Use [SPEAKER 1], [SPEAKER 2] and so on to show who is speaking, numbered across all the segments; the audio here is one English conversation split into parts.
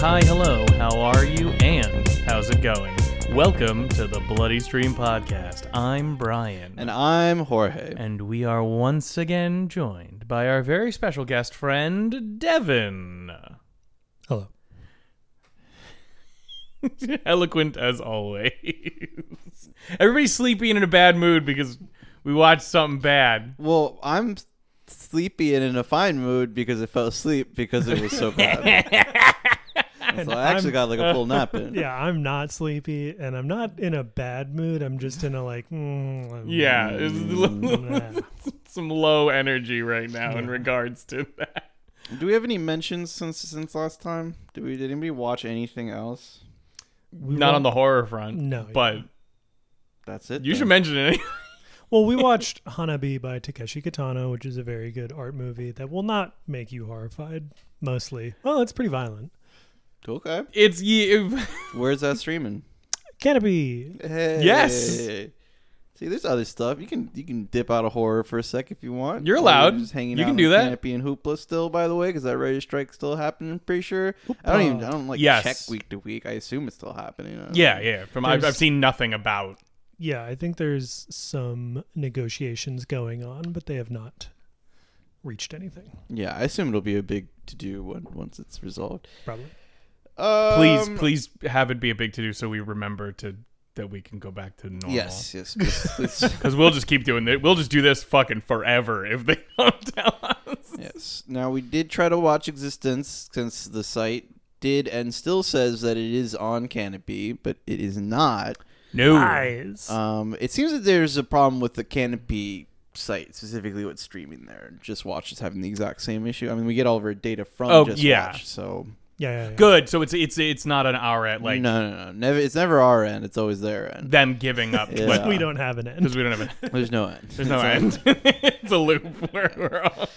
[SPEAKER 1] hi, hello, how are you, and how's it going? Welcome to the Bloody Stream Podcast. I'm Brian.
[SPEAKER 2] And I'm Jorge.
[SPEAKER 1] And we are once again joined by our very special guest friend, Devin.
[SPEAKER 3] Hello.
[SPEAKER 1] Eloquent as always. Everybody's sleepy and in a bad mood because we watched something bad.
[SPEAKER 2] Well, I'm sleepy and in a fine mood because I fell asleep because it was so bad. And so I actually got like a full nap in.
[SPEAKER 3] Yeah, I'm not sleepy and I'm not in a bad mood. I'm just in a like, mm,
[SPEAKER 1] Yeah, it's
[SPEAKER 3] mm,
[SPEAKER 1] some low energy right now in regards to that.
[SPEAKER 2] Do we have any mentions since since last time? Did we? Did anybody watch anything else?
[SPEAKER 3] we
[SPEAKER 1] Not
[SPEAKER 3] wa-
[SPEAKER 1] on the horror front.
[SPEAKER 3] No, yeah.
[SPEAKER 1] But
[SPEAKER 2] That's it.
[SPEAKER 1] you should
[SPEAKER 2] then.
[SPEAKER 1] mention it.
[SPEAKER 3] Well, we watched Hanabi by Takeshi Kitano, which is a very good art movie that will not make you horrified. Mostly, well, it's pretty violent.
[SPEAKER 2] Okay.
[SPEAKER 1] It's yeah,
[SPEAKER 2] Where's that streaming?
[SPEAKER 3] Canopy.
[SPEAKER 2] Hey.
[SPEAKER 1] Yes.
[SPEAKER 2] See, there's other stuff. You can you can dip out of horror for a sec if you want.
[SPEAKER 1] You're
[SPEAKER 2] Or
[SPEAKER 1] allowed.
[SPEAKER 2] Just hanging
[SPEAKER 1] You
[SPEAKER 2] out
[SPEAKER 1] can
[SPEAKER 2] in
[SPEAKER 1] do
[SPEAKER 2] the
[SPEAKER 1] that.
[SPEAKER 2] Canopy and hoopla still, by the way, because that writer's strike's still happening. I'm pretty sure. I don't even. I don't like
[SPEAKER 1] Yes.
[SPEAKER 2] check week to week. I assume it's still happening. I don't
[SPEAKER 1] yeah, yeah. From I've, I've
[SPEAKER 3] There's-
[SPEAKER 1] seen nothing about.
[SPEAKER 3] Yeah, I think there's some negotiations going on, but they have not reached anything.
[SPEAKER 2] Yeah, I assume it'll be a big to do when once it's resolved.
[SPEAKER 3] Probably.
[SPEAKER 1] Please,
[SPEAKER 2] Um,
[SPEAKER 1] please have it be a big to do so we remember to that we can go back to normal.
[SPEAKER 2] Yes, yes. please, please.
[SPEAKER 1] Because we'll just keep doing it. We'll just do this fucking forever if they don't tell us.
[SPEAKER 2] yes. Now we did try to watch Existence since the site did and still says that it is on Canopy, but it is not.
[SPEAKER 1] No.
[SPEAKER 3] Eyes.
[SPEAKER 2] Um, it seems that there's a problem with the Canopy site specifically with streaming there. Just Watch is having the exact same issue. I mean, we get all of our data from
[SPEAKER 1] Oh,
[SPEAKER 2] Just
[SPEAKER 1] yeah.
[SPEAKER 2] Watch, so
[SPEAKER 3] yeah, yeah, yeah.
[SPEAKER 1] Good. So it's it's it's not an hour at like
[SPEAKER 2] no, no, no, never. It's never our end. It's always their end.
[SPEAKER 1] them giving up
[SPEAKER 2] Yeah.
[SPEAKER 1] because
[SPEAKER 3] We don't have an end.
[SPEAKER 1] we don't have an,
[SPEAKER 2] There's no end.
[SPEAKER 1] there's no end. it's a loop where we're on.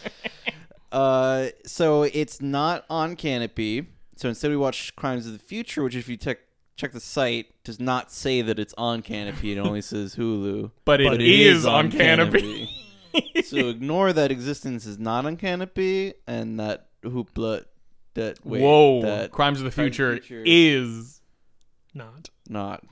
[SPEAKER 2] Uh, so it's not on Canopy. So instead, we watched Crimes of the Future, which, if you check check the site, does not say that it's on Canopy. It only says Hulu.
[SPEAKER 1] But it is on Canopy.
[SPEAKER 2] Canopy. so ignore that existence is not on Canopy, and that hoopla. That wait,
[SPEAKER 1] Whoa!
[SPEAKER 2] that
[SPEAKER 1] Crimes of the
[SPEAKER 2] Crimes of the
[SPEAKER 1] Future
[SPEAKER 2] Future-
[SPEAKER 1] is
[SPEAKER 3] Not.
[SPEAKER 2] not.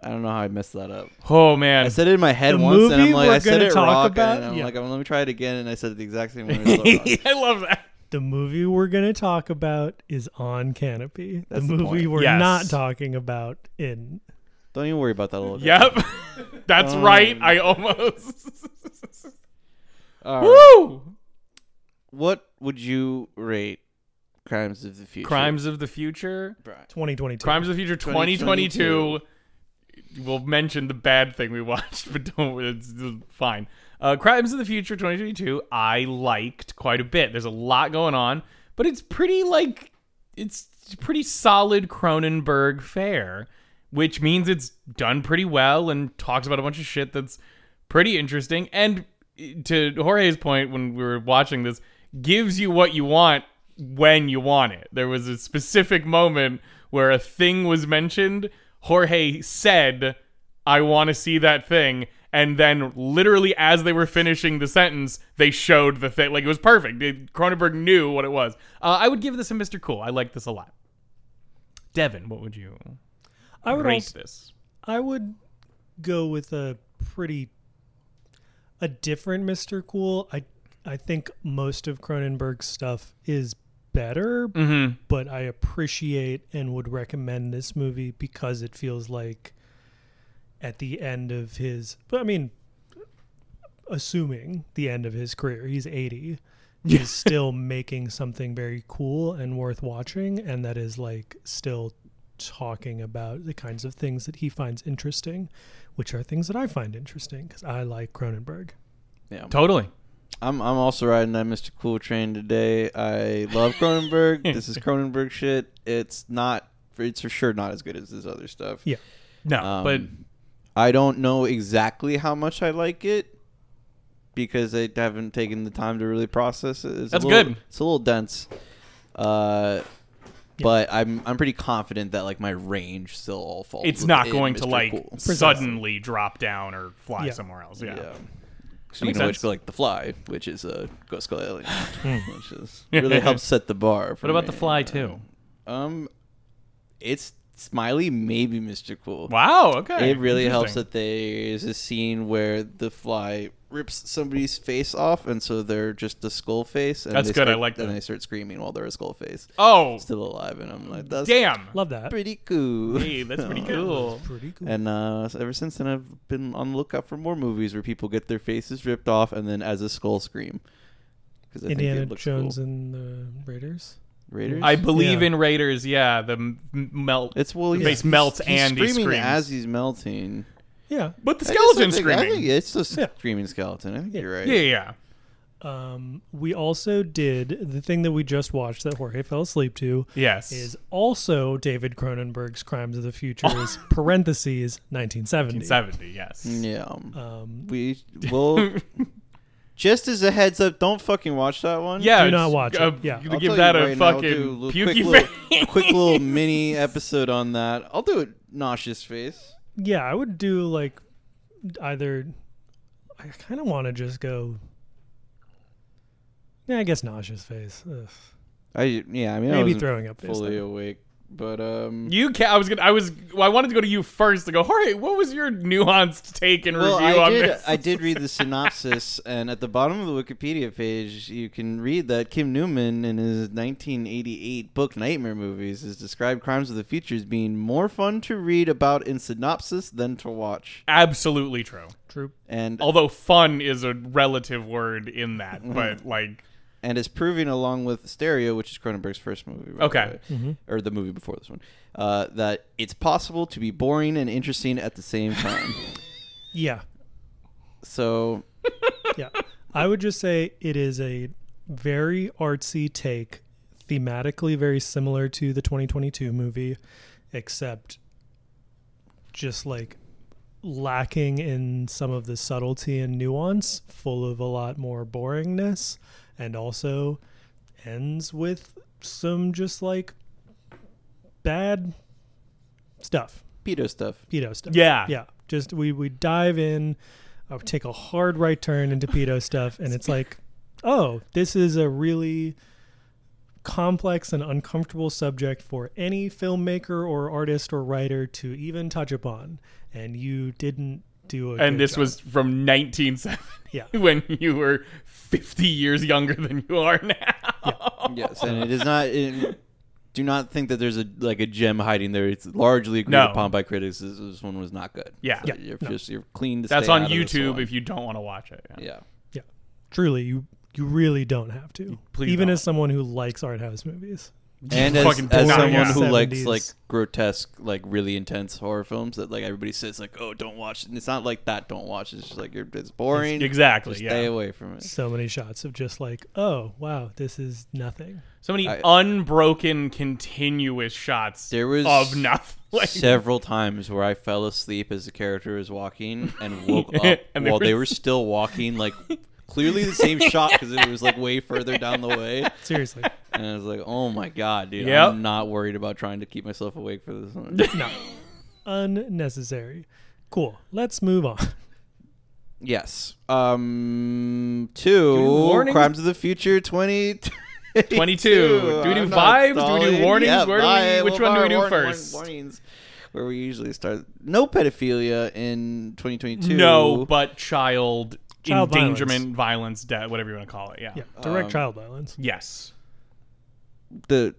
[SPEAKER 2] I don't know how I messed that up.
[SPEAKER 1] oh
[SPEAKER 2] I
[SPEAKER 1] man.
[SPEAKER 2] said it in my head
[SPEAKER 3] The
[SPEAKER 2] once, and I'm
[SPEAKER 3] movie
[SPEAKER 2] like,
[SPEAKER 3] we're
[SPEAKER 2] I said
[SPEAKER 3] gonna
[SPEAKER 2] it
[SPEAKER 3] talk
[SPEAKER 2] wrong,
[SPEAKER 3] about-
[SPEAKER 2] and I'm
[SPEAKER 3] yeah.
[SPEAKER 2] like, well, let me try it again, and I said it the exact same way. uh, and it's all wrong.
[SPEAKER 1] I love that.
[SPEAKER 3] The movie we're going to talk about is on Canopy.
[SPEAKER 2] That's the
[SPEAKER 3] the movie
[SPEAKER 2] point.
[SPEAKER 3] we're
[SPEAKER 1] Yes.
[SPEAKER 3] not talking about in.
[SPEAKER 2] Don't even worry about that a little bit.
[SPEAKER 1] Yep. That's
[SPEAKER 2] Oh.
[SPEAKER 1] right. I almost.
[SPEAKER 2] All right.
[SPEAKER 1] Woo!
[SPEAKER 2] What would you rate Crimes of the Future?
[SPEAKER 1] Crimes of the Future.
[SPEAKER 3] 2022.
[SPEAKER 1] Crimes of the Future 2022. We'll mention the bad thing we watched, but don't. It's, it's fine. Uh, Crimes of the Future 2022. I liked quite a bit. There's a lot going on, but it's pretty like it's pretty solid Cronenberg fare, which means it's done pretty well and talks about a bunch of shit that's pretty interesting. And to Jorge's point, when we were watching this, gives you what you want when you want it. There was a specific moment where a thing was mentioned. Jorge said, I want to see that thing. And then, literally, as they were finishing the sentence, they showed the thing. Like, it was perfect. It- Cronenberg knew what it was. Uh, I would give this a Mr. Cool. I like this a lot. Devin, what would you
[SPEAKER 3] I would,
[SPEAKER 1] rate
[SPEAKER 3] also,
[SPEAKER 1] this?
[SPEAKER 3] I would go with a pretty. a different Mr. Cool. I, I think most of Cronenberg's stuff is better,
[SPEAKER 1] Mm-hmm.
[SPEAKER 3] but I appreciate and would recommend this movie because it feels like at the end of his but I mean assuming the end of his career he's 80 he's still making something very cool and worth watching and that is like still talking about the kinds of things that he finds interesting which are things that I find interesting cuz I like Cronenberg
[SPEAKER 1] Totally.
[SPEAKER 2] I'm I'm also riding that Mr. Cool train today. I love Cronenberg. this is Cronenberg shit. It's not. It's for sure not as good as his other stuff.
[SPEAKER 3] Yeah.
[SPEAKER 1] No,
[SPEAKER 2] Um,
[SPEAKER 1] but
[SPEAKER 2] I don't know exactly how much I like it because I haven't taken the time to really process it. It's a
[SPEAKER 1] That's
[SPEAKER 2] little-
[SPEAKER 1] good.
[SPEAKER 2] It's a little dense, uh, but I'm I'm pretty confident that like my range still all falls.
[SPEAKER 1] it's not
[SPEAKER 2] within
[SPEAKER 1] going to
[SPEAKER 2] Mr.
[SPEAKER 1] like
[SPEAKER 2] Cool.
[SPEAKER 1] suddenly drop down or fly
[SPEAKER 3] Yeah.
[SPEAKER 1] somewhere else.
[SPEAKER 2] Yeah.
[SPEAKER 1] Yeah.
[SPEAKER 2] Speaking
[SPEAKER 1] makes
[SPEAKER 2] of which,
[SPEAKER 1] sense. Hmm.
[SPEAKER 2] like The Fly, which is a Ghost Alien, which is really helps set the bar. For
[SPEAKER 1] What about
[SPEAKER 2] me.
[SPEAKER 1] The Fly too?
[SPEAKER 2] Um, it's Smiley, maybe Mr. Cool.
[SPEAKER 1] Wow. Okay.
[SPEAKER 2] It really helps
[SPEAKER 1] Interesting.
[SPEAKER 2] that there's a scene where the fly rips somebody's face off, and so they're just a skull face. And
[SPEAKER 1] That's
[SPEAKER 2] they
[SPEAKER 1] good, I
[SPEAKER 2] start-
[SPEAKER 1] like that.
[SPEAKER 2] And they start screaming while they're a skull face,
[SPEAKER 1] oh,
[SPEAKER 2] still alive. And I'm like, that's
[SPEAKER 1] damn.
[SPEAKER 3] Love that.
[SPEAKER 2] pretty cool.
[SPEAKER 1] Hey, that's pretty cool.
[SPEAKER 3] Pretty cool.
[SPEAKER 2] And uh, so ever since then, I've been on the lookout for more movies where people get their faces ripped off and then as a skull scream. 'Cause I think it
[SPEAKER 3] Indiana
[SPEAKER 2] looks
[SPEAKER 3] Jones
[SPEAKER 2] cool.
[SPEAKER 3] and the Raiders.
[SPEAKER 2] Raiders.
[SPEAKER 1] I believe
[SPEAKER 3] Yeah.
[SPEAKER 1] in Raiders. Yeah, the m- m- melt.
[SPEAKER 2] it's well,
[SPEAKER 1] the
[SPEAKER 2] he's-
[SPEAKER 1] face melts
[SPEAKER 2] he's
[SPEAKER 1] and he
[SPEAKER 2] screaming
[SPEAKER 1] screams.
[SPEAKER 2] as he's melting.
[SPEAKER 3] Yeah.
[SPEAKER 1] but the
[SPEAKER 2] I guess
[SPEAKER 1] skeleton
[SPEAKER 2] I think- I
[SPEAKER 1] screaming.
[SPEAKER 2] think it's the
[SPEAKER 3] Yeah.
[SPEAKER 2] screaming skeleton. I think
[SPEAKER 3] Yeah.
[SPEAKER 2] you're right.
[SPEAKER 1] yeah, yeah.
[SPEAKER 3] Um, we also did the thing that we just watched that Jorge fell asleep to
[SPEAKER 1] Yes.
[SPEAKER 3] is also David Cronenberg's Crimes of the Futures parentheses 1970.
[SPEAKER 1] 70. Yes.
[SPEAKER 2] Yeah.
[SPEAKER 3] Um,
[SPEAKER 2] We will. just as a heads up, don't fucking watch that one.
[SPEAKER 1] Yeah.
[SPEAKER 3] Do not
[SPEAKER 1] it's-
[SPEAKER 3] watch it.
[SPEAKER 1] uh,
[SPEAKER 3] Yeah.
[SPEAKER 1] You
[SPEAKER 2] I'll
[SPEAKER 1] give
[SPEAKER 2] tell
[SPEAKER 1] that
[SPEAKER 2] you
[SPEAKER 1] a
[SPEAKER 2] right now, I'll do
[SPEAKER 1] fucking
[SPEAKER 2] a little-
[SPEAKER 1] pukey
[SPEAKER 2] quick
[SPEAKER 1] face.
[SPEAKER 2] Little, quick little mini episode on that. I'll do a nauseous face.
[SPEAKER 3] yeah, I would do like either. I kind of want to just go. Yeah, I guess nauseous face. Ugh.
[SPEAKER 2] I yeah. I mean, I
[SPEAKER 3] Maybe
[SPEAKER 2] wasn't
[SPEAKER 3] throwing up face.
[SPEAKER 2] fully
[SPEAKER 3] then.
[SPEAKER 2] awake, but um.
[SPEAKER 1] You can I was gonna. I was. well, I wanted to go to you first to go. Jorge, what was your nuanced take and
[SPEAKER 2] Well,
[SPEAKER 1] review
[SPEAKER 2] I
[SPEAKER 1] on
[SPEAKER 2] did.
[SPEAKER 1] this?
[SPEAKER 2] I did read the synopsis, and at the bottom of the Wikipedia page, you can read that Kim Newman, in his 1988 book Nightmare Movies, has described Crimes of the Future as being more fun to read about in synopsis than to watch.
[SPEAKER 1] Absolutely true.
[SPEAKER 3] True.
[SPEAKER 2] And
[SPEAKER 1] Although fun is a relative word in that,
[SPEAKER 2] Mm-hmm.
[SPEAKER 1] but like,
[SPEAKER 2] and is proving along with Stereo, which is Cronenberg's first movie, by the
[SPEAKER 1] Okay.
[SPEAKER 2] way, or the movie before this one, uh, that it's possible to be boring and interesting at the same time.
[SPEAKER 3] Yeah,
[SPEAKER 2] so
[SPEAKER 3] yeah. I would just say it is a very artsy take, thematically very similar to the 2022 movie, except just like lacking in some of the subtlety and nuance, full of a lot more boringness, and also ends with some just like bad stuff
[SPEAKER 2] pedo stuff.
[SPEAKER 3] pedo stuff.
[SPEAKER 1] Yeah.
[SPEAKER 3] yeah. Just we we dive in, uh, take a hard right turn into pedo stuff, and it's like, oh, this is a really complex and uncomfortable subject for any filmmaker or artist or writer to even touch upon, and you didn't do a.
[SPEAKER 1] and
[SPEAKER 3] good
[SPEAKER 1] this
[SPEAKER 3] job.
[SPEAKER 1] was from 1970
[SPEAKER 3] Yeah.
[SPEAKER 1] when you were 50 years younger than you are now.
[SPEAKER 2] Yes, and it is not. It, do not think that there's a like a gem hiding there. It's largely agreed
[SPEAKER 1] No.
[SPEAKER 2] upon by critics. This, this one was not good.
[SPEAKER 1] Yeah.
[SPEAKER 2] So
[SPEAKER 1] Yeah,
[SPEAKER 2] you're
[SPEAKER 3] no.
[SPEAKER 2] just you're clean. To
[SPEAKER 1] That's
[SPEAKER 2] stay
[SPEAKER 1] on
[SPEAKER 2] out of this
[SPEAKER 1] YouTube
[SPEAKER 2] one.
[SPEAKER 1] if you don't want to watch it. Yeah.
[SPEAKER 2] yeah.
[SPEAKER 3] yeah, truly you you really don't have to.
[SPEAKER 1] please
[SPEAKER 3] even
[SPEAKER 1] don't.
[SPEAKER 3] as someone who likes art house movies.
[SPEAKER 2] And as,
[SPEAKER 1] fucking
[SPEAKER 2] as
[SPEAKER 1] boring
[SPEAKER 2] someone who likes
[SPEAKER 3] 70s.
[SPEAKER 2] like grotesque, like really intense horror films that like everybody says like, oh, don't watch. it. And it's not like that. Don't watch. it. It's just like you're, it's boring.
[SPEAKER 1] Exactly.
[SPEAKER 2] Just Stay
[SPEAKER 1] Yeah.
[SPEAKER 2] away from it.
[SPEAKER 3] So many shots of just like, oh wow, this is nothing.
[SPEAKER 1] So many
[SPEAKER 2] I-
[SPEAKER 1] unbroken, continuous shots
[SPEAKER 2] There was
[SPEAKER 1] of nothing. Like,
[SPEAKER 2] several times where I fell asleep as the character was walking and woke up
[SPEAKER 1] And they
[SPEAKER 2] while
[SPEAKER 1] were-
[SPEAKER 2] they were still walking, like clearly the same shot because it was like way further down the way.
[SPEAKER 3] Seriously,
[SPEAKER 2] And I was like, oh my god, dude,
[SPEAKER 1] Yep.
[SPEAKER 2] I'm not worried about trying to keep myself awake for this one.
[SPEAKER 3] no, unnecessary. Cool. Let's move on.
[SPEAKER 2] yes. Um, two
[SPEAKER 1] Do warnings?
[SPEAKER 2] crimes of the future twenty.
[SPEAKER 1] 22. Do we do
[SPEAKER 2] I'm not
[SPEAKER 1] vibes? Do we do
[SPEAKER 2] stalling.
[SPEAKER 1] warnings?
[SPEAKER 2] Yeah,
[SPEAKER 1] Where do we-
[SPEAKER 2] vibe.
[SPEAKER 1] which one do we do
[SPEAKER 2] Warn- warn-
[SPEAKER 1] first?
[SPEAKER 2] warnings, where we usually start. No pedophilia in 2022.
[SPEAKER 1] no, but child,
[SPEAKER 3] Child
[SPEAKER 1] endangerment, violence, death, whatever you want to call it. Yeah.
[SPEAKER 3] Yeah, direct
[SPEAKER 2] Um,
[SPEAKER 3] child violence.
[SPEAKER 1] Yes.
[SPEAKER 2] the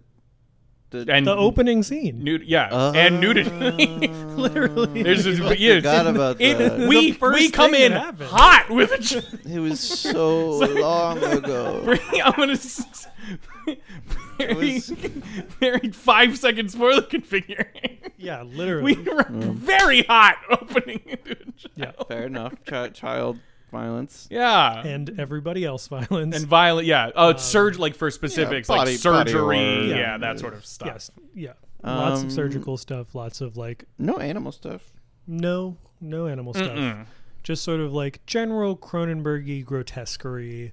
[SPEAKER 2] the
[SPEAKER 1] And
[SPEAKER 3] The opening scene.
[SPEAKER 1] nude. Yeah. and nudity.
[SPEAKER 2] Uh,
[SPEAKER 3] Literally.
[SPEAKER 1] There's just
[SPEAKER 2] I
[SPEAKER 1] yeah,
[SPEAKER 2] forgot about
[SPEAKER 1] it-
[SPEAKER 2] that.
[SPEAKER 1] we
[SPEAKER 3] The first
[SPEAKER 1] we come
[SPEAKER 3] thing
[SPEAKER 1] in
[SPEAKER 3] that happened.
[SPEAKER 1] hot with a. ch-
[SPEAKER 2] It was so long ago.
[SPEAKER 1] Bring, I'm gonna. s- Very,
[SPEAKER 2] was-
[SPEAKER 1] very five second spoiler configuring.
[SPEAKER 3] yeah,
[SPEAKER 1] We
[SPEAKER 3] literally.
[SPEAKER 1] were very hot opening. Into
[SPEAKER 3] yeah.
[SPEAKER 2] Fair enough. Chi- child violence.
[SPEAKER 1] yeah. And,
[SPEAKER 3] And everybody else violence.
[SPEAKER 1] violent. Yeah. Oh, it's surge like for specifics,
[SPEAKER 2] Um, body-
[SPEAKER 1] like
[SPEAKER 2] body
[SPEAKER 1] surgery.
[SPEAKER 2] horror.
[SPEAKER 1] yeah,
[SPEAKER 2] Yeah.
[SPEAKER 1] that sort of stuff.
[SPEAKER 3] yes. Yeah. Lots
[SPEAKER 2] Um,
[SPEAKER 3] of surgical stuff. Lots of like
[SPEAKER 2] No animal stuff.
[SPEAKER 3] no, no animal stuff.
[SPEAKER 1] Mm.
[SPEAKER 3] Just sort of like general Cronenbergy grotesquerie,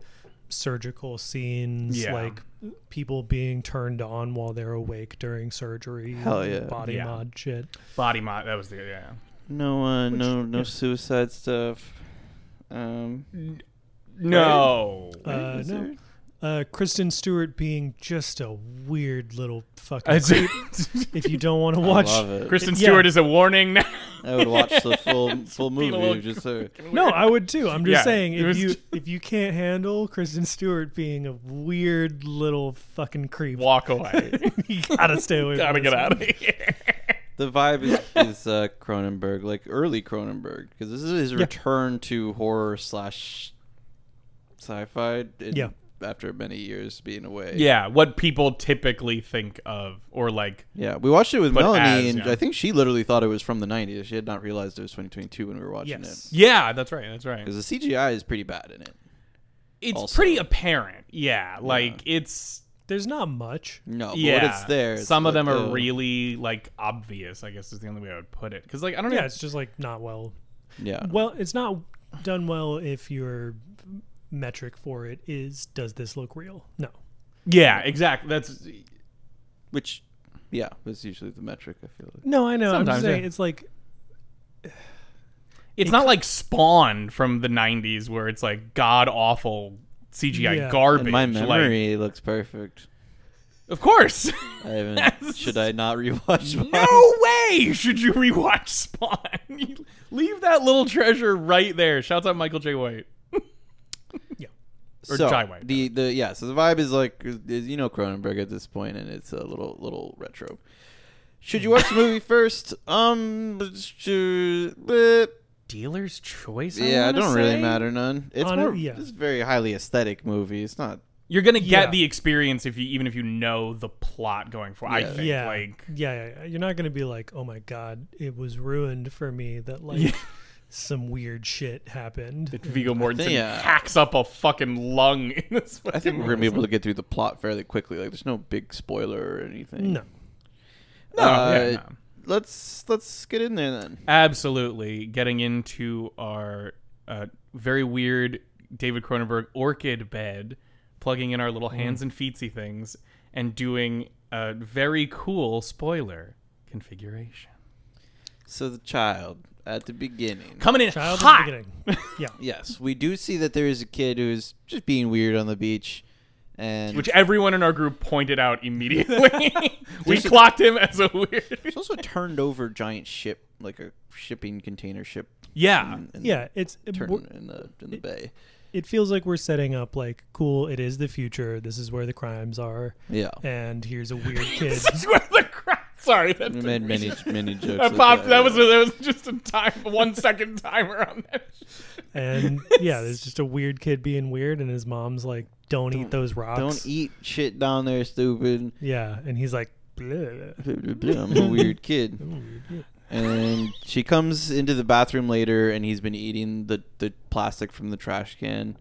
[SPEAKER 3] surgical scenes,
[SPEAKER 1] Yeah.
[SPEAKER 3] like people being turned on while they're awake during surgery.
[SPEAKER 2] Hell yeah.
[SPEAKER 3] Body
[SPEAKER 1] Yeah.
[SPEAKER 3] mod shit.
[SPEAKER 1] Body mod. That was the yeah.
[SPEAKER 2] No, uh, no, no suicide stuff. Um,
[SPEAKER 1] No.
[SPEAKER 3] Uh,
[SPEAKER 2] is
[SPEAKER 3] no.
[SPEAKER 1] Uh,
[SPEAKER 2] there-
[SPEAKER 3] Uh, Kristen Stewart being just a weird little fucking.
[SPEAKER 1] It's-
[SPEAKER 3] creep. if you don't want to watch,
[SPEAKER 2] I love it.
[SPEAKER 1] Kristen
[SPEAKER 3] Yeah.
[SPEAKER 1] Stewart is a warning now.
[SPEAKER 2] I would watch the full full
[SPEAKER 1] being a
[SPEAKER 2] movie
[SPEAKER 1] little
[SPEAKER 2] of just her.
[SPEAKER 3] no, I would too. I'm just
[SPEAKER 1] Yeah,
[SPEAKER 3] saying
[SPEAKER 1] it
[SPEAKER 3] if
[SPEAKER 1] was-
[SPEAKER 3] you if you can't handle Kristen Stewart being a weird little fucking creep,
[SPEAKER 1] Walk away.
[SPEAKER 3] you gotta stay away.
[SPEAKER 1] Gotta
[SPEAKER 3] from
[SPEAKER 1] get
[SPEAKER 3] this
[SPEAKER 1] out
[SPEAKER 3] one.
[SPEAKER 1] of here.
[SPEAKER 2] The vibe is, is uh, Cronenberg, like early Cronenberg, because this is his return to horror slash sci-fi. in-
[SPEAKER 3] Yeah.
[SPEAKER 2] After many years being away.
[SPEAKER 1] Yeah, what people typically think of, or like,
[SPEAKER 2] Yeah, we watched it with
[SPEAKER 1] But
[SPEAKER 2] Melanie,
[SPEAKER 1] as,
[SPEAKER 2] and
[SPEAKER 1] yeah.
[SPEAKER 2] I think she literally thought it was from the '90s. She had not realized it was 2022 when we were watching it.
[SPEAKER 3] Yes.
[SPEAKER 1] yeah, that's right, that's right.
[SPEAKER 2] Because the CGI is pretty bad in it.
[SPEAKER 1] It's
[SPEAKER 2] also-
[SPEAKER 1] pretty apparent. Yeah, like it's
[SPEAKER 3] There's not much.
[SPEAKER 2] No,
[SPEAKER 1] yeah.
[SPEAKER 2] but when it's there. it's
[SPEAKER 1] Some of
[SPEAKER 2] like,
[SPEAKER 1] them are
[SPEAKER 2] uh,
[SPEAKER 1] really like obvious. I guess is the only way I would put it. Because like I don't
[SPEAKER 3] Yeah,
[SPEAKER 1] know.
[SPEAKER 3] it's just like not well.
[SPEAKER 2] Yeah.
[SPEAKER 3] Well, it's not done well if your metric for it is does this look real? No.
[SPEAKER 1] Yeah, exactly. That's
[SPEAKER 2] Which, yeah, was usually the metric. I feel like.
[SPEAKER 3] No, I know. I'm
[SPEAKER 1] Sometimes,
[SPEAKER 3] just saying
[SPEAKER 1] yeah.
[SPEAKER 3] it's like
[SPEAKER 1] it's not like Spawn from the '90s where it's like god awful CGI
[SPEAKER 3] Yeah.
[SPEAKER 1] garbage.
[SPEAKER 2] In my
[SPEAKER 1] Like,
[SPEAKER 2] memory, it looks perfect.
[SPEAKER 1] of course.
[SPEAKER 2] I haven't. should I not rewatch? Mine?
[SPEAKER 1] no way should you rewatch Spawn. Leave that little treasure right there. Shouts out Michael J. White. or
[SPEAKER 2] so,
[SPEAKER 1] Jai White.
[SPEAKER 2] The the yeah. So the vibe is like is- you know Cronenberg at this point, and it's a little little retro. Should you watch the movie first? Um, let's choose- bleh.
[SPEAKER 1] Dealer's choice. I
[SPEAKER 2] yeah, it
[SPEAKER 1] wanna
[SPEAKER 2] don't really
[SPEAKER 1] say?
[SPEAKER 2] matter none. It's
[SPEAKER 3] On a-
[SPEAKER 2] more.
[SPEAKER 3] yeah.
[SPEAKER 2] It's a very highly aesthetic movie. It's not.
[SPEAKER 1] You're gonna get
[SPEAKER 3] Yeah.
[SPEAKER 1] the experience if you even if you know the plot going forward. I
[SPEAKER 2] Yeah.
[SPEAKER 1] think
[SPEAKER 3] yeah,
[SPEAKER 1] like
[SPEAKER 3] yeah, yeah, yeah. You're not gonna be like, oh my god, it was ruined for me that like
[SPEAKER 1] Yeah.
[SPEAKER 3] some weird shit happened.
[SPEAKER 1] that Viggo Mortensen
[SPEAKER 2] yeah.
[SPEAKER 1] hacks up a fucking lung in this.
[SPEAKER 2] I think we're gonna be able to get through the plot fairly quickly. Like, there's no big spoiler or anything.
[SPEAKER 3] no.
[SPEAKER 1] No, yeah,
[SPEAKER 2] Uh,
[SPEAKER 1] no.
[SPEAKER 2] Let's let's get in there then.
[SPEAKER 1] absolutely getting into our uh, very weird David Cronenberg orchid bed, plugging in our
[SPEAKER 3] Mm.
[SPEAKER 1] little hands and feetsy things, and doing a very cool spoiler configuration.
[SPEAKER 2] So the child at the beginning.
[SPEAKER 1] Coming in
[SPEAKER 3] Child
[SPEAKER 1] hot.
[SPEAKER 3] at the beginning. Yeah.
[SPEAKER 2] Yes, we do see that there is a kid who is just being weird on the beach, and
[SPEAKER 1] which everyone in our group pointed out immediately. we
[SPEAKER 2] Just-
[SPEAKER 1] clocked him as a weird.
[SPEAKER 2] It's also a turned over giant ship, like a shipping container ship.
[SPEAKER 1] Yeah.
[SPEAKER 2] in-
[SPEAKER 3] Yeah, it's it-
[SPEAKER 2] turn
[SPEAKER 3] we're-
[SPEAKER 2] in the in the bay.
[SPEAKER 3] it feels like we're setting up like cool, it is the future, this is where the crimes are,
[SPEAKER 2] Yeah,
[SPEAKER 3] and here's a weird kid.
[SPEAKER 1] this is where the crap. Sorry, that
[SPEAKER 2] we made many many jokes.
[SPEAKER 1] I
[SPEAKER 2] like
[SPEAKER 1] popped. That was
[SPEAKER 2] yeah.
[SPEAKER 1] a, that was just a time one second timer on that.
[SPEAKER 3] and yeah, there's just a weird kid being weird, and his mom's like, "Don't, eat those rocks."
[SPEAKER 2] Don't eat shit down there, stupid.
[SPEAKER 3] Yeah, and he's like, "Bleh."
[SPEAKER 2] I'm a weird kid. And she comes into the bathroom later, and he's been eating the, the plastic from the trash can.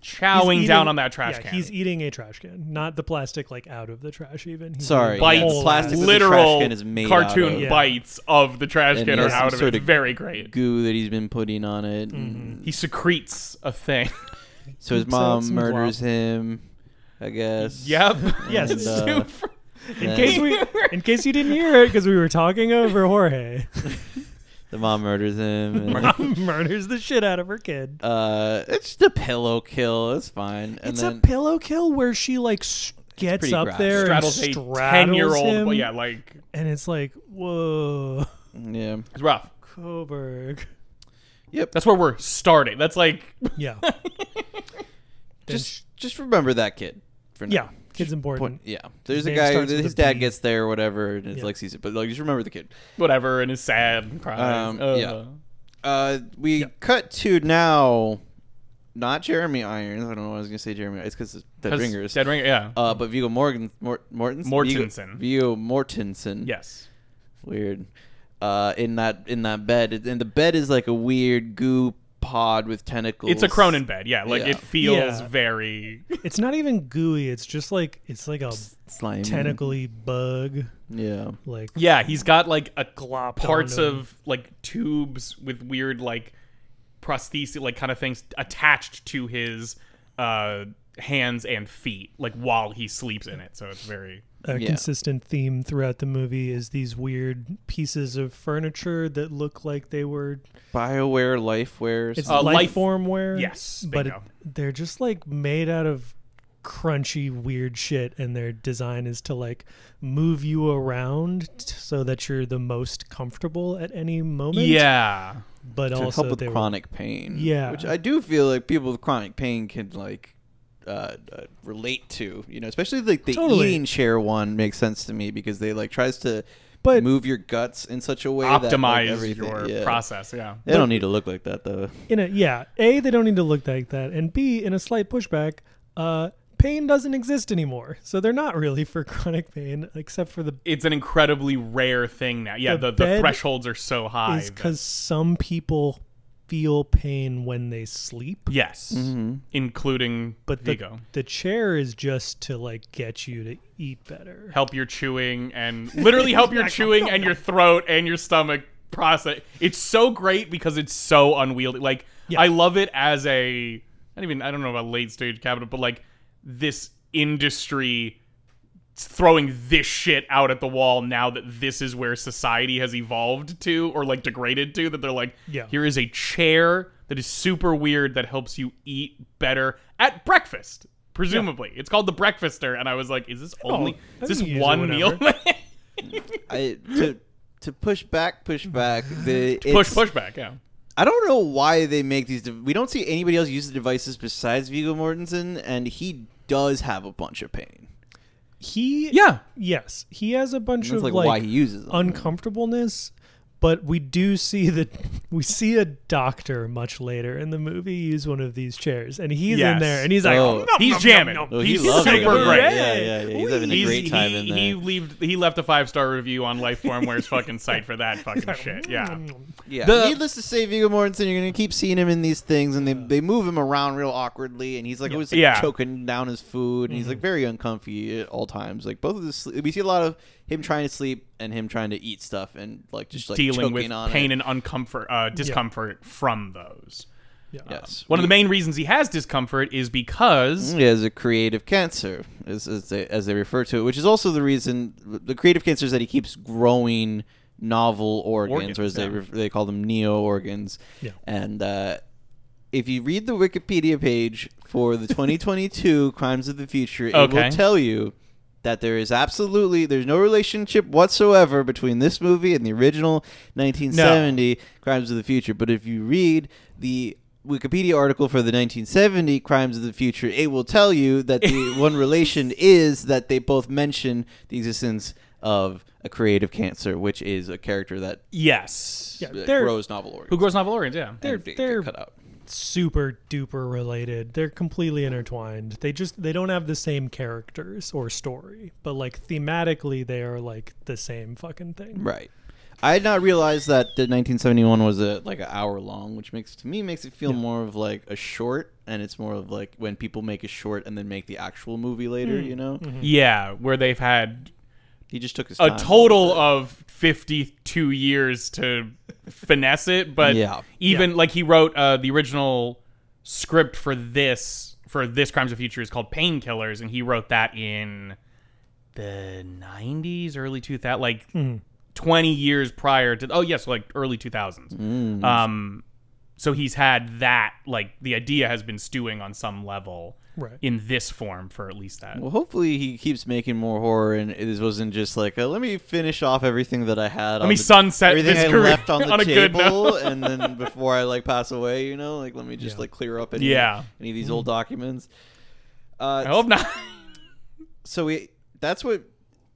[SPEAKER 3] He's
[SPEAKER 1] Chowing
[SPEAKER 3] eating-
[SPEAKER 1] down on that trash
[SPEAKER 3] yeah,
[SPEAKER 1] can.
[SPEAKER 3] He's eating a trash can, not the plastic like out of the trash. Even he's
[SPEAKER 2] Sorry,
[SPEAKER 3] eating
[SPEAKER 1] bites,
[SPEAKER 3] the
[SPEAKER 2] yeah,
[SPEAKER 3] whole
[SPEAKER 2] plastic
[SPEAKER 3] ass.
[SPEAKER 2] that the trash
[SPEAKER 1] literal
[SPEAKER 2] can is made out
[SPEAKER 1] cartoon
[SPEAKER 2] of.
[SPEAKER 3] Yeah.
[SPEAKER 1] bites of the trash
[SPEAKER 2] And
[SPEAKER 1] can
[SPEAKER 2] he
[SPEAKER 1] are
[SPEAKER 2] has some
[SPEAKER 1] out of it.
[SPEAKER 2] sort
[SPEAKER 1] It's
[SPEAKER 2] of
[SPEAKER 1] very great.
[SPEAKER 2] Goo that he's been putting on it. and
[SPEAKER 1] He secretes a thing.
[SPEAKER 2] So his
[SPEAKER 3] Poops out
[SPEAKER 2] mom
[SPEAKER 3] some
[SPEAKER 2] murders him, I guess.
[SPEAKER 1] yep.
[SPEAKER 3] Yes.
[SPEAKER 2] And, uh,
[SPEAKER 3] In
[SPEAKER 2] then
[SPEAKER 3] case we, in case you didn't hear it, because we were talking over Jorge,
[SPEAKER 2] the mom murders him. and-
[SPEAKER 3] murders the shit out of her kid.
[SPEAKER 2] Uh, it's the pillow kill. It's fine. And
[SPEAKER 3] it's
[SPEAKER 2] then,
[SPEAKER 3] a pillow kill where she like s- gets
[SPEAKER 2] pretty
[SPEAKER 3] up
[SPEAKER 2] graphic.
[SPEAKER 3] there
[SPEAKER 1] straddles
[SPEAKER 3] and
[SPEAKER 1] a
[SPEAKER 3] straddles
[SPEAKER 1] ten-year-old.
[SPEAKER 3] him,
[SPEAKER 1] Well, yeah, like
[SPEAKER 3] and it's like, whoa,
[SPEAKER 2] yeah.
[SPEAKER 1] it's rough.
[SPEAKER 3] Coburg.
[SPEAKER 1] That's where we're starting. That's like
[SPEAKER 3] Yeah. Then
[SPEAKER 2] Just just remember that kid for now.
[SPEAKER 3] Yeah, kid's
[SPEAKER 2] Point-
[SPEAKER 3] important.
[SPEAKER 2] yeah. There's a
[SPEAKER 3] name
[SPEAKER 2] guy.
[SPEAKER 3] starts with
[SPEAKER 2] His
[SPEAKER 3] a
[SPEAKER 2] dad
[SPEAKER 3] B.
[SPEAKER 2] gets there or whatever, and it's
[SPEAKER 3] Yeah.
[SPEAKER 2] like sees it, but like just remember the kid.
[SPEAKER 1] whatever and is sad and cries.
[SPEAKER 2] Um,
[SPEAKER 1] Uh,
[SPEAKER 2] yeah. Uh, we cut to now. Not Jeremy Irons. I don't know. why I was gonna say Jeremy. It's because Dead
[SPEAKER 1] 'cause
[SPEAKER 2] Ringers.
[SPEAKER 1] Dead ringer. Yeah.
[SPEAKER 2] uh, but Viggo Morgan, Mort, Mortensen.
[SPEAKER 1] Mortensen.
[SPEAKER 2] Viggo, Viggo Mortensen.
[SPEAKER 1] yes.
[SPEAKER 2] Weird. Uh, in that in that bed, and the bed is like a weird goo pod with tentacles.
[SPEAKER 1] It's a Cronin bed. Yeah. Like
[SPEAKER 2] Yeah.
[SPEAKER 1] it feels
[SPEAKER 3] Yeah.
[SPEAKER 1] very.
[SPEAKER 3] It's not even gooey. It's just like it's like a
[SPEAKER 2] slime
[SPEAKER 3] tentacly bug.
[SPEAKER 2] Yeah.
[SPEAKER 3] Like
[SPEAKER 1] Yeah. He's got like a
[SPEAKER 3] Glopped
[SPEAKER 1] parts
[SPEAKER 3] onto him.
[SPEAKER 1] of like tubes with weird like prosthesis like kind of things attached to his uh hands and feet like while he sleeps in it. So it's very.
[SPEAKER 3] a
[SPEAKER 2] Yeah.
[SPEAKER 3] consistent theme throughout the movie is these weird pieces of furniture that look like they were
[SPEAKER 2] BioWare, Lifeware.
[SPEAKER 3] it's
[SPEAKER 2] something.
[SPEAKER 1] Uh,
[SPEAKER 3] life
[SPEAKER 1] life-
[SPEAKER 3] formware.
[SPEAKER 1] yes,
[SPEAKER 3] but it,
[SPEAKER 1] bingo.
[SPEAKER 3] they're just like made out of crunchy weird shit and their design is to like move you around t- so that you're the most comfortable at any moment
[SPEAKER 1] Yeah.
[SPEAKER 3] but
[SPEAKER 2] to
[SPEAKER 3] also
[SPEAKER 2] help
[SPEAKER 3] they
[SPEAKER 2] with
[SPEAKER 3] were-
[SPEAKER 2] chronic pain.
[SPEAKER 3] Yeah.
[SPEAKER 2] which I do feel like people with chronic pain can like uh, uh, relate to. You know, especially like the
[SPEAKER 3] Totally.
[SPEAKER 2] eating chair one makes sense to me because they like tries to
[SPEAKER 3] But-
[SPEAKER 2] move your guts in such a way that like,
[SPEAKER 1] Optimize
[SPEAKER 2] everything.
[SPEAKER 1] your
[SPEAKER 2] yeah.
[SPEAKER 1] process. Yeah.
[SPEAKER 2] They don't need to look like that though.
[SPEAKER 3] in a yeah a they don't need to look like that and b in a slight pushback uh pain doesn't exist anymore so they're not really for chronic pain except for the
[SPEAKER 1] It's an incredibly rare thing now. Yeah, the,
[SPEAKER 3] The
[SPEAKER 1] the,
[SPEAKER 3] bed
[SPEAKER 1] thresholds are so high.
[SPEAKER 3] is
[SPEAKER 1] that-
[SPEAKER 3] because some people feel pain when they sleep
[SPEAKER 1] yes,
[SPEAKER 2] Mm-hmm.
[SPEAKER 1] including
[SPEAKER 3] but the,
[SPEAKER 1] Vigo.
[SPEAKER 3] the chair is just to like get you to eat better
[SPEAKER 1] help your chewing and literally help your chewing and your throat and your stomach process. It's so great because it's so unwieldy. Like I love it as a not even I don't know about late stage cabinet, but like this industry throwing this shit out at the wall now that this is where society has evolved to or like degraded to that they're like
[SPEAKER 3] Yeah.
[SPEAKER 1] here is a chair that is super weird that helps you eat better at breakfast presumably it's called the breakfaster and i was like is this only
[SPEAKER 3] I
[SPEAKER 1] is this
[SPEAKER 3] can use it
[SPEAKER 1] one meal
[SPEAKER 2] I to to push back, push back. The
[SPEAKER 1] push
[SPEAKER 2] it's-
[SPEAKER 1] push back yeah
[SPEAKER 2] I don't know why they make these. De- we don't see anybody else use the devices besides Vigo Mortensen, and he does have a bunch of pain.
[SPEAKER 3] he
[SPEAKER 1] yeah
[SPEAKER 3] yes he has a bunch
[SPEAKER 2] That's
[SPEAKER 3] of
[SPEAKER 2] like,
[SPEAKER 3] like,
[SPEAKER 2] why he uses them.
[SPEAKER 3] uncomfortableness but we do see that we see a doctor much later in the movie use one of these chairs and he's in
[SPEAKER 1] Yes.
[SPEAKER 3] there and he's like
[SPEAKER 2] Oh.
[SPEAKER 3] "Nom, nom,
[SPEAKER 1] he's
[SPEAKER 3] nom,
[SPEAKER 1] jamming
[SPEAKER 3] nom."
[SPEAKER 2] Oh, he
[SPEAKER 1] he's
[SPEAKER 2] loves it.
[SPEAKER 1] super
[SPEAKER 2] Yeah,
[SPEAKER 1] great
[SPEAKER 2] Yeah, yeah, yeah. He's having a
[SPEAKER 1] He's-
[SPEAKER 2] great time
[SPEAKER 1] he,
[SPEAKER 2] in there.
[SPEAKER 1] he leaved he left a five star review on Lifeformware's fucking site for that fucking shit. Yeah.
[SPEAKER 2] yeah.
[SPEAKER 1] the-
[SPEAKER 2] Needless to say, Viggo Mortensen, you're gonna keep seeing him in these things, and they, they move him around real awkwardly, and he's like always like,
[SPEAKER 1] Yeah. Mm-hmm.
[SPEAKER 2] choking down his food, and he's like very uncomfy at all times. Like both of the sleep, we see a lot of him trying to sleep and him trying to eat stuff, and like just like
[SPEAKER 1] Dealing
[SPEAKER 2] choking
[SPEAKER 1] with
[SPEAKER 2] on
[SPEAKER 1] pain
[SPEAKER 2] It.
[SPEAKER 1] and uncomfort uh, discomfort from those.
[SPEAKER 2] yes,
[SPEAKER 1] One of the main reasons he has discomfort is because
[SPEAKER 2] He has a creative cancer, as, as, they, as they refer to it, which is also the reason the creative cancer is that he keeps growing novel
[SPEAKER 1] Organs,
[SPEAKER 2] organs, or as they,
[SPEAKER 1] yeah.
[SPEAKER 2] ref they call them neo organs.
[SPEAKER 3] Yeah.
[SPEAKER 2] And uh, if you read the Wikipedia page for the 2022 Crimes of the Future, it
[SPEAKER 1] Okay.
[SPEAKER 2] will tell you that there is absolutely there's no relationship whatsoever between this movie and the original 1970 Crimes of the Future. But if you read the Wikipedia article for the 1970 Crimes of the Future, it will tell you that the one relation is that they both mention the existence of a creative cancer, which is a character that
[SPEAKER 1] yes.
[SPEAKER 3] Yeah,
[SPEAKER 2] that
[SPEAKER 3] they're
[SPEAKER 2] grows novel organs.
[SPEAKER 1] Who grows novel organs? Yeah.
[SPEAKER 3] they're
[SPEAKER 2] and they get
[SPEAKER 3] they're
[SPEAKER 2] cut out.
[SPEAKER 3] super duper related. They're completely intertwined. They just they don't have the same characters or story, but like thematically they are like the same fucking thing.
[SPEAKER 2] Right. I had not realized that the 1971 was a like an hour long, which makes to me makes it feel more of like a short, and it's more of like when people make a short and then make the actual movie later.
[SPEAKER 1] Mm.
[SPEAKER 2] You know,
[SPEAKER 1] Yeah, where they've had
[SPEAKER 2] he just took his
[SPEAKER 1] Mm-hmm. a
[SPEAKER 2] time.
[SPEAKER 1] total of 52 years to finesse it but
[SPEAKER 2] Yeah.
[SPEAKER 1] even like he wrote uh, the original script for this for this crimes of future is called painkillers and he wrote that in the 90s early 2000 like 20 years prior to oh yes like early 2000s
[SPEAKER 2] Hmm,
[SPEAKER 1] um so he's had that like the idea has been stewing on some level
[SPEAKER 3] Right.
[SPEAKER 1] in this form for at least that
[SPEAKER 2] Well, hopefully he keeps making more horror, and it wasn't just like a, let me finish off everything that I had. Let on
[SPEAKER 1] me
[SPEAKER 2] the-
[SPEAKER 1] sunset
[SPEAKER 2] everything
[SPEAKER 1] this
[SPEAKER 2] I
[SPEAKER 1] career
[SPEAKER 2] left on the
[SPEAKER 1] on a good
[SPEAKER 2] table, and then before I like pass away, you know, like let me just
[SPEAKER 3] Yeah.
[SPEAKER 2] like clear up any
[SPEAKER 1] Yeah. Mm-hmm.
[SPEAKER 2] any of these old documents. Uh,
[SPEAKER 1] i hope not
[SPEAKER 2] so we that's what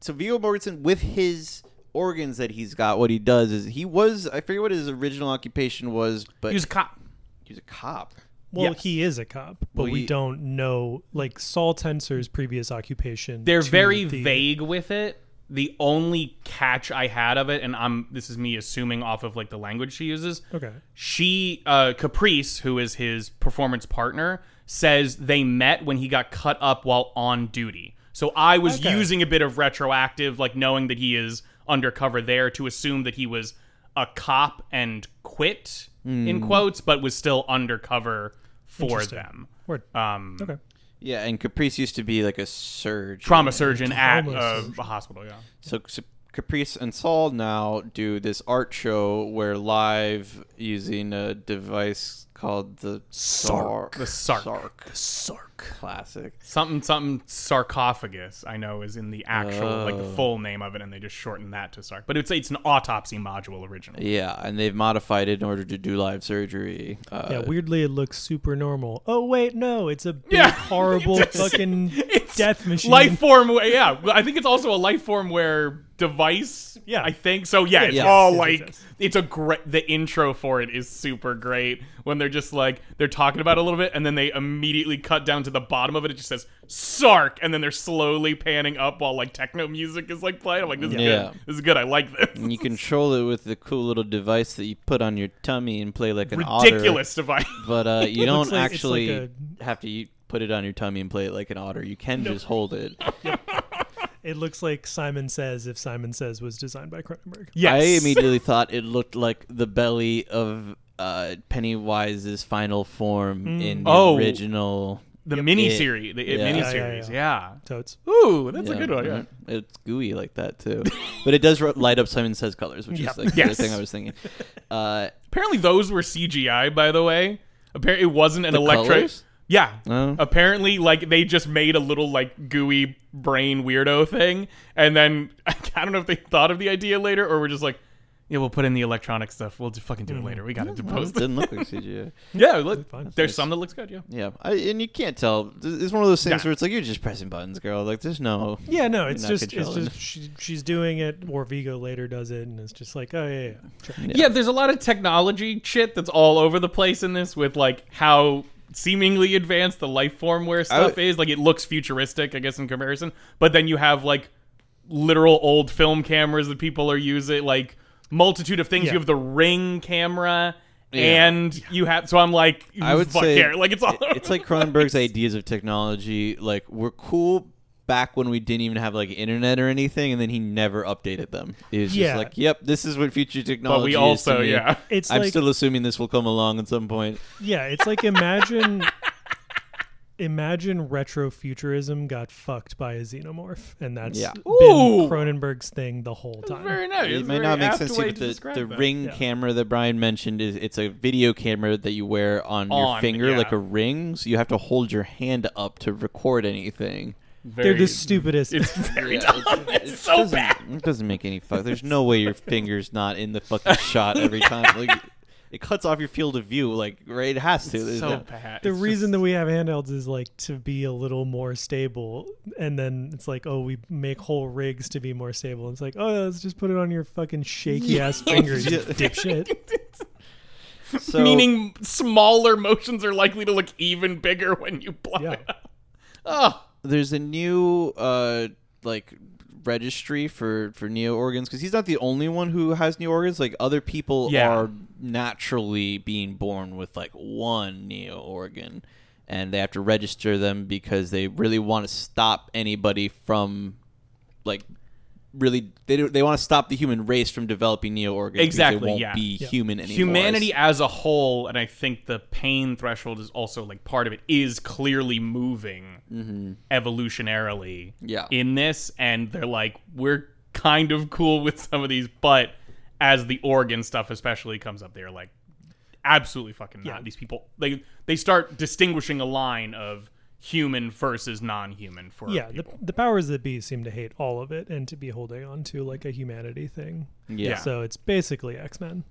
[SPEAKER 2] so Viggo Mortensen with his organs that he's got what he does is he was I forget what his original occupation was but
[SPEAKER 1] use a cop
[SPEAKER 2] he was a cop
[SPEAKER 3] Well,
[SPEAKER 1] Yes.
[SPEAKER 3] he is a cop, but
[SPEAKER 2] Well,
[SPEAKER 3] we
[SPEAKER 2] he-
[SPEAKER 3] don't know like Saul Tensor's previous occupation.
[SPEAKER 1] they're
[SPEAKER 3] to
[SPEAKER 1] very
[SPEAKER 3] the-
[SPEAKER 1] vague with it the only catch i had of it and i'm this is me assuming off of like the language she uses
[SPEAKER 3] Okay.
[SPEAKER 1] she uh caprice who is his performance partner says they met when he got cut up while on duty so i was
[SPEAKER 3] Okay.
[SPEAKER 1] using a bit of retroactive like knowing that he is undercover there to assume that he was a cop and quit in quotes but was still undercover for
[SPEAKER 3] Hmm. Interesting.
[SPEAKER 1] them
[SPEAKER 3] Word.
[SPEAKER 1] um
[SPEAKER 3] Okay.
[SPEAKER 2] yeah and Caprice used to be like a surge
[SPEAKER 1] trauma surgeon at
[SPEAKER 3] Trauma
[SPEAKER 1] uh,
[SPEAKER 3] surgeon.
[SPEAKER 1] a hospital yeah
[SPEAKER 2] so, so Caprice and Saul now do this art show where live using a device called the
[SPEAKER 3] Sark.
[SPEAKER 1] The Sark.
[SPEAKER 2] Sark.
[SPEAKER 3] Sark.
[SPEAKER 2] Classic.
[SPEAKER 1] Something something sarcophagus. I know is in the actual like the
[SPEAKER 2] Oh.
[SPEAKER 1] full name of it, and they just shortened that to Sark. But it's it's an autopsy module originally.
[SPEAKER 2] Yeah, and they've modified it in order to do live surgery. Uh,
[SPEAKER 3] Yeah, weirdly it looks super normal. Oh wait, no, it's a big
[SPEAKER 1] Yeah.
[SPEAKER 3] horrible
[SPEAKER 1] It's-
[SPEAKER 3] fucking
[SPEAKER 1] it's
[SPEAKER 3] death machine.
[SPEAKER 1] Life form, wa- yeah. Well, I think it's also a life formware device.
[SPEAKER 3] Yeah.
[SPEAKER 1] I think so. Yeah, it's
[SPEAKER 2] Yes,
[SPEAKER 1] all
[SPEAKER 3] it
[SPEAKER 1] like
[SPEAKER 3] exists.
[SPEAKER 1] it's a great. The intro for it is super great when they're just like they're talking about it a little bit, and then they immediately cut down to the bottom of it. It just says Sark, and then they're slowly panning up while like techno music is like playing. I'm like, this is
[SPEAKER 2] Yeah.
[SPEAKER 1] good. This is good. I like this.
[SPEAKER 2] And you control it with the cool little device that you put on your tummy and play like an otter.
[SPEAKER 1] Ridiculous device.
[SPEAKER 2] But uh, you
[SPEAKER 3] looks
[SPEAKER 2] don't
[SPEAKER 3] like- it's like
[SPEAKER 2] actually
[SPEAKER 3] a-
[SPEAKER 2] have to u- put it on your tummy and play it like an otter. You can just hold it.
[SPEAKER 3] It looks like Simon Says if Simon Says was designed by Cronenberg.
[SPEAKER 1] Yes.
[SPEAKER 2] I immediately thought it looked like the belly of uh, Pennywise's final form
[SPEAKER 3] Mm.
[SPEAKER 2] in the
[SPEAKER 1] Oh.
[SPEAKER 2] original.
[SPEAKER 1] the
[SPEAKER 2] Yep.
[SPEAKER 1] mini
[SPEAKER 2] It-
[SPEAKER 1] series. The it
[SPEAKER 2] Yeah.
[SPEAKER 1] miniseries.
[SPEAKER 3] Yeah,
[SPEAKER 1] Yeah,
[SPEAKER 3] yeah, Totes.
[SPEAKER 1] Ooh, that's a
[SPEAKER 2] Yeah,
[SPEAKER 1] good one. Yeah.
[SPEAKER 2] mhm. It's gooey like that too, but it does ro- light up Simon Says colors, which
[SPEAKER 3] Yep.
[SPEAKER 2] is like
[SPEAKER 1] Yes.
[SPEAKER 2] the thing I was thinking. Uh,
[SPEAKER 1] Apparently those were CGI, by the way. Apparently it wasn't an
[SPEAKER 2] The
[SPEAKER 1] electric.
[SPEAKER 2] colors?
[SPEAKER 1] Yeah.
[SPEAKER 2] Oh.
[SPEAKER 1] Apparently, like they just made a little like gooey brain weirdo thing, and then I don't know if they thought of the idea later or were just like, yeah, we'll put in the electronic stuff. We'll just fucking do it later. We got to
[SPEAKER 2] well,
[SPEAKER 1] depose
[SPEAKER 2] it
[SPEAKER 1] it.
[SPEAKER 2] didn't look like CGI.
[SPEAKER 1] Yeah, look,
[SPEAKER 3] Mm-hmm. Fine.
[SPEAKER 1] there's some that looks good. Yeah.
[SPEAKER 2] Yeah, I, and you can't tell. It's one of those things
[SPEAKER 1] Yeah.
[SPEAKER 2] where it's like you're just pressing buttons, girl. Like there's no.
[SPEAKER 3] Yeah, no,
[SPEAKER 2] you're
[SPEAKER 3] it's
[SPEAKER 2] not
[SPEAKER 3] just it's
[SPEAKER 2] controlling.
[SPEAKER 3] just she, she's doing it or Vigo later does it and it's just like, oh yeah, yeah. Sure.
[SPEAKER 1] yeah. there's a lot of technology shit that's all over the place in this with like how seemingly advanced the life formware
[SPEAKER 2] I would-
[SPEAKER 1] stuff is. Like it looks futuristic, I guess, in comparison. But then you have like literal old film cameras that people are using, like multitude of things.
[SPEAKER 3] Yeah.
[SPEAKER 1] You have the ring camera.
[SPEAKER 2] Yeah.
[SPEAKER 1] And you have so I'm like
[SPEAKER 2] I would
[SPEAKER 1] fuck
[SPEAKER 2] say
[SPEAKER 1] care. like it's all
[SPEAKER 2] it- it's like Cronenberg's ideas of technology. Like were cool back when we didn't even have like internet or anything, and then he never updated them. He was
[SPEAKER 3] Yeah.
[SPEAKER 2] just like, "Yep, this is what future technology." is to
[SPEAKER 1] also-
[SPEAKER 2] me.
[SPEAKER 1] yeah.
[SPEAKER 3] It's
[SPEAKER 2] I'm
[SPEAKER 3] like
[SPEAKER 2] still assuming this will come along at some point.
[SPEAKER 3] yeah, it's like imagine imagine retrofuturism got fucked by a xenomorph and that's
[SPEAKER 2] Yeah.
[SPEAKER 1] Ooh!
[SPEAKER 3] been Cronenberg's thing the whole time.
[SPEAKER 1] very nice.
[SPEAKER 2] It
[SPEAKER 1] It's
[SPEAKER 2] might
[SPEAKER 1] a
[SPEAKER 2] not
[SPEAKER 1] very
[SPEAKER 2] make
[SPEAKER 1] apt
[SPEAKER 2] sense to
[SPEAKER 1] way
[SPEAKER 2] you, but the,
[SPEAKER 1] describe
[SPEAKER 2] the
[SPEAKER 1] that.
[SPEAKER 2] ring
[SPEAKER 3] Yeah.
[SPEAKER 2] camera that Brian mentioned is it's a video camera that you wear on,
[SPEAKER 1] On,
[SPEAKER 2] your finger
[SPEAKER 1] yeah.
[SPEAKER 2] like a ring, so you have to hold your hand up to record anything.
[SPEAKER 3] They're
[SPEAKER 1] Very-
[SPEAKER 3] the stupidest.
[SPEAKER 1] It's very
[SPEAKER 2] Yeah,
[SPEAKER 1] dumb.
[SPEAKER 2] it-
[SPEAKER 1] It's
[SPEAKER 2] it
[SPEAKER 1] so
[SPEAKER 2] doesn't-
[SPEAKER 1] bad.
[SPEAKER 2] It doesn't make any fuck. There's no way your finger's not in the fucking shot every time. Like it cuts off your field of view. Like right, it has to. There's
[SPEAKER 1] so
[SPEAKER 2] no-
[SPEAKER 1] bad.
[SPEAKER 3] the
[SPEAKER 1] It's
[SPEAKER 3] reason
[SPEAKER 1] just-
[SPEAKER 3] that we have handhelds is like to be a little more stable and then it's like oh we make whole rigs to be more stable it's like oh let's just put it on your fucking shaky ass fingers you
[SPEAKER 2] Yeah.
[SPEAKER 3] dipshit
[SPEAKER 2] so-
[SPEAKER 1] Meaning smaller motions are likely to look even bigger when you blow
[SPEAKER 3] Yeah.
[SPEAKER 1] it up. Oh,
[SPEAKER 2] there's a new uh like registry for for neo organs because he's not the only one who has new organs like other people
[SPEAKER 1] Yeah.
[SPEAKER 2] are naturally being born with like one neo organ and they have to register them because they really want to stop anybody from like really they do, they want to stop the human race from developing neo organs because
[SPEAKER 1] Exactly,
[SPEAKER 2] they won't
[SPEAKER 1] yeah.
[SPEAKER 2] be
[SPEAKER 3] Yeah.
[SPEAKER 2] human anymore
[SPEAKER 1] humanity as a whole, and I think the pain threshold is also like part of it, is clearly moving evolutionarily
[SPEAKER 2] Yeah.
[SPEAKER 1] in this. And they're like, we're kind of cool with some of these, but as the organ stuff especially comes up, they're like, absolutely fucking not.
[SPEAKER 3] Yeah.
[SPEAKER 1] These people, they, they start distinguishing a line of human versus non human for
[SPEAKER 3] yeah the,
[SPEAKER 1] people.
[SPEAKER 3] the powers that be seem to hate all of it and to be holding on to like a humanity thing
[SPEAKER 2] yeah,
[SPEAKER 3] so it's basically x-men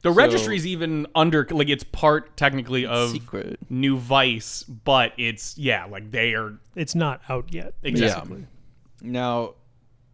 [SPEAKER 1] The
[SPEAKER 2] So-
[SPEAKER 1] registry's even under like it's part technically of
[SPEAKER 2] secret
[SPEAKER 1] New Vice, but it's yeah, like they are
[SPEAKER 3] it's not out yet
[SPEAKER 1] exactly.
[SPEAKER 2] Now,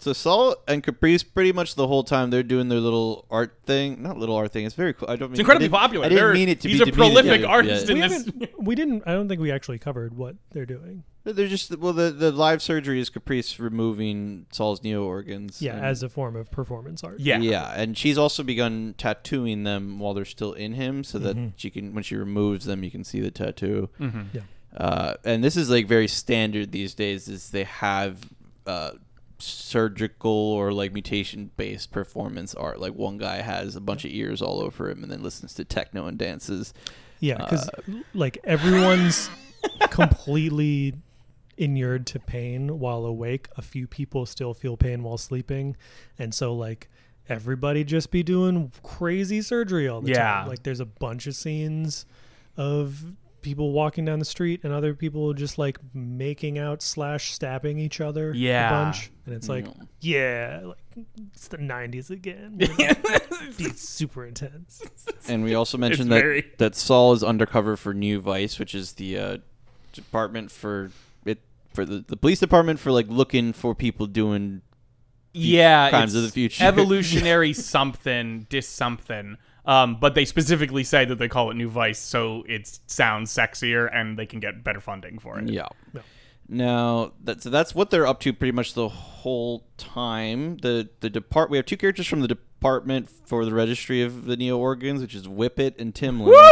[SPEAKER 2] so Saul and Caprice, pretty much the whole time they're doing their little art thing. Not little art thing. It's very cool. I don't mean
[SPEAKER 1] It's incredibly
[SPEAKER 2] I didn't-
[SPEAKER 1] popular.
[SPEAKER 2] I didn't
[SPEAKER 1] They're-
[SPEAKER 2] mean it to
[SPEAKER 1] he's
[SPEAKER 2] be
[SPEAKER 1] a prolific artist
[SPEAKER 2] artist. Yeah.
[SPEAKER 1] in
[SPEAKER 3] we,
[SPEAKER 1] this.
[SPEAKER 3] haven't, we didn't i don't think we actually covered what they're doing
[SPEAKER 2] They're just well, the the live surgery is Caprice removing Saul's neo organs.
[SPEAKER 3] yeah
[SPEAKER 2] and-
[SPEAKER 3] as a form of performance art
[SPEAKER 1] Yeah.
[SPEAKER 2] yeah, and she's also begun tattooing them while they're still in him, so that she can when she removes them, you can see the tattoo.
[SPEAKER 1] Mm-hmm.
[SPEAKER 3] yeah
[SPEAKER 2] Uh, and this is like very standard these days is they have uh, surgical or like mutation based performance art like one guy has a bunch of ears all over him and then listens to techno and dances
[SPEAKER 3] Yeah,
[SPEAKER 1] Uh,
[SPEAKER 3] because like everyone's completely inured to pain while awake. A few people still feel pain while sleeping, and so like everybody just be doing crazy surgery all the
[SPEAKER 1] Yeah.
[SPEAKER 3] time. Like there's a bunch of scenes of people walking down the street and other people just like making out slash stabbing each other
[SPEAKER 1] Yeah. Mm.
[SPEAKER 3] a bunch and it's like yeah like it's the 90s again it's super intense
[SPEAKER 2] And we also mentioned
[SPEAKER 1] It's
[SPEAKER 2] that
[SPEAKER 1] very-
[SPEAKER 2] that Saul is undercover for New Vice, which is the uh, department for it for the, the police department for like looking for people doing.
[SPEAKER 1] yeah,
[SPEAKER 2] Crimes
[SPEAKER 1] it's
[SPEAKER 2] of the Future.
[SPEAKER 1] evolutionary something, dis something. Um, but they specifically say that they call it New Vice, so it sounds sexier and they can get better funding for it.
[SPEAKER 2] Yeah.
[SPEAKER 3] Yeah.
[SPEAKER 2] Now that so that's what they're up to pretty much the whole time. The the depart we have two characters from the department for the registry of the neo organs, which is Whippet and Timlin.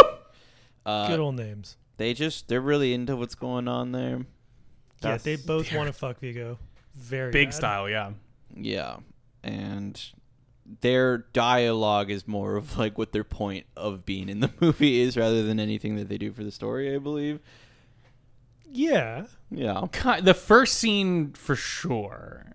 [SPEAKER 1] Uh,
[SPEAKER 3] good old names
[SPEAKER 2] They just they're really into what's going on there.
[SPEAKER 3] yeah
[SPEAKER 2] That's-
[SPEAKER 3] they both want to fuck vigo very
[SPEAKER 1] Big
[SPEAKER 3] bad.
[SPEAKER 1] style, yeah.
[SPEAKER 2] Yeah. And their dialogue is more of like what their point of being in the movie is rather than anything that they do for the story, I believe.
[SPEAKER 3] yeah
[SPEAKER 2] Yeah.
[SPEAKER 1] Ki- The first scene for sure.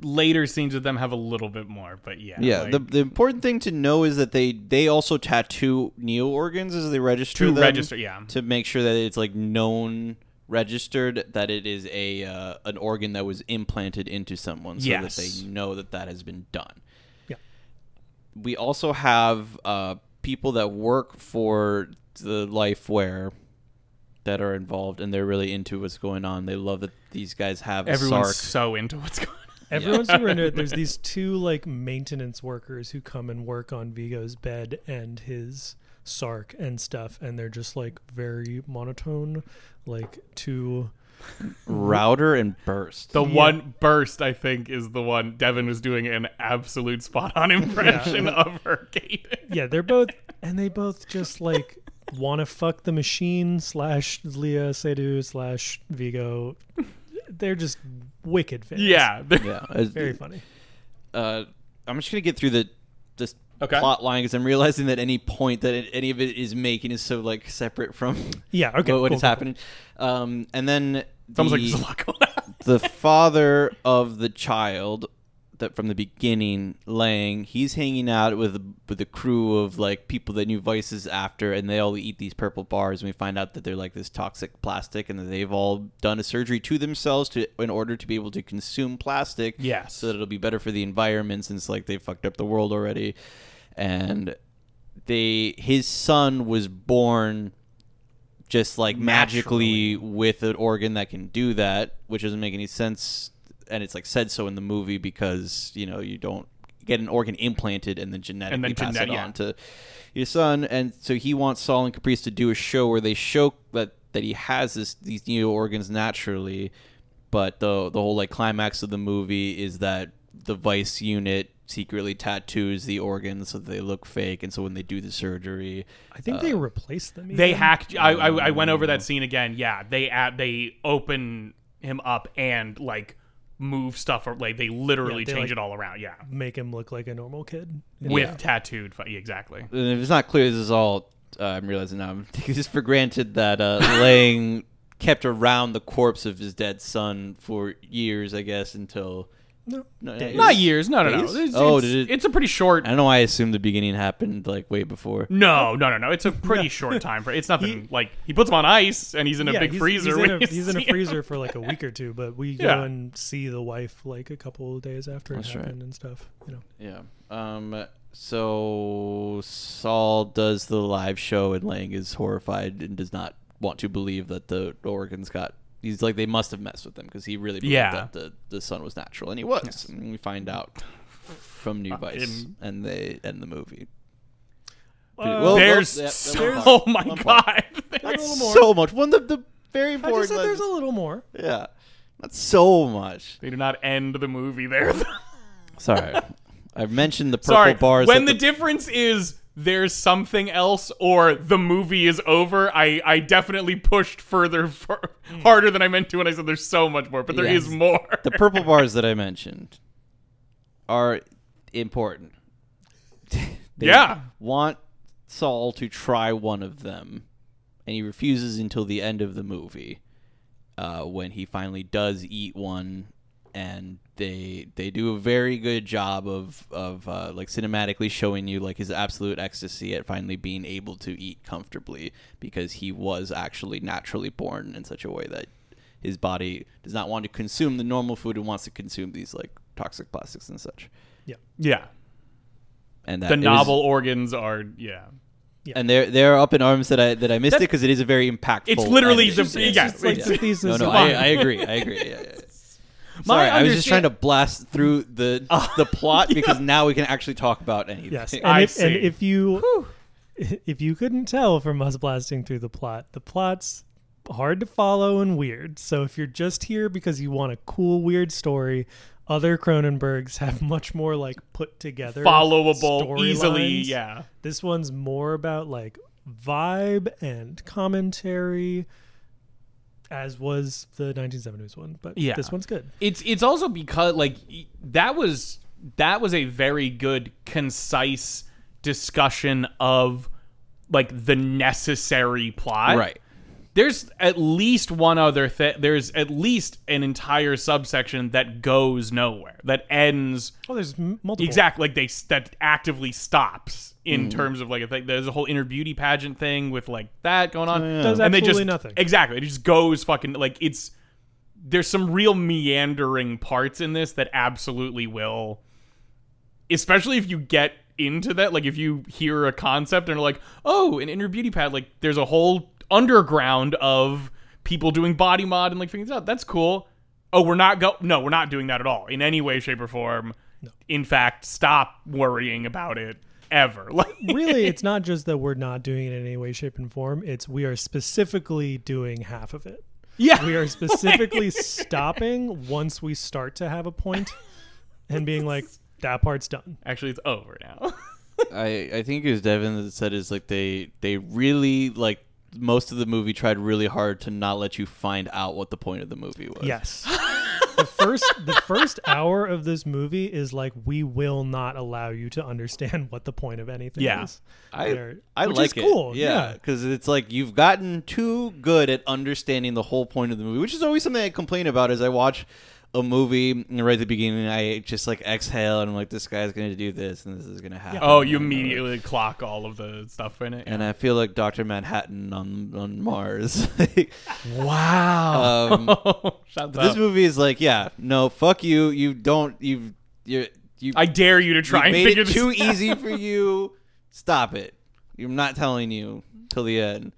[SPEAKER 1] Later scenes with them have a little bit more, but yeah.
[SPEAKER 2] Yeah.
[SPEAKER 1] like,
[SPEAKER 2] the, the important thing to know is that they they also tattoo neo organs as they register
[SPEAKER 1] to
[SPEAKER 2] them
[SPEAKER 1] register, yeah.
[SPEAKER 2] to make sure that it's like known registered that it is a uh, an organ that was implanted into someone so
[SPEAKER 1] Yes.
[SPEAKER 2] that they know that that has been done.
[SPEAKER 3] Yeah.
[SPEAKER 2] We also have uh, people that work for the Lifeware that are involved and they're really into what's going on. They love that these guys have
[SPEAKER 1] Everyone's
[SPEAKER 2] a Sark.
[SPEAKER 1] so into what's going on.
[SPEAKER 3] Everyone's surrendered. There's these two like maintenance workers who come and work on Vigo's bed and his Sark and stuff, and they're just like very monotone, like two.
[SPEAKER 2] Router and Burst.
[SPEAKER 1] The one burst, I think, is the one Devin was doing an absolute spot on impression of her cadence.
[SPEAKER 3] Yeah, they're both, and they both just like want to fuck the machine slash Leah Seydoux slash Vigo. They're just wicked fans.
[SPEAKER 1] Yeah.
[SPEAKER 2] yeah. as-
[SPEAKER 3] very funny.
[SPEAKER 2] uh, I'm just gonna get through the this
[SPEAKER 1] Okay.
[SPEAKER 2] plot line because I'm realizing that any point that it, any of it is making is so like separate from
[SPEAKER 3] Yeah, okay,
[SPEAKER 2] what, what
[SPEAKER 3] cool,
[SPEAKER 2] is
[SPEAKER 3] cool,
[SPEAKER 2] happening. Um, and then
[SPEAKER 1] It's almost like
[SPEAKER 2] the-
[SPEAKER 1] there's a lot going on.
[SPEAKER 2] the father of the child that from the beginning lang he's hanging out with with a crew of like people that knew vices after and they all eat these purple bars and we find out that they're like this toxic plastic and that they've all done a surgery to themselves to in order to be able to consume plastic
[SPEAKER 1] Yes.
[SPEAKER 2] so that it'll be better for the environment since like they fucked up the world already and they his son was born just like magically with an organ that can do that, which doesn't make any sense. And it's like said so in the movie because you know you don't get an organ implanted and then genetically pass
[SPEAKER 1] genet-
[SPEAKER 2] it
[SPEAKER 1] yeah.
[SPEAKER 2] on to your son. And so he wants Saul and Caprice to do a show where they show that that he has this these new organs naturally. But the the whole like climax of the movie is that the vice unit secretly tattoos the organs so that they look fake, and so when they do the surgery,
[SPEAKER 3] I think they replaced them.
[SPEAKER 1] They
[SPEAKER 3] even.
[SPEAKER 1] hacked. I, I I went over that scene again. Yeah, they add they open him up and like move stuff or like they literally
[SPEAKER 3] Yeah, they,
[SPEAKER 1] change
[SPEAKER 3] like-
[SPEAKER 1] it all around. Yeah,
[SPEAKER 3] make him look like a normal kid.
[SPEAKER 1] with tattooed. fu- yeah, Exactly.
[SPEAKER 2] and if it's not clear, this is all uh, I'm realizing now. I'm taking this for granted that uh, Lang kept around the corpse of his dead son for years, I guess, until
[SPEAKER 3] No,
[SPEAKER 2] no,
[SPEAKER 3] Days.
[SPEAKER 2] it
[SPEAKER 1] Not
[SPEAKER 2] was-
[SPEAKER 1] years. No, no, no.
[SPEAKER 2] Days?
[SPEAKER 1] It's,
[SPEAKER 2] Oh,
[SPEAKER 1] it's,
[SPEAKER 2] did it-
[SPEAKER 1] it's a pretty short.
[SPEAKER 2] I don't know. why I assumed the beginning happened like way before.
[SPEAKER 1] No, no, no, no. It's a pretty short time frame. It's nothing like he puts him on ice and he's in a
[SPEAKER 3] Yeah,
[SPEAKER 1] big
[SPEAKER 3] he's-
[SPEAKER 1] freezer.
[SPEAKER 3] He's
[SPEAKER 1] when
[SPEAKER 3] in a,
[SPEAKER 1] you
[SPEAKER 3] he's in a
[SPEAKER 1] see him.
[SPEAKER 3] freezer for like a week or two, but we
[SPEAKER 1] Yeah.
[SPEAKER 3] go and see the wife like a couple of days after it
[SPEAKER 2] That's right.
[SPEAKER 3] happened and stuff. You know,
[SPEAKER 2] Yeah. Um. So Saul does the live show, and Lang is horrified and does not want to believe that the organs got. He's like they must have messed with them because he really believed
[SPEAKER 1] Yeah.
[SPEAKER 2] that the the son was natural, and he was. And we find out from New Vice
[SPEAKER 1] Fucking-
[SPEAKER 2] and they and the movie.
[SPEAKER 3] Uh,
[SPEAKER 2] well,
[SPEAKER 1] There's
[SPEAKER 2] yeah, that
[SPEAKER 1] so,
[SPEAKER 2] one part.
[SPEAKER 1] oh my
[SPEAKER 2] One part.
[SPEAKER 1] god. There's-
[SPEAKER 2] so much. One of the very
[SPEAKER 3] I just
[SPEAKER 2] important.
[SPEAKER 3] said there's a
[SPEAKER 2] ones.
[SPEAKER 3] little more.
[SPEAKER 2] Yeah, not so much.
[SPEAKER 1] They do not end the movie there.
[SPEAKER 2] Sorry, I've mentioned the purple
[SPEAKER 1] Sorry.
[SPEAKER 2] bars.
[SPEAKER 1] when
[SPEAKER 2] that
[SPEAKER 1] the, difference is there's something else or the movie is over, I, I definitely pushed further for, harder than I meant to when I said there's so much more, but there
[SPEAKER 2] Hmm. Yes.
[SPEAKER 1] is more.
[SPEAKER 2] the purple bars that I mentioned are important. They
[SPEAKER 1] Yeah.
[SPEAKER 2] Want Saul to try one of them, and he refuses until the end of the movie, uh, when he finally does eat one and they they do a very good job of of uh, like cinematically showing you like his absolute ecstasy at finally being able to eat comfortably because he was actually naturally born in such a way that his body does not want to consume the normal food and wants to consume these like toxic plastics and such.
[SPEAKER 1] Yeah.
[SPEAKER 2] And that
[SPEAKER 1] The
[SPEAKER 2] Uh, it was-
[SPEAKER 1] novel organs are yeah.
[SPEAKER 2] and they're they're up in arms that I that I missed it because it is a very impactful.
[SPEAKER 1] It's literally
[SPEAKER 2] ending.
[SPEAKER 1] the-
[SPEAKER 2] Yeah.
[SPEAKER 1] yeah,
[SPEAKER 3] It's like
[SPEAKER 1] it's-
[SPEAKER 3] the thesis
[SPEAKER 2] No, no,
[SPEAKER 3] of-
[SPEAKER 2] I, I agree. I agree. Yeah, yeah, yeah.
[SPEAKER 1] My
[SPEAKER 2] Sorry, I was just trying
[SPEAKER 1] understand-
[SPEAKER 2] to blast through the the plot because now we can actually talk about anything.
[SPEAKER 3] Uh, Yes, Uh, and,
[SPEAKER 1] I
[SPEAKER 3] if, and
[SPEAKER 1] see.
[SPEAKER 3] if you if you couldn't tell from us blasting through the plot, the plot's hard to follow and weird. So if you're just here because you want a cool weird story, other Cronenbergs have much more like put together
[SPEAKER 1] followable easily.
[SPEAKER 3] storylines.
[SPEAKER 1] Yeah.
[SPEAKER 3] This one's more about like vibe and commentary as was the 1970s one, but
[SPEAKER 1] Yeah.
[SPEAKER 3] this one's good.
[SPEAKER 1] It's it's also because like e- that was that was a very good concise discussion of like the necessary plot.
[SPEAKER 2] Right.
[SPEAKER 1] There's at least one other thing. There's at least an entire subsection that goes nowhere that ends
[SPEAKER 3] Oh, there's m- multiple.
[SPEAKER 1] exactly like they s- that actively stops in terms of like a thing. There's a whole inner beauty pageant thing with like that going on,
[SPEAKER 3] Does
[SPEAKER 1] and they just
[SPEAKER 3] absolutely nothing.
[SPEAKER 1] Exactly, it just goes fucking like it's. There's some real meandering parts in this that absolutely will, especially if you get into that. Like if you hear a concept and are like, oh, an inner beauty pad. Like there's a whole underground of people doing body mod and like figuring this out. That's cool. Oh, we're not go. No, we're not doing that at all in any way, shape, or form in fact, stop worrying about it ever. Like,
[SPEAKER 3] really it's not just that we're not doing it in any way shape and form it's we are specifically doing half of it
[SPEAKER 1] yeah,
[SPEAKER 3] we are specifically stopping once we start to have a point and being like that part's done
[SPEAKER 1] actually, it's over now.
[SPEAKER 2] I, I think it was Devin that said is like they they really like most of the movie tried really hard to not let you find out what the point of the movie was.
[SPEAKER 3] yes the first the first hour of this movie is like we will not allow you to understand what the point of anything
[SPEAKER 1] Yeah.
[SPEAKER 3] is We
[SPEAKER 2] I
[SPEAKER 3] are-
[SPEAKER 2] I
[SPEAKER 3] which
[SPEAKER 2] like
[SPEAKER 3] is cool
[SPEAKER 2] it. Yeah, because it's like you've gotten too good at understanding the whole point of the movie, which is always something I complain about. As I watch a movie and right at the beginning, I just like exhale and I'm like, this guy's gonna do this and this is gonna happen.
[SPEAKER 1] oh, you
[SPEAKER 2] And, uh,
[SPEAKER 1] immediately clock all of the stuff in it.
[SPEAKER 2] And I feel like Doctor Manhattan on on Mars.
[SPEAKER 1] wow.
[SPEAKER 2] um,
[SPEAKER 1] Oh, Shut
[SPEAKER 2] This
[SPEAKER 1] up.
[SPEAKER 2] movie is like, yeah, no, fuck you. You don't. You you you.
[SPEAKER 1] I dare you to
[SPEAKER 2] you
[SPEAKER 1] try and
[SPEAKER 2] made
[SPEAKER 1] figure
[SPEAKER 2] it
[SPEAKER 1] this
[SPEAKER 2] too e- easy for you. Stop it. I'm not telling you till the end.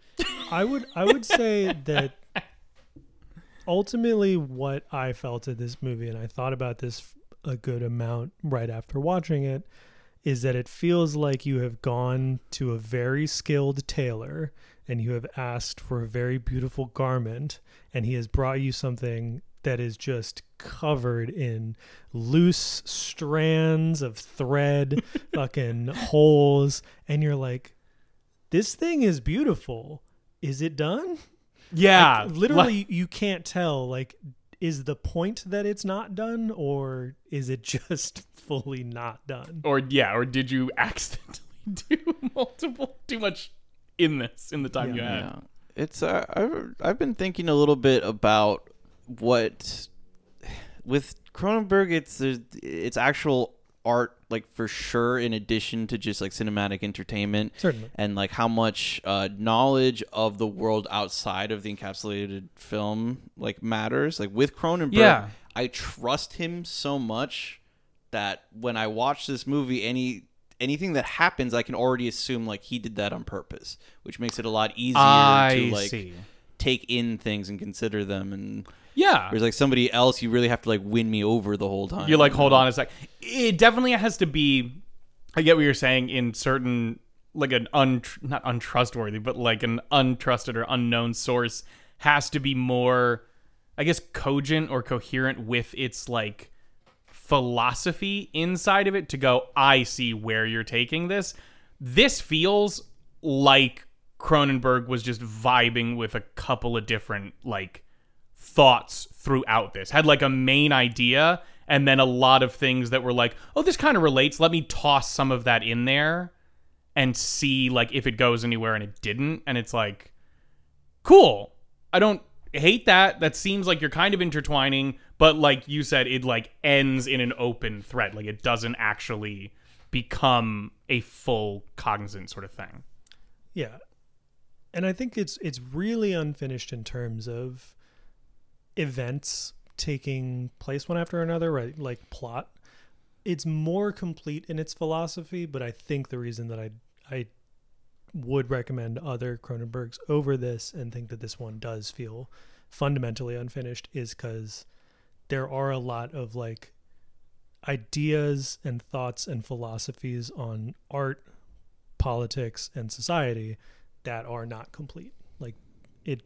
[SPEAKER 3] I would I would say that ultimately what I felt at this movie, and I thought about this f- a good amount right after watching it, is that it feels like you have gone to a very skilled tailor and you have asked for a very beautiful garment, and he has brought you something that is just covered in loose strands of thread, fucking holes, and you're like, this thing is beautiful. Is it done?
[SPEAKER 1] Yeah,
[SPEAKER 3] Like, literally, you can't tell. Like, is the point that it's not done, or is it just fully not done?
[SPEAKER 1] or yeah, or did you accidentally do multiple too much in this in the time you had?
[SPEAKER 2] Yeah. It's uh, I've I've been thinking a little bit about what with Cronenberg it's there's- it's actual art like for sure in addition to just like cinematic entertainment
[SPEAKER 3] Certainly.
[SPEAKER 2] and like how much uh, knowledge of the world outside of the encapsulated film like matters like with Cronenberg
[SPEAKER 1] Yeah.
[SPEAKER 2] I trust him so much that when I watch this movie, any anything that happens, I can already assume like he did that on purpose, which makes it a lot easier to like take in things and consider them. And
[SPEAKER 1] Yeah,
[SPEAKER 2] there's like somebody else, you really have to like win me over the whole time.
[SPEAKER 1] You're like, hold on a sec. It definitely has to be. I get what you're saying in certain, like an un not untrustworthy, but like an untrusted or unknown source has to be more, I guess, cogent or coherent with its like philosophy inside of it to go. I see where you're taking this. This feels like Cronenberg was just vibing with a couple of different like thoughts throughout this. Had like a main idea and then a lot of things that were like, "Oh, this kind of relates. Let me toss some of that in there and see like if it goes anywhere." And it didn't, and it's like, "Cool. I don't hate that. That seems like you're kind of intertwining, But like you said, it like ends in an open threat. Like it doesn't actually become a full cognizant sort of thing.
[SPEAKER 3] Yeah. And I think it's it's really unfinished in terms of events taking place one after another, right? Like plot. It's more complete in its philosophy, but I think the reason that I I would recommend other Cronenbergs over this and think that this one does feel fundamentally unfinished is cuz there are a lot of like ideas and thoughts and philosophies on art, politics, and society that are not complete. Like it,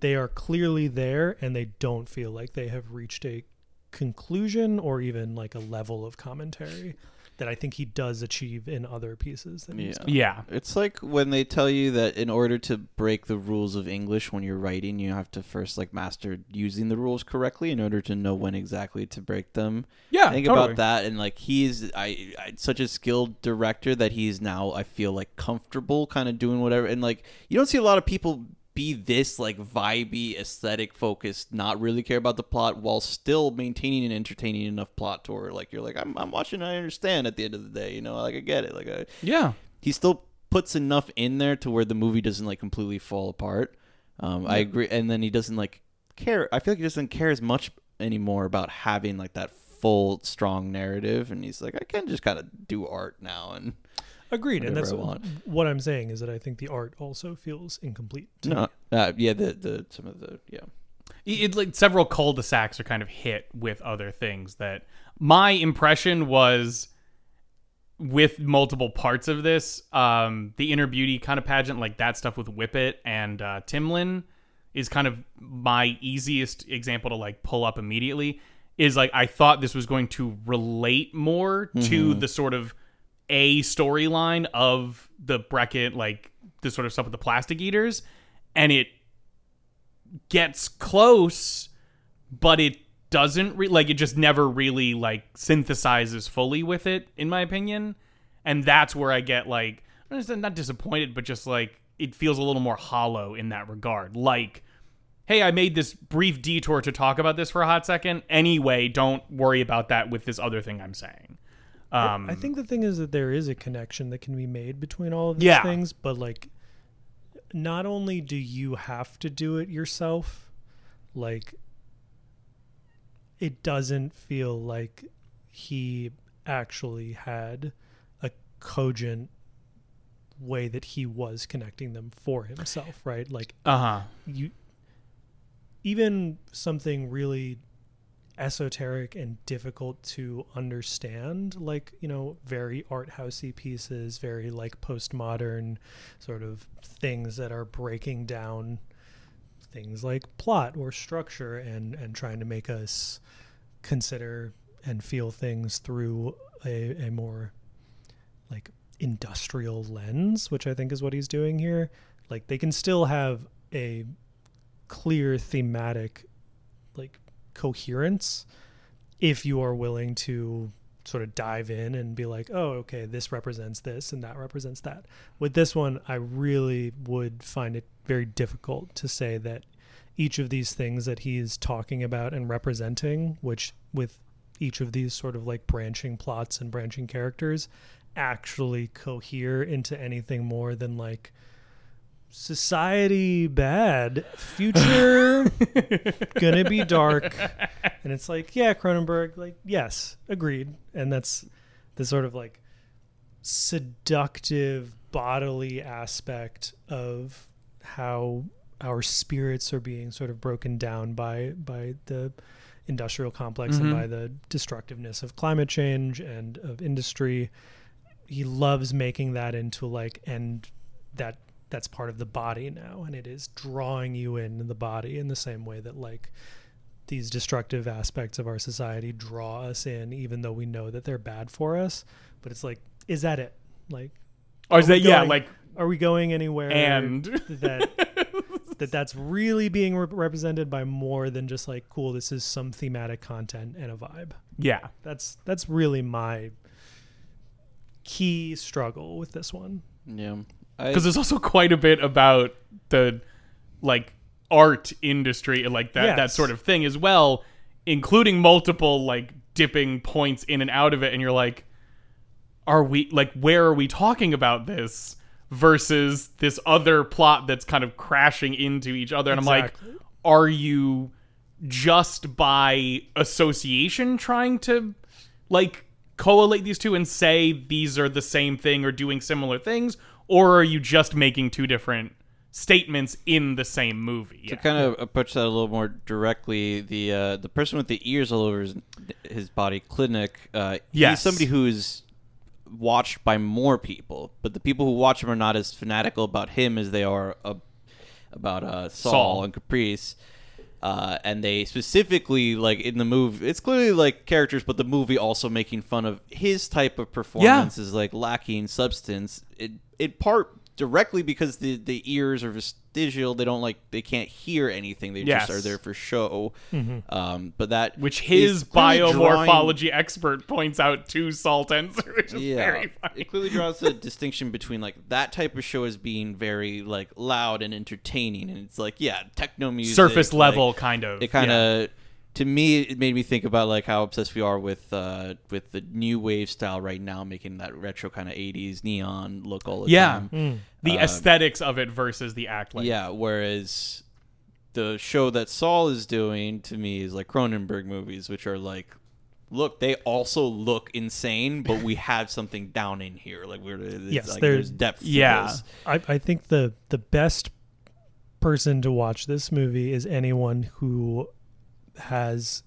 [SPEAKER 3] they are clearly there, and they don't feel like they have reached a conclusion or even like a level of commentary that I think he does achieve in other pieces. That he's
[SPEAKER 2] Yeah.
[SPEAKER 3] done.
[SPEAKER 1] Yeah.
[SPEAKER 2] It's like when they tell you that in order to break the rules of English when you're writing, you have to first like master using the rules correctly in order to know when exactly to break them.
[SPEAKER 1] Yeah,
[SPEAKER 2] I think
[SPEAKER 1] totally.
[SPEAKER 2] about that, and like he's I, I such a skilled director that he's now I feel like comfortable kind of doing whatever, and like you don't see a lot of people be this like vibey aesthetic focused not really care about the plot while still maintaining and entertaining enough plot to where like you're like I'm, I'm watching i understand at the end of the day you know like i get it like i
[SPEAKER 1] Yeah.
[SPEAKER 2] he still puts enough in there to where the movie doesn't like completely fall apart. Um, I agree, and then he doesn't like care. I feel like he doesn't care as much anymore about having like that full strong narrative, and he's like, I can just kind of do art now, and
[SPEAKER 3] Agreed, and that's
[SPEAKER 2] Whatever I want.
[SPEAKER 3] what I'm saying is that I think the art also feels incomplete. to me.
[SPEAKER 2] no, uh, yeah, the the some of the yeah.
[SPEAKER 1] It, it, like several cul-de-sacs are kind of hit with other things that my impression was with multiple parts of this um the inner beauty kind of pageant like that stuff with whippet and uh timlin is kind of my easiest example to like pull up immediately is like i thought this was going to relate more to the sort of a storyline of the bracket like the sort of stuff with the plastic eaters and it gets close, but it doesn't re- like it just never really like synthesizes fully with it, in my opinion. And that's where I get like I'm just not disappointed, but just like it feels a little more hollow in that regard. Like, hey, I made this brief detour to talk about this for a hot second. Anyway, don't worry about that with this other thing I'm saying. Um,
[SPEAKER 3] I think the thing is that there is a connection that can be made between all of these
[SPEAKER 1] Yeah.
[SPEAKER 3] things, but like, not only do you have to do it yourself, like, it doesn't feel like he actually had a cogent way that he was connecting them for himself, right? Like,
[SPEAKER 1] uh huh.
[SPEAKER 3] you even something really esoteric and difficult to understand like you know very art housey pieces very like postmodern sort of things that are breaking down things like plot or structure and and trying to make us consider and feel things through a, a more like industrial lens which i think is what he's doing here like they can still have a clear thematic like coherence if you are willing to sort of dive in and be like oh okay this represents this and that represents that with this one i really would find it very difficult to say that each of these things that he is talking about and representing which with each of these sort of like branching plots and branching characters actually cohere into anything more than like society bad future gonna be dark and it's like yeah cronenberg like yes agreed and that's the sort of like seductive bodily aspect of how our spirits are being sort of broken down by by the industrial complex and by the destructiveness of climate change and of industry he loves making that into like and that that's part of the body now and it is drawing you in the body in the same way that like these destructive aspects of our society draw us in even though we know that they're bad for us but it's like is that it like
[SPEAKER 1] Or is
[SPEAKER 3] are
[SPEAKER 1] that
[SPEAKER 3] we
[SPEAKER 1] yeah?
[SPEAKER 3] going-
[SPEAKER 1] Like
[SPEAKER 3] are we going anywhere
[SPEAKER 1] and
[SPEAKER 3] that that that's really being re- represented by more than just like cool this is some thematic content and a vibe
[SPEAKER 1] yeah.
[SPEAKER 3] that's that's really my key struggle with this one
[SPEAKER 2] Yeah, I,
[SPEAKER 1] because there's also quite a bit about the like art industry and like that that
[SPEAKER 3] Yes.
[SPEAKER 1] sort of thing as well including multiple like dipping points in and out of it, and you're like, are we like where are we talking about this versus this other plot that's kind of crashing into each other? And I'm
[SPEAKER 3] Exactly.
[SPEAKER 1] like, are you just by association trying to like collate these two and say these are the same thing or doing similar things, or are you just making two different statements in the same movie? Yeah.
[SPEAKER 2] To kind of approach that a little more directly, the uh, the person with the ears all over his, his body, Clinic, uh,
[SPEAKER 1] Yes.
[SPEAKER 2] he's somebody who's watched by more people, but the people who watch him are not as fanatical about him as they are uh, about uh, Saul,
[SPEAKER 1] Saul.
[SPEAKER 2] and Caprice. Uh, and they specifically like in the movie it's clearly like characters but the movie also making fun of his type of performance is like lacking substance it in part directly because the the ears are vestigial they don't like they can't hear anything they
[SPEAKER 1] Yes. Mm-hmm.
[SPEAKER 2] just are there for show um but that
[SPEAKER 1] which
[SPEAKER 2] is
[SPEAKER 1] his
[SPEAKER 2] clearly drawing-
[SPEAKER 1] biomorphology expert points out to Saul Tenser, which is very funny.
[SPEAKER 2] it clearly draws the distinction between like that type of show as being very like loud and entertaining, and it's like yeah, techno music,
[SPEAKER 1] Surface
[SPEAKER 2] like,
[SPEAKER 1] level, kind of.
[SPEAKER 2] It kind
[SPEAKER 1] yeah.
[SPEAKER 2] of to me it made me think about like how obsessed we are with uh with the new wave style right now, making that retro kind of '80s neon look all the
[SPEAKER 1] Yeah.
[SPEAKER 2] time.
[SPEAKER 1] the aesthetics of it versus the act. Like,
[SPEAKER 2] um, Yeah, whereas the show that Saul is doing to me is like Cronenberg movies, which are like, look, they also look insane, but we have something down in here. Like we're it's
[SPEAKER 3] Yes,
[SPEAKER 2] like,
[SPEAKER 3] they're-
[SPEAKER 2] there's depth. to
[SPEAKER 1] Yeah.
[SPEAKER 2] this.
[SPEAKER 3] I, I think the the best person to watch this movie is anyone who has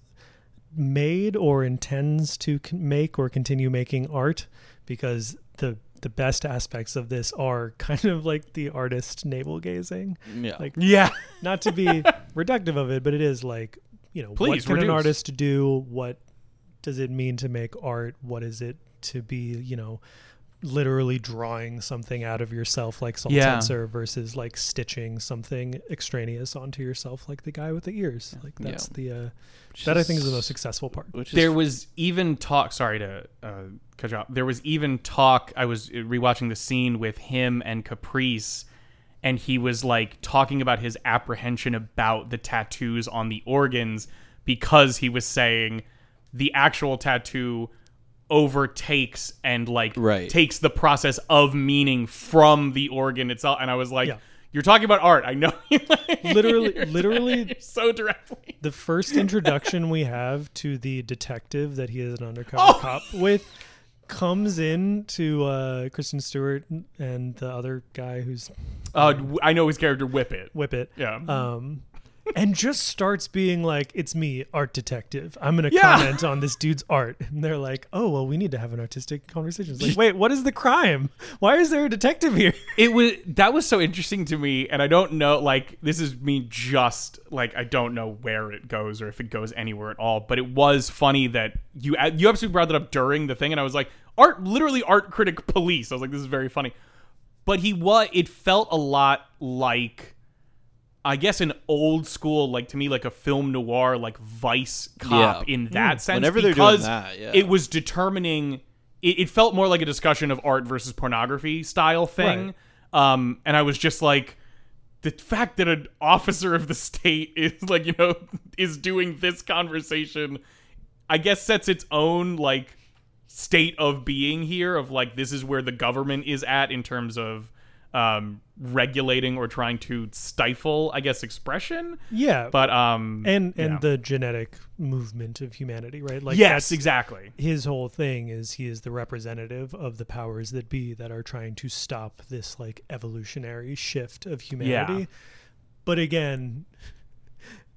[SPEAKER 3] made or intends to con- make or continue making art because the the best aspects of this are kind of like the artist navel gazing
[SPEAKER 2] yeah.
[SPEAKER 3] like
[SPEAKER 1] Yeah.
[SPEAKER 3] not to be reductive of it but it is like you know
[SPEAKER 1] Please,
[SPEAKER 3] what can
[SPEAKER 1] reduce.
[SPEAKER 3] an artist do what does it mean to make art what is it to be you know literally drawing something out of yourself like Saul
[SPEAKER 1] Yeah.
[SPEAKER 3] Tenser versus like stitching something extraneous onto yourself like the guy with the ears like
[SPEAKER 2] Yeah.
[SPEAKER 3] that's the uh, that I think is the most successful part
[SPEAKER 2] Which is
[SPEAKER 1] There was even talk. Sorry to uh, cut you off. There was even talk. I was rewatching the scene with him and Caprice, and he was like talking about his apprehension about the tattoos on the organs because he was saying the actual tattoo overtakes and like
[SPEAKER 2] Right.
[SPEAKER 1] takes the process of meaning from the organ itself. And I was like,
[SPEAKER 3] Yeah.
[SPEAKER 1] "You're talking about art. I know."
[SPEAKER 3] literally literally
[SPEAKER 1] so directly.
[SPEAKER 3] the first introduction we have to the detective that he is an undercover
[SPEAKER 1] Oh!
[SPEAKER 3] cop with comes in to uh, Kristen Stewart and the other guy who's
[SPEAKER 1] Uh, I know his character. Whip it.
[SPEAKER 3] Whippet.
[SPEAKER 1] Yeah.
[SPEAKER 3] Um, and just starts being like, "It's me, art detective. I'm gonna
[SPEAKER 1] Yeah.
[SPEAKER 3] comment on this dude's art." And they're like, "Oh well, we need to have an artistic conversation." It's like, wait, what is the crime? Why is there a detective here?
[SPEAKER 1] it was that was so interesting to me and i don't know like this is me just like i don't know where it goes or if it goes anywhere at all but it was funny that you uh, you absolutely brought that up during the thing and i was like art literally art critic police i was like this is very funny but he was it felt a lot like i guess an old school like to me like a film noir like vice cop
[SPEAKER 2] Yeah.
[SPEAKER 1] in that sense
[SPEAKER 2] Hmm. Whenever they're doing
[SPEAKER 1] because
[SPEAKER 2] that, yeah.
[SPEAKER 1] it was determining it, it felt more like a discussion of art versus pornography style thing um and i was just like the fact that an officer of the state is like you know is doing this conversation i guess sets its own like state of being here of like this is where the government is at in terms of um regulating or trying to stifle i guess expression
[SPEAKER 3] Yeah,
[SPEAKER 1] but um
[SPEAKER 3] and and
[SPEAKER 1] yeah.
[SPEAKER 3] the genetic movement of humanity, right? Like,
[SPEAKER 1] yes
[SPEAKER 3] that's-
[SPEAKER 1] exactly
[SPEAKER 3] his whole thing is he is the representative of the powers that be that are trying to stop this like evolutionary shift of humanity. But again,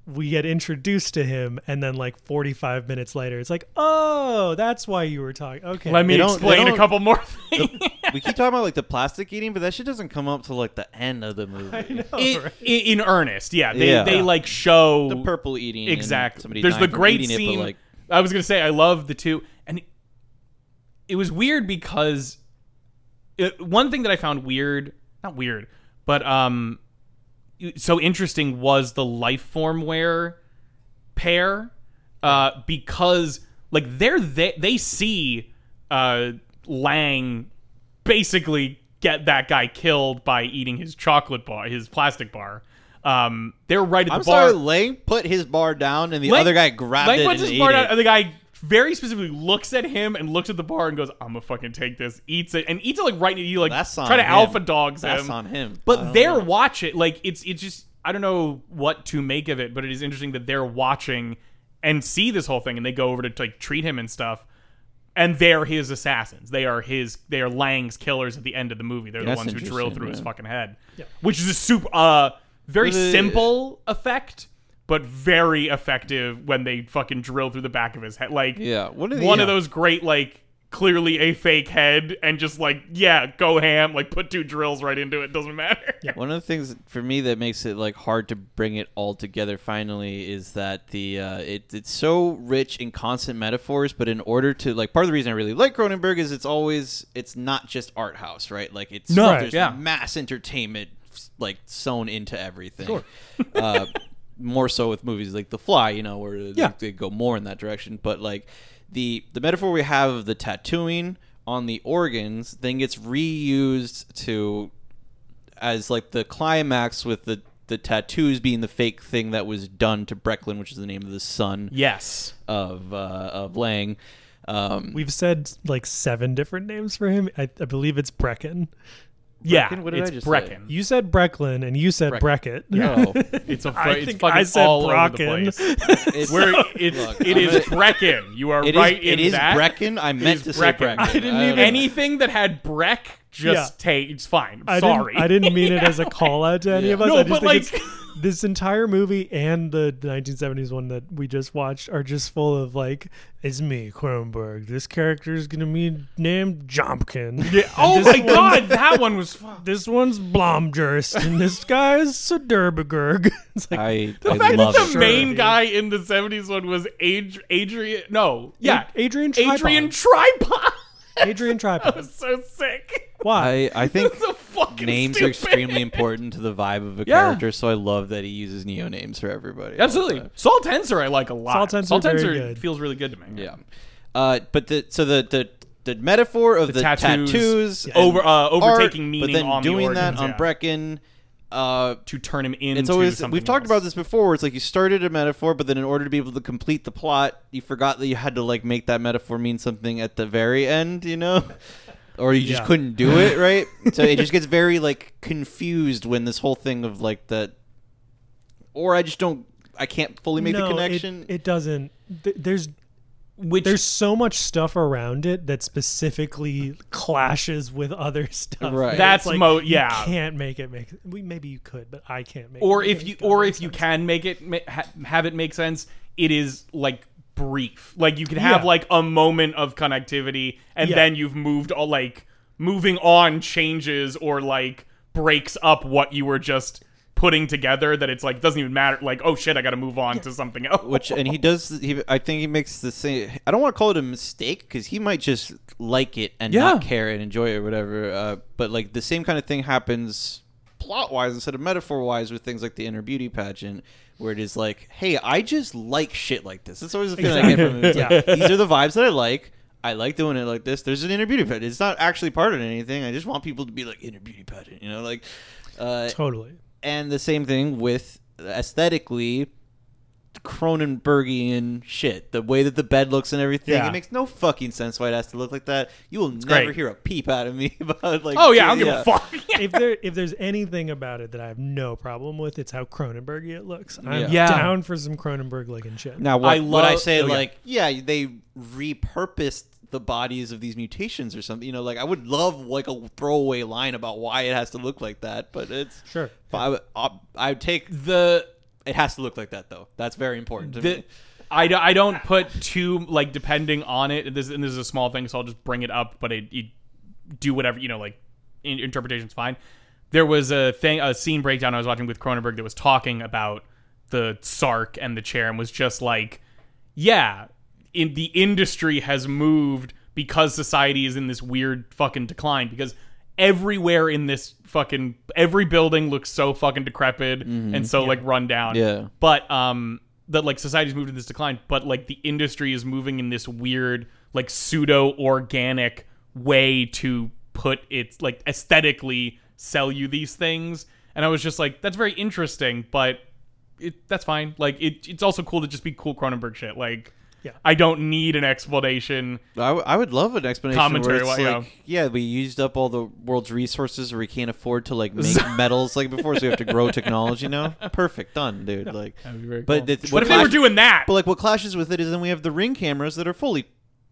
[SPEAKER 3] we get introduced to him and then like 45 minutes later it's like, "Oh, that's why you were talking." Okay.
[SPEAKER 1] let me
[SPEAKER 2] They don't- they
[SPEAKER 1] explain a
[SPEAKER 2] don't-
[SPEAKER 1] couple more things
[SPEAKER 2] we keep talking about like the plastic eating, but that shit doesn't come up till like the end of the movie.
[SPEAKER 3] I know,
[SPEAKER 1] I
[SPEAKER 3] right?
[SPEAKER 1] i- in earnest. Yeah, they
[SPEAKER 2] Yeah.
[SPEAKER 1] they like show
[SPEAKER 2] The purple eating, and
[SPEAKER 1] exactly.
[SPEAKER 2] Somebody
[SPEAKER 1] There's
[SPEAKER 2] dying
[SPEAKER 1] the
[SPEAKER 2] from
[SPEAKER 1] great
[SPEAKER 2] eating
[SPEAKER 1] scene.
[SPEAKER 2] it, but, like
[SPEAKER 1] I was gonna say I love the two, and it, it was weird because it, one thing that I found weird, not weird, but um, so interesting was the life form wear pair uh, because like they're they, they see uh, Lang basically get that guy killed by eating his chocolate bar, his plastic bar. Um, they're right at the
[SPEAKER 2] I'm
[SPEAKER 1] bar.
[SPEAKER 2] sorry, Lang put his bar down and the
[SPEAKER 1] Lang-
[SPEAKER 2] other guy grabbed
[SPEAKER 1] Lang
[SPEAKER 2] it
[SPEAKER 1] puts
[SPEAKER 2] and
[SPEAKER 1] his
[SPEAKER 2] ate
[SPEAKER 1] bar
[SPEAKER 2] it.
[SPEAKER 1] down, and the guy very specifically looks at him and looks at the bar and goes, "I'm gonna fucking take this." Eats it and eats it like right. You like
[SPEAKER 2] That's on
[SPEAKER 1] try to
[SPEAKER 2] him.
[SPEAKER 1] alpha dogs
[SPEAKER 2] That's
[SPEAKER 1] him.
[SPEAKER 2] on him.
[SPEAKER 1] But they're watching. Like it's it's just I don't know what to make of it, but it is interesting that they're watching and see this whole thing, and they go over to like treat him and stuff. And they're his assassins. They are his. They are Lang's killers at the end of the movie. They're
[SPEAKER 2] That's
[SPEAKER 1] the ones who drill
[SPEAKER 2] interesting,
[SPEAKER 1] through his
[SPEAKER 2] yeah.
[SPEAKER 1] fucking head, which is a super, uh, very
[SPEAKER 2] Well, the-
[SPEAKER 1] simple effect, but very effective when they fucking drill through the back of his head. Like,
[SPEAKER 2] yeah, what are the,
[SPEAKER 1] one of
[SPEAKER 2] yeah.
[SPEAKER 1] those great like clearly a fake head and just like yeah go ham like put two drills right into it doesn't matter
[SPEAKER 2] One of the things for me that makes it like hard to bring it all together finally is that the uh, it, it's so rich in constant metaphors, but in order to like part of the reason I really like Cronenberg is it's always it's not just art house, right? Like it's
[SPEAKER 1] No,
[SPEAKER 2] there's
[SPEAKER 1] yeah.
[SPEAKER 2] mass entertainment like sewn into everything. uh, more so with movies like The Fly, you know, where
[SPEAKER 1] Yeah.
[SPEAKER 2] they, they go more in that direction. But like the the metaphor we have of the tattooing on the organs then gets reused to as like the climax with the the tattoos being the fake thing that was done to Brecklin, which is the name of the son
[SPEAKER 1] yes
[SPEAKER 2] of uh, of Lang. Um,
[SPEAKER 3] We've said like seven different names for him. I, I believe it's Brecken.
[SPEAKER 1] yeah
[SPEAKER 2] Brecken? What did
[SPEAKER 1] it's
[SPEAKER 2] I just say?
[SPEAKER 1] brecken
[SPEAKER 3] You said Brecklin and you said Breckett.
[SPEAKER 1] Oh.
[SPEAKER 2] no,
[SPEAKER 1] it's a
[SPEAKER 3] I
[SPEAKER 1] it's
[SPEAKER 3] think
[SPEAKER 1] fucking
[SPEAKER 3] I said
[SPEAKER 1] all over the
[SPEAKER 3] Brocken.
[SPEAKER 1] place
[SPEAKER 2] it's,
[SPEAKER 1] where it's
[SPEAKER 2] Look,
[SPEAKER 1] it
[SPEAKER 2] I'm
[SPEAKER 1] is
[SPEAKER 2] gonna-
[SPEAKER 1] brecken you are
[SPEAKER 2] it is-
[SPEAKER 1] right in
[SPEAKER 2] it is
[SPEAKER 1] that
[SPEAKER 2] Brecken. I meant
[SPEAKER 1] is
[SPEAKER 2] to say Uh,
[SPEAKER 1] Brecken.
[SPEAKER 2] Brecken.
[SPEAKER 1] I
[SPEAKER 3] didn't
[SPEAKER 2] don't
[SPEAKER 3] even-
[SPEAKER 2] know.
[SPEAKER 1] anything that had breck just take it's fine
[SPEAKER 3] I
[SPEAKER 1] sorry
[SPEAKER 3] Didn't, I didn't mean it as a call out to any of us.
[SPEAKER 1] No,
[SPEAKER 3] I just
[SPEAKER 1] but,
[SPEAKER 3] think
[SPEAKER 1] like-
[SPEAKER 3] it's, this entire movie and the, the 1970s one that we just watched are just full of like, it's me, Kronberg. This character is going to be named Jompkin.
[SPEAKER 1] Yeah, oh
[SPEAKER 3] this
[SPEAKER 1] my
[SPEAKER 3] one's-
[SPEAKER 1] god that one was fu-
[SPEAKER 3] This one's Blomjurst, and this guy is Soderbergurg. It's like,
[SPEAKER 2] I,
[SPEAKER 1] the
[SPEAKER 2] I
[SPEAKER 1] fact
[SPEAKER 2] love
[SPEAKER 1] that
[SPEAKER 2] it.
[SPEAKER 1] the main
[SPEAKER 3] dude.
[SPEAKER 1] guy in the 70s one was Ad- Adrian no yeah
[SPEAKER 3] Adrian Tripod.
[SPEAKER 1] Adrian Tripod
[SPEAKER 3] Adrian Tripod.
[SPEAKER 1] was so sick.
[SPEAKER 3] Why?
[SPEAKER 2] I, I think
[SPEAKER 1] That's so fucking
[SPEAKER 2] names are
[SPEAKER 1] stupid.
[SPEAKER 2] extremely important to the vibe of a
[SPEAKER 1] Yeah.
[SPEAKER 2] character, so I love that he uses neo names for everybody. I love
[SPEAKER 1] Absolutely.
[SPEAKER 2] that.
[SPEAKER 1] Salt Tensor I like a lot.
[SPEAKER 3] Salt Tensor,
[SPEAKER 1] Salt
[SPEAKER 3] very
[SPEAKER 1] Tensor
[SPEAKER 3] good.
[SPEAKER 1] feels really good to me.
[SPEAKER 2] Yeah. Uh, but the so the the the metaphor of the,
[SPEAKER 1] tattoos,
[SPEAKER 2] tattoos, and
[SPEAKER 1] over- uh, overtaking
[SPEAKER 2] art,
[SPEAKER 1] meaning
[SPEAKER 2] but then
[SPEAKER 1] on the
[SPEAKER 2] doing that
[SPEAKER 1] organs,
[SPEAKER 2] on
[SPEAKER 1] yeah.
[SPEAKER 2] Brecken. Uh,
[SPEAKER 1] To turn him into
[SPEAKER 2] it's always
[SPEAKER 1] something
[SPEAKER 2] we've talked
[SPEAKER 1] else.
[SPEAKER 2] about this before. It's like you started a metaphor, but then in order to be able to complete the plot, you forgot that you had to like make that metaphor mean something at the very end, you know, or you just
[SPEAKER 3] Yeah.
[SPEAKER 2] couldn't do it, right? so it just gets very like confused when this whole thing of like that, or I just don't, I can't fully make
[SPEAKER 3] no,
[SPEAKER 2] the
[SPEAKER 3] it-
[SPEAKER 2] connection.
[SPEAKER 3] It, doesn't. Th- there's
[SPEAKER 1] which
[SPEAKER 3] there's so much stuff around it that specifically clashes with other stuff.
[SPEAKER 2] Right.
[SPEAKER 3] It's
[SPEAKER 1] That's
[SPEAKER 3] like,
[SPEAKER 1] mo- yeah.
[SPEAKER 3] You can't make it make. We maybe you could, but I can't make.
[SPEAKER 1] or
[SPEAKER 3] it
[SPEAKER 1] if
[SPEAKER 3] make
[SPEAKER 1] you
[SPEAKER 3] it
[SPEAKER 1] or
[SPEAKER 3] make
[SPEAKER 1] if you
[SPEAKER 3] sense.
[SPEAKER 1] can make it ma- ha- have it make sense, it is like brief. Like you can have
[SPEAKER 3] Yeah.
[SPEAKER 1] like a moment of connectivity and
[SPEAKER 3] Yeah.
[SPEAKER 1] then you've moved all like moving on changes or like breaks up what you were just putting together that it's like doesn't even matter like oh shit I got to move on to something else.
[SPEAKER 2] which and he does he, i think he makes the same i don't want to call it a mistake because he might just like it and not
[SPEAKER 1] Yeah.
[SPEAKER 2] care and enjoy it or whatever uh, but like the same kind of thing happens plot wise instead of metaphor wise with things like the inner beauty pageant where it is like hey i just like shit like this it's always the feeling i get from him It's like, these are the vibes that i like I like doing it like this. There's an inner beauty pageant. It's not actually part of anything. I just want people to be like inner beauty pageant, you know, like uh,
[SPEAKER 3] totally.
[SPEAKER 2] and the same thing with aesthetically Cronenbergian shit. The way that the bed looks and everything.
[SPEAKER 1] Yeah.
[SPEAKER 2] It makes no fucking sense why it has to look like that. You will never
[SPEAKER 1] great.
[SPEAKER 2] hear a peep out of me about like
[SPEAKER 1] Oh yeah, I don't give a fuck.
[SPEAKER 3] if there if there's anything about it that I have no problem with, it's how Cronenberg it looks. I'm
[SPEAKER 1] Yeah.
[SPEAKER 3] down for some Cronenberg looking shit.
[SPEAKER 2] Now what
[SPEAKER 1] I
[SPEAKER 2] I, what I
[SPEAKER 1] love-
[SPEAKER 2] say
[SPEAKER 1] oh, yeah.
[SPEAKER 2] like yeah. they repurposed the bodies of these mutations or something. You know, like I would love like a throwaway line about why it has to look like that, but it's
[SPEAKER 3] Sure.
[SPEAKER 2] I would, I, I would take
[SPEAKER 1] the
[SPEAKER 2] it has to look like that though. That's very important to
[SPEAKER 1] the
[SPEAKER 2] me.
[SPEAKER 1] I, d- I don't put too like depending on it and this, and this is a small thing so i'll just bring it up but it, you do whatever you know like in, interpretation's fine there was a thing a scene breakdown i was watching with cronenberg that was talking about the sark and the chair and was just like yeah, in the industry has moved because society is in this weird fucking decline because everywhere in this fucking every building looks so fucking decrepit and so like run down.
[SPEAKER 2] Yeah.
[SPEAKER 1] But um that like society's moved in this decline, but like the industry is moving in this weird like pseudo organic way to put its like aesthetically sell you these things and I was just like, that's very interesting, but it that's fine. Like it, it's also cool to just be cool Cronenberg shit. Like,
[SPEAKER 3] Yeah.
[SPEAKER 1] I don't need an explanation.
[SPEAKER 2] I, w- I would love an explanation
[SPEAKER 1] Commentary,
[SPEAKER 2] where it's
[SPEAKER 1] why-
[SPEAKER 2] like, yeah, we used up all the world's resources, or we can't afford to like make metals like before, so we have to grow technology now. Perfect, done, dude. Like,
[SPEAKER 1] That'd be very
[SPEAKER 2] but
[SPEAKER 1] cool.
[SPEAKER 2] it's-
[SPEAKER 1] what if they were
[SPEAKER 2] clash-
[SPEAKER 1] doing that?
[SPEAKER 2] But like, what clashes with it is then we have the ring cameras that are fully.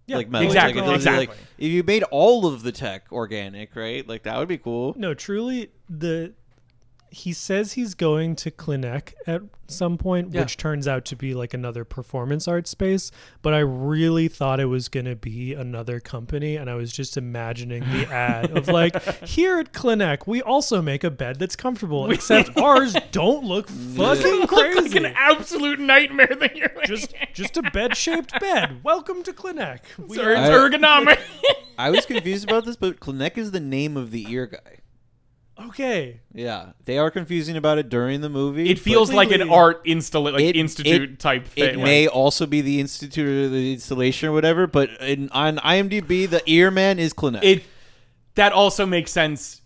[SPEAKER 3] Yeah,
[SPEAKER 2] like metal.
[SPEAKER 1] exactly,
[SPEAKER 2] Like, it doesn't- like,
[SPEAKER 1] exactly.
[SPEAKER 2] if you made all of the tech organic, right? Like that would be cool.
[SPEAKER 3] No, truly, the he says he's going to Clinic at some point,
[SPEAKER 1] Yeah.
[SPEAKER 3] which turns out to be like another performance art space. But I really thought it was going to be another company, and I was just imagining the ad of like, here at Clinic, we also make a bed that's comfortable, except ours don't look fucking
[SPEAKER 1] Look
[SPEAKER 3] crazy.
[SPEAKER 1] like an absolute nightmare that you're
[SPEAKER 3] just, just a bed-shaped bed. Welcome to Clinic. We
[SPEAKER 1] it's
[SPEAKER 3] are
[SPEAKER 2] I-
[SPEAKER 1] ergonomic.
[SPEAKER 2] I was confused about this, but Klinek is the name of the ear guy.
[SPEAKER 3] okay.
[SPEAKER 2] Yeah, they are confusing about it during the movie.
[SPEAKER 1] it feels
[SPEAKER 2] but
[SPEAKER 1] like an
[SPEAKER 3] completely-
[SPEAKER 1] art installa- like
[SPEAKER 2] It-
[SPEAKER 1] institute
[SPEAKER 2] it-
[SPEAKER 1] type thing.
[SPEAKER 2] It
[SPEAKER 1] like-
[SPEAKER 2] may also be the institute or the installation or whatever, but in, on IMDb, the ear man is Klinek.
[SPEAKER 1] it that also makes sense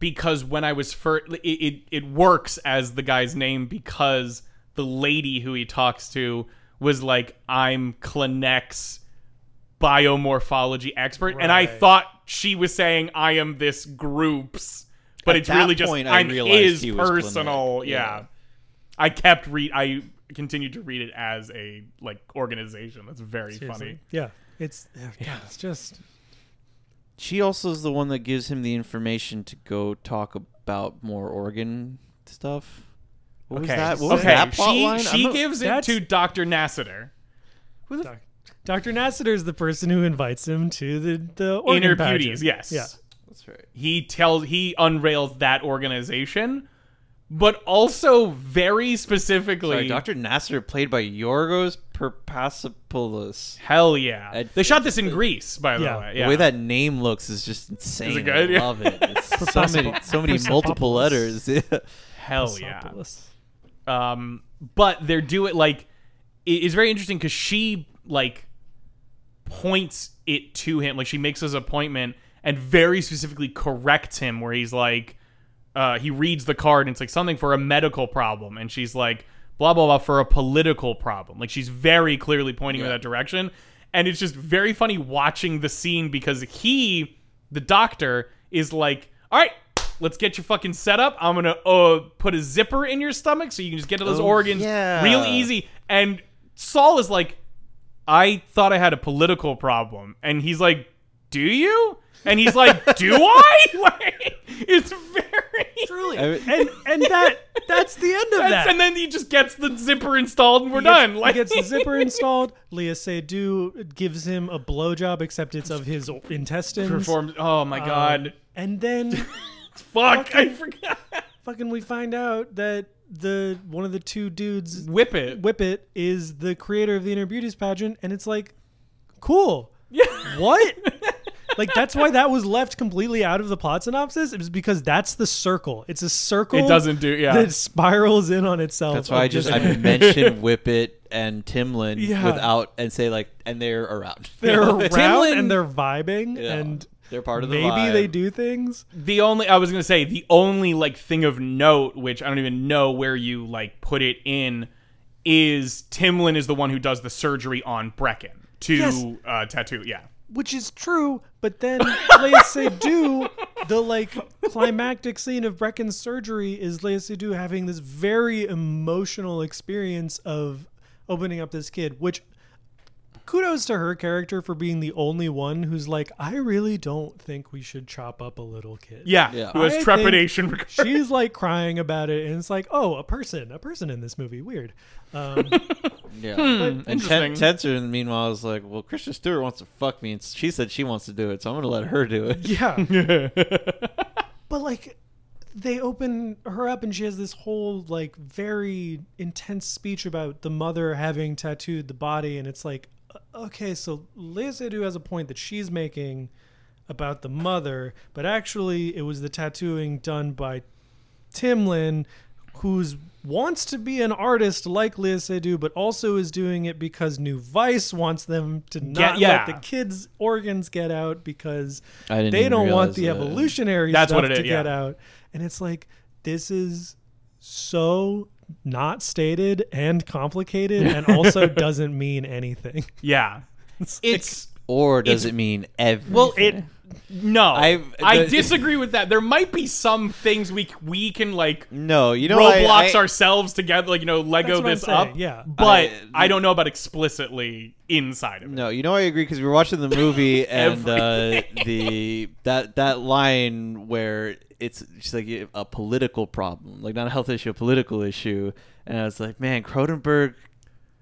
[SPEAKER 1] because when I was first, it, it it works as the guy's name because the lady who he talks to was like, "I'm Clinex biomorphology expert," and I
[SPEAKER 3] Right.
[SPEAKER 1] thought she was saying, "I am this group's," but
[SPEAKER 2] At
[SPEAKER 1] it's
[SPEAKER 2] that
[SPEAKER 1] really just
[SPEAKER 2] point, I
[SPEAKER 1] I'm
[SPEAKER 2] realized
[SPEAKER 1] his
[SPEAKER 2] he was Clinex,
[SPEAKER 1] personal. Yeah.
[SPEAKER 2] yeah.
[SPEAKER 1] I kept read. I continued to read it as a like organization. That's very funny.
[SPEAKER 3] Yeah. It's yeah. It's just
[SPEAKER 2] she also is the one that gives him the information to go talk about more organ stuff. What was
[SPEAKER 1] Okay.
[SPEAKER 2] that? What was
[SPEAKER 1] okay.
[SPEAKER 2] that plot
[SPEAKER 1] she
[SPEAKER 2] line?
[SPEAKER 1] she
[SPEAKER 2] I'm not-
[SPEAKER 1] gives it
[SPEAKER 3] That's-
[SPEAKER 1] to Doctor Nassiter.
[SPEAKER 3] Doc- Dr. Nassiter is the person who invites him to the the organ
[SPEAKER 1] Inner
[SPEAKER 3] pageant.
[SPEAKER 1] Beauties. Yes.
[SPEAKER 3] Yeah.
[SPEAKER 2] That's right.
[SPEAKER 1] He tells he unveils that organization, but also very specifically.
[SPEAKER 2] Sorry, Dr. Nasser played by Yorgos Perpasopoulos.
[SPEAKER 1] Hell yeah!
[SPEAKER 2] Uh,
[SPEAKER 1] they shot this in Greece, by the
[SPEAKER 3] Yeah.
[SPEAKER 1] way.
[SPEAKER 3] The
[SPEAKER 1] Yeah.
[SPEAKER 2] The way that name looks is just insane.
[SPEAKER 1] Is it good?
[SPEAKER 2] I
[SPEAKER 1] Yeah.
[SPEAKER 2] love it. It's so many, so many
[SPEAKER 3] Persopopoulos.
[SPEAKER 2] multiple letters. Yeah.
[SPEAKER 1] Hell Oh, yeah!
[SPEAKER 3] Sopolis.
[SPEAKER 1] Um, but they're doing like it is very interesting because she like points it to him, like she makes his appointment and very specifically corrects him, where he's like, uh, he reads the card and it's like something for a medical problem, and she's like, blah blah blah for a political problem. Like she's very clearly pointing in
[SPEAKER 2] Yeah.
[SPEAKER 1] that direction, and it's just very funny watching the scene because he, the doctor, is like, all right. Let's get you fucking set up. I'm gonna uh, put a zipper in your stomach so you can just get to those
[SPEAKER 2] Oh,
[SPEAKER 1] organs
[SPEAKER 2] yeah.
[SPEAKER 1] real easy. And Saul is like, I thought I had a political problem. And he's like, Do you? And he's like, Do I? Like, it's very.
[SPEAKER 3] Truly.
[SPEAKER 2] I mean-
[SPEAKER 3] and and that that's the end of
[SPEAKER 1] That's-
[SPEAKER 3] that.
[SPEAKER 1] and then he just gets the zipper installed and we're
[SPEAKER 3] He gets-
[SPEAKER 1] done. Like,
[SPEAKER 3] he gets the zipper installed. Leah Seydoux gives him a blowjob, except it's of his intestines.
[SPEAKER 1] performs. Oh my
[SPEAKER 3] Uh,
[SPEAKER 1] god!
[SPEAKER 3] And then
[SPEAKER 1] Fuck! I forgot.
[SPEAKER 3] fucking we find out that the one of the two dudes
[SPEAKER 1] Whip it.
[SPEAKER 3] Whippet is the creator of the Inner Beauties pageant, and it's like, cool.
[SPEAKER 1] Yeah.
[SPEAKER 3] What? like that's why that was left completely out of the plot synopsis. It was because that's the circle. It's a circle.
[SPEAKER 1] It doesn't do. Yeah.
[SPEAKER 3] That spirals in on itself.
[SPEAKER 2] That's why I
[SPEAKER 3] of
[SPEAKER 2] just I mentioned Whippet and Timlin
[SPEAKER 3] Yeah.
[SPEAKER 2] without and say like and they're around.
[SPEAKER 3] they're around
[SPEAKER 1] Timlin-
[SPEAKER 3] and they're vibing
[SPEAKER 2] Yeah.
[SPEAKER 3] and
[SPEAKER 2] they're part of the
[SPEAKER 3] maybe
[SPEAKER 2] vibe.
[SPEAKER 3] they do things.
[SPEAKER 1] the only I was gonna say the only like thing of note, which I don't even know where you like put it in, is Timlin is the one who does the surgery on Brecken to
[SPEAKER 3] Yes.
[SPEAKER 1] uh, tattoo. Yeah,
[SPEAKER 3] which is true. But then Lea Seydoux, the like climactic scene of Brecken's surgery is Lea Seydoux having this very emotional experience of opening up this kid, which kudos to her character for being the only one who's like, I really don't think we should chop up a little kid.
[SPEAKER 1] yeah.
[SPEAKER 2] Yeah.
[SPEAKER 1] Who has
[SPEAKER 3] I think
[SPEAKER 1] trepidation? regarding-
[SPEAKER 3] She's like crying about it, and it's like, oh, a person, a person in this movie, weird. Um,
[SPEAKER 2] Yeah. and
[SPEAKER 1] interesting.
[SPEAKER 2] Ten- Tenser meanwhile is like, well, Christian Stewart wants to fuck me, and she said she wants to do it, so I'm gonna let her do it.
[SPEAKER 3] yeah, but like they open her up and she has this whole like very intense speech about the mother having tattooed the body and it's like o- okay so Lea Seydoux has a point that she's making about the mother but actually it was the tattooing done by Timlin who's wants to be an artist like Lea Seydoux but also is doing it because New Vice wants them to not
[SPEAKER 1] yeah.
[SPEAKER 3] let the kids organs get out because
[SPEAKER 2] I didn't
[SPEAKER 3] they
[SPEAKER 2] even
[SPEAKER 3] don't
[SPEAKER 2] realize
[SPEAKER 3] want the
[SPEAKER 2] that.
[SPEAKER 3] evolutionary
[SPEAKER 1] That's
[SPEAKER 3] stuff
[SPEAKER 1] what it
[SPEAKER 3] to
[SPEAKER 1] is,
[SPEAKER 3] get
[SPEAKER 1] yeah.
[SPEAKER 3] out. And it's like this is so not stated and complicated and also doesn't mean anything.
[SPEAKER 1] Yeah. It's
[SPEAKER 2] Or does
[SPEAKER 1] It's-
[SPEAKER 2] it mean everything?
[SPEAKER 1] well, it no. I
[SPEAKER 2] I-
[SPEAKER 1] I
[SPEAKER 2] the-
[SPEAKER 1] disagree with that. There might be some things we c- we can like
[SPEAKER 2] no, you know, I-
[SPEAKER 1] Roblox
[SPEAKER 2] I-
[SPEAKER 1] ourselves together, like you know, Lego
[SPEAKER 3] That's what I'm
[SPEAKER 1] this
[SPEAKER 3] saying,
[SPEAKER 1] up.
[SPEAKER 3] yeah.
[SPEAKER 1] but I,
[SPEAKER 2] I- uh,
[SPEAKER 1] don't know about explicitly inside of it.
[SPEAKER 2] No, you know I agree because we were watching the movie and uh, the that that line where it's just like a political problem, like not a health issue, a political issue, and I was like, man, Cronenberg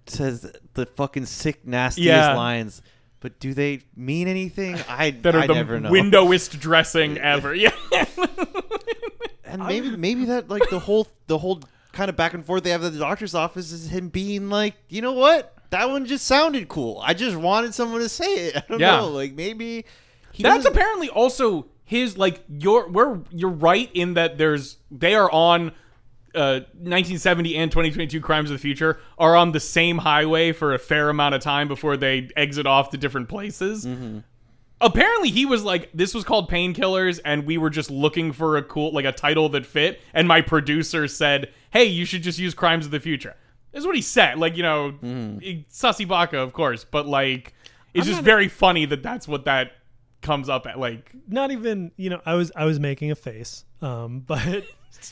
[SPEAKER 2] says the fucking sick, nastiest
[SPEAKER 1] Yeah.
[SPEAKER 2] lines, but do they mean anything? I
[SPEAKER 1] That are
[SPEAKER 2] I
[SPEAKER 1] the
[SPEAKER 2] never know.
[SPEAKER 1] windowist dressing ever. Yeah.
[SPEAKER 2] and maybe maybe that like the whole the whole kind of back and forth they have at the doctor's office is him being like, you know what? That one just sounded cool. I just wanted someone to say it. I don't
[SPEAKER 1] Yeah.
[SPEAKER 2] know. Like maybe he
[SPEAKER 1] That's
[SPEAKER 2] doesn't-
[SPEAKER 1] apparently also his like you're we're you're right in that there's they are on uh 1970 and 2022 crimes of the future are on the same highway for a fair amount of time before they exit off to different places. Apparently he was like this was called painkillers and we were just looking for a cool like a title that fit and my producer said, "Hey, you should just use crimes of the future." Is what he said. Like, you know, Sussy Baca, of course, but like it's just very funny that that's what that comes up at like
[SPEAKER 3] Not even, you know, I was I was making a face, um, but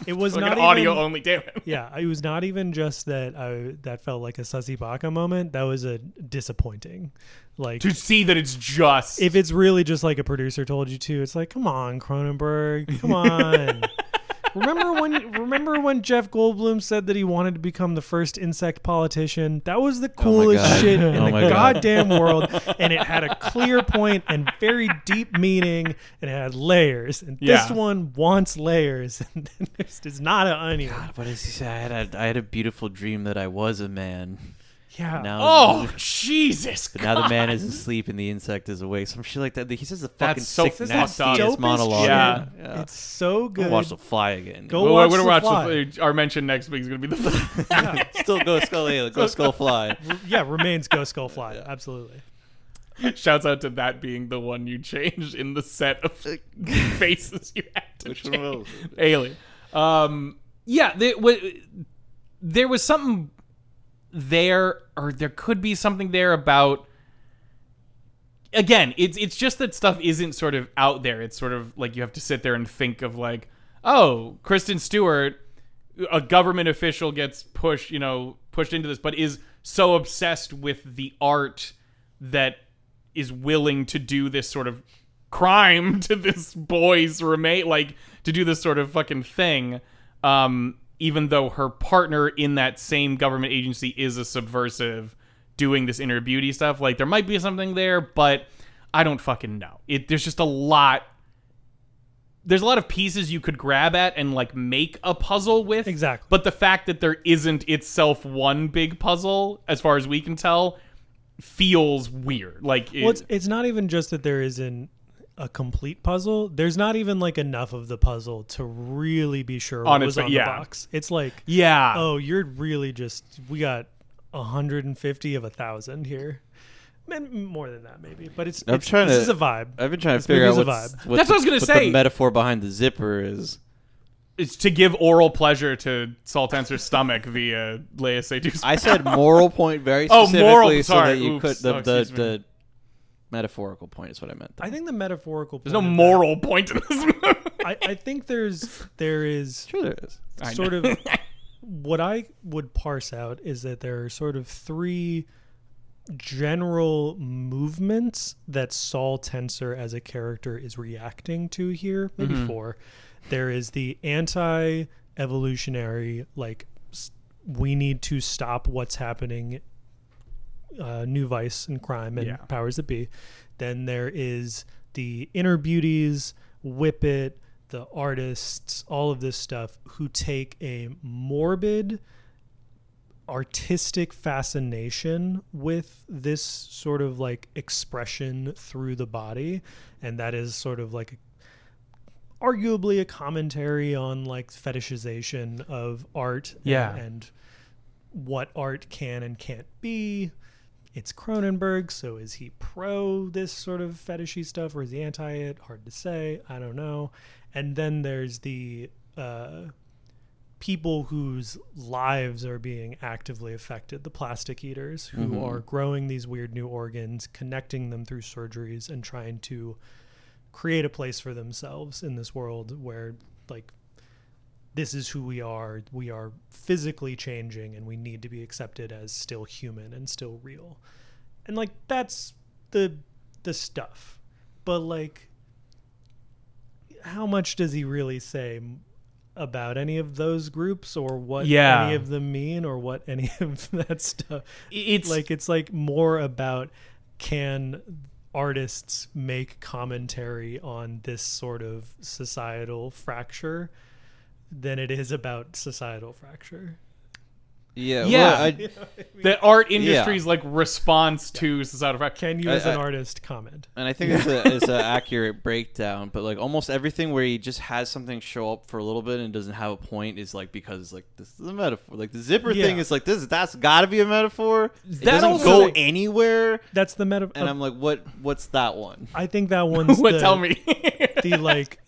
[SPEAKER 3] it was
[SPEAKER 1] like
[SPEAKER 3] not
[SPEAKER 1] an audio
[SPEAKER 3] even,
[SPEAKER 1] only damn it.
[SPEAKER 3] Yeah, it was not even just that. I that felt like a sussy baka moment. That was a disappointing. Like
[SPEAKER 1] to see that it's just
[SPEAKER 3] if it's really just like a producer told you to, it's like, come on, Cronenberg, come on. remember when remember when Jeff Goldblum said that he wanted to become the first insect politician? That was the coolest
[SPEAKER 2] Oh God.
[SPEAKER 3] shit in
[SPEAKER 2] Oh
[SPEAKER 3] the
[SPEAKER 2] my God.
[SPEAKER 3] goddamn world, and it had a clear point and very deep meaning, and it had layers. And this
[SPEAKER 1] Yeah.
[SPEAKER 3] one wants layers, and it's it's not an onion.
[SPEAKER 2] What does he say? I had a, I had a beautiful dream that I was a man.
[SPEAKER 3] Yeah.
[SPEAKER 2] Now,
[SPEAKER 1] oh jesus
[SPEAKER 2] but now the man is asleep and the insect is awake. Some shit like that. He says the fucking
[SPEAKER 1] That's so
[SPEAKER 2] sick,
[SPEAKER 1] fucked up.
[SPEAKER 2] nastiest
[SPEAKER 1] Dope
[SPEAKER 3] Dopest
[SPEAKER 2] monologue.
[SPEAKER 3] shit.
[SPEAKER 1] Yeah.
[SPEAKER 2] Yeah.
[SPEAKER 3] It's so
[SPEAKER 2] I'll
[SPEAKER 3] good.
[SPEAKER 2] watch the fly again.
[SPEAKER 3] Go-
[SPEAKER 1] well,
[SPEAKER 3] watch
[SPEAKER 1] we're gonna
[SPEAKER 3] The
[SPEAKER 1] watch
[SPEAKER 3] Fly.
[SPEAKER 1] The, our mention next week is gonna be the fly.
[SPEAKER 2] still go skull go skull fly.
[SPEAKER 3] yeah, remains go skull fly. Absolutely.
[SPEAKER 1] shouts out to that being the one you changed in the set of faces you had to
[SPEAKER 2] Which one
[SPEAKER 1] change.
[SPEAKER 2] was
[SPEAKER 1] alien um yeah there, wa- there was something there or there could be something there about again, it's it's just that stuff isn't sort of out there. It's sort of like you have to sit there and think of like, oh, Kristen Stewart, a government official gets pushed, you know, pushed into this, but is so obsessed with the art that is willing to do this sort of crime to this boy's roommate, like to do this sort of fucking thing. Um, even though her partner in that same government agency is a subversive doing this inner beauty stuff. Like there might be something there, but I don't fucking know. It there's just a lot there's a lot of pieces you could grab at and like make a puzzle with.
[SPEAKER 3] Exactly.
[SPEAKER 1] But the fact that there isn't itself one big puzzle, as far as we can tell, feels weird. Like it,
[SPEAKER 3] Well, it's, it's not even just that there isn't a complete puzzle. There's not even like enough of the puzzle to really be sure
[SPEAKER 1] On
[SPEAKER 3] what
[SPEAKER 1] its-
[SPEAKER 3] was on
[SPEAKER 1] yeah.
[SPEAKER 3] the box. It's like,
[SPEAKER 1] yeah.
[SPEAKER 3] oh, you're really just we got 150 of a thousand here, Man, more than that maybe. But it's,
[SPEAKER 2] I'm
[SPEAKER 3] it's-
[SPEAKER 2] trying
[SPEAKER 3] this
[SPEAKER 2] to-
[SPEAKER 3] is a vibe.
[SPEAKER 2] I've been trying
[SPEAKER 3] This
[SPEAKER 2] to figure out
[SPEAKER 3] movie's a
[SPEAKER 2] what's,
[SPEAKER 3] vibe.
[SPEAKER 2] what
[SPEAKER 1] That's what I was gonna
[SPEAKER 2] what
[SPEAKER 1] say.
[SPEAKER 2] The metaphor behind the zipper is
[SPEAKER 1] it's to give oral pleasure to Saltancer's stomach via Leia Seydoux.
[SPEAKER 2] I said moral point very
[SPEAKER 1] Oh, moral,
[SPEAKER 2] specifically so
[SPEAKER 1] sorry.
[SPEAKER 2] that you
[SPEAKER 1] Oops.
[SPEAKER 2] could the
[SPEAKER 1] Oh,
[SPEAKER 2] the,
[SPEAKER 1] excuse me.
[SPEAKER 2] the metaphorical point is what I meant.
[SPEAKER 3] I think the metaphorical.
[SPEAKER 1] There's no moral point in this movie.
[SPEAKER 3] I, I think there's there is
[SPEAKER 2] Sure there is.
[SPEAKER 1] I
[SPEAKER 3] sort
[SPEAKER 1] know.
[SPEAKER 3] of what I would parse out is that there are sort of three general movements that Saul Tensor as a character is reacting to here. Maybe four. There is the anti evolutionary, like, s- we need to stop what's happening, uh, new vice and crime and
[SPEAKER 1] Yeah.
[SPEAKER 3] powers that be. Then there is the inner beauties, Whip It, the artists, all of this stuff who take a morbid, artistic fascination with this sort of like expression through the body and that is sort of like arguably a commentary on like fetishization of art and-
[SPEAKER 1] Yeah.
[SPEAKER 3] and what art can and can't be it's Cronenberg, so is he pro this sort of fetishy stuff or is he anti it? Hard to say. I don't know. And then there's the uh, people whose lives are being actively affected the plastic eaters who are growing these weird new organs connecting them through surgeries and trying to create a place for themselves in this world where like this is who we are we are physically changing and we need to be accepted as still human and still real and like that's the the stuff but like how much does he really say m- about any of those groups or what
[SPEAKER 1] Yeah.
[SPEAKER 3] any of them mean or what any of that stuff
[SPEAKER 1] It's like
[SPEAKER 3] like it's like more about can artists make commentary on this sort of societal fracture than it is about societal fracture
[SPEAKER 2] Yeah.
[SPEAKER 1] Yeah.
[SPEAKER 2] well, I-
[SPEAKER 1] the art industry's like response to societal fact.
[SPEAKER 3] can you
[SPEAKER 2] I-
[SPEAKER 3] as an
[SPEAKER 2] I-
[SPEAKER 3] artist comment
[SPEAKER 2] and I think it's a it's an accurate breakdown. But like almost everything where he just has something show up for a little bit and doesn't have a point is like because like this is a metaphor. Like the zipper
[SPEAKER 3] Yeah.
[SPEAKER 2] thing is like this. That's got to be a metaphor. It
[SPEAKER 1] That
[SPEAKER 2] doesn't
[SPEAKER 1] also- Oh.
[SPEAKER 2] go anywhere.
[SPEAKER 3] that's the meta
[SPEAKER 2] And I'm like, what? What's that one?
[SPEAKER 3] i think that one's
[SPEAKER 1] What
[SPEAKER 3] the,
[SPEAKER 1] tell me?
[SPEAKER 3] the like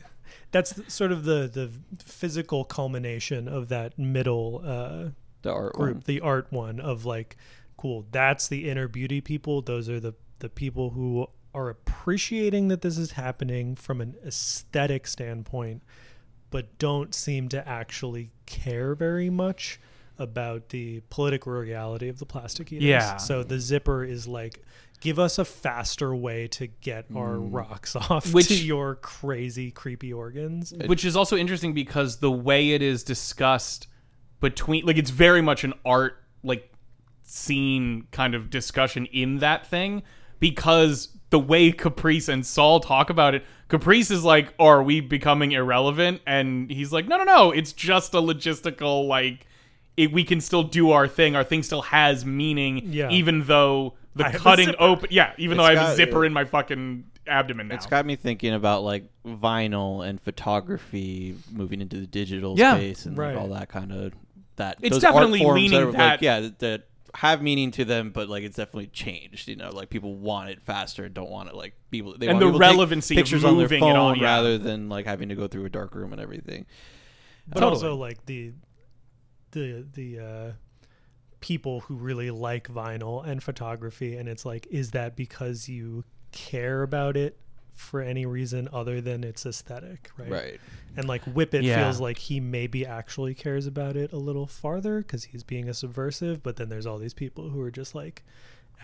[SPEAKER 3] that's the, sort of the the physical culmination of that middle uh
[SPEAKER 2] The art
[SPEAKER 3] group,
[SPEAKER 2] one.
[SPEAKER 3] the art one of like, cool, that's the inner beauty people. Those are the the people who are appreciating that this is happening from an aesthetic standpoint, but don't seem to actually care very much about the political reality of the plastic eaters.
[SPEAKER 1] Yeah.
[SPEAKER 3] So the zipper is like give us a faster way to get our rocks off
[SPEAKER 1] Mm. Which-
[SPEAKER 3] to your crazy creepy organs.
[SPEAKER 1] which is also interesting because the way it is discussed between like it's very much an art like scene kind of discussion in that thing because the way Caprice and Saul talk about it Caprice is like are we becoming irrelevant and he's like no no no it's just a logistical like it, we can still do our thing our thing still has meaning
[SPEAKER 3] Yeah.
[SPEAKER 1] even though the
[SPEAKER 3] I have a
[SPEAKER 1] cutting
[SPEAKER 3] zipper.
[SPEAKER 1] open yeah even though I
[SPEAKER 2] It's
[SPEAKER 1] have a
[SPEAKER 2] got-
[SPEAKER 1] zipper in my fucking abdomen now
[SPEAKER 2] It's got me thinking about like vinyl and photography moving into the digital
[SPEAKER 1] Yeah,
[SPEAKER 2] space and
[SPEAKER 3] right.
[SPEAKER 2] like all that kind of that.
[SPEAKER 1] It's
[SPEAKER 2] those art
[SPEAKER 1] definitely
[SPEAKER 2] forms
[SPEAKER 1] leaning
[SPEAKER 2] are, like,
[SPEAKER 1] that-
[SPEAKER 2] yeah, that, that have meaning to them, but like it's definitely changed. You know, like people want it faster and don't want it like people. They
[SPEAKER 1] And
[SPEAKER 2] want
[SPEAKER 1] the
[SPEAKER 2] people to take
[SPEAKER 1] relevancy of
[SPEAKER 2] pictures on their
[SPEAKER 1] moving
[SPEAKER 2] phone
[SPEAKER 1] it all, yeah.
[SPEAKER 2] rather than like having to go through a dark room and everything.
[SPEAKER 3] but
[SPEAKER 1] Totally.
[SPEAKER 3] also like the the the uh people who really like vinyl and photography and it's like is that because you care about it for any reason other than its aesthetic right and like whip it
[SPEAKER 1] Yeah.
[SPEAKER 3] feels like he maybe actually cares about it a little farther because he's being a subversive but then there's all these people who are just like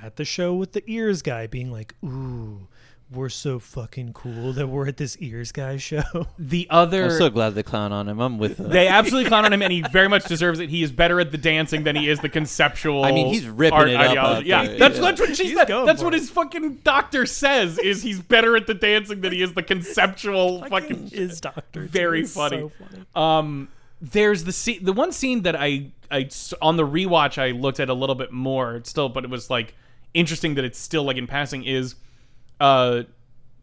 [SPEAKER 3] at the show with the ears guy being like ooh we're so fucking cool that we're at this ears guy show
[SPEAKER 1] the other
[SPEAKER 2] I'm so glad they clown on him. I'm with them.
[SPEAKER 1] They absolutely clown on him, and he very much deserves it. He is better at the dancing than he is the conceptual.
[SPEAKER 2] I mean, he's ripping
[SPEAKER 1] art
[SPEAKER 2] it up out
[SPEAKER 1] ideology.
[SPEAKER 2] there,
[SPEAKER 1] Yeah, that's
[SPEAKER 2] yeah.
[SPEAKER 1] that's what she
[SPEAKER 3] He's
[SPEAKER 1] said.
[SPEAKER 3] going
[SPEAKER 1] That's
[SPEAKER 3] for
[SPEAKER 1] what
[SPEAKER 3] it.
[SPEAKER 1] his fucking doctor says. Is he's better at the dancing than he is the conceptual fucking.
[SPEAKER 3] is doctor
[SPEAKER 1] Very
[SPEAKER 3] It's
[SPEAKER 1] funny.
[SPEAKER 3] so funny
[SPEAKER 1] Um, there's the scene, the one scene that I I s- on the rewatch I looked at a little bit more still, but it was like interesting that it's still like in passing is, uh,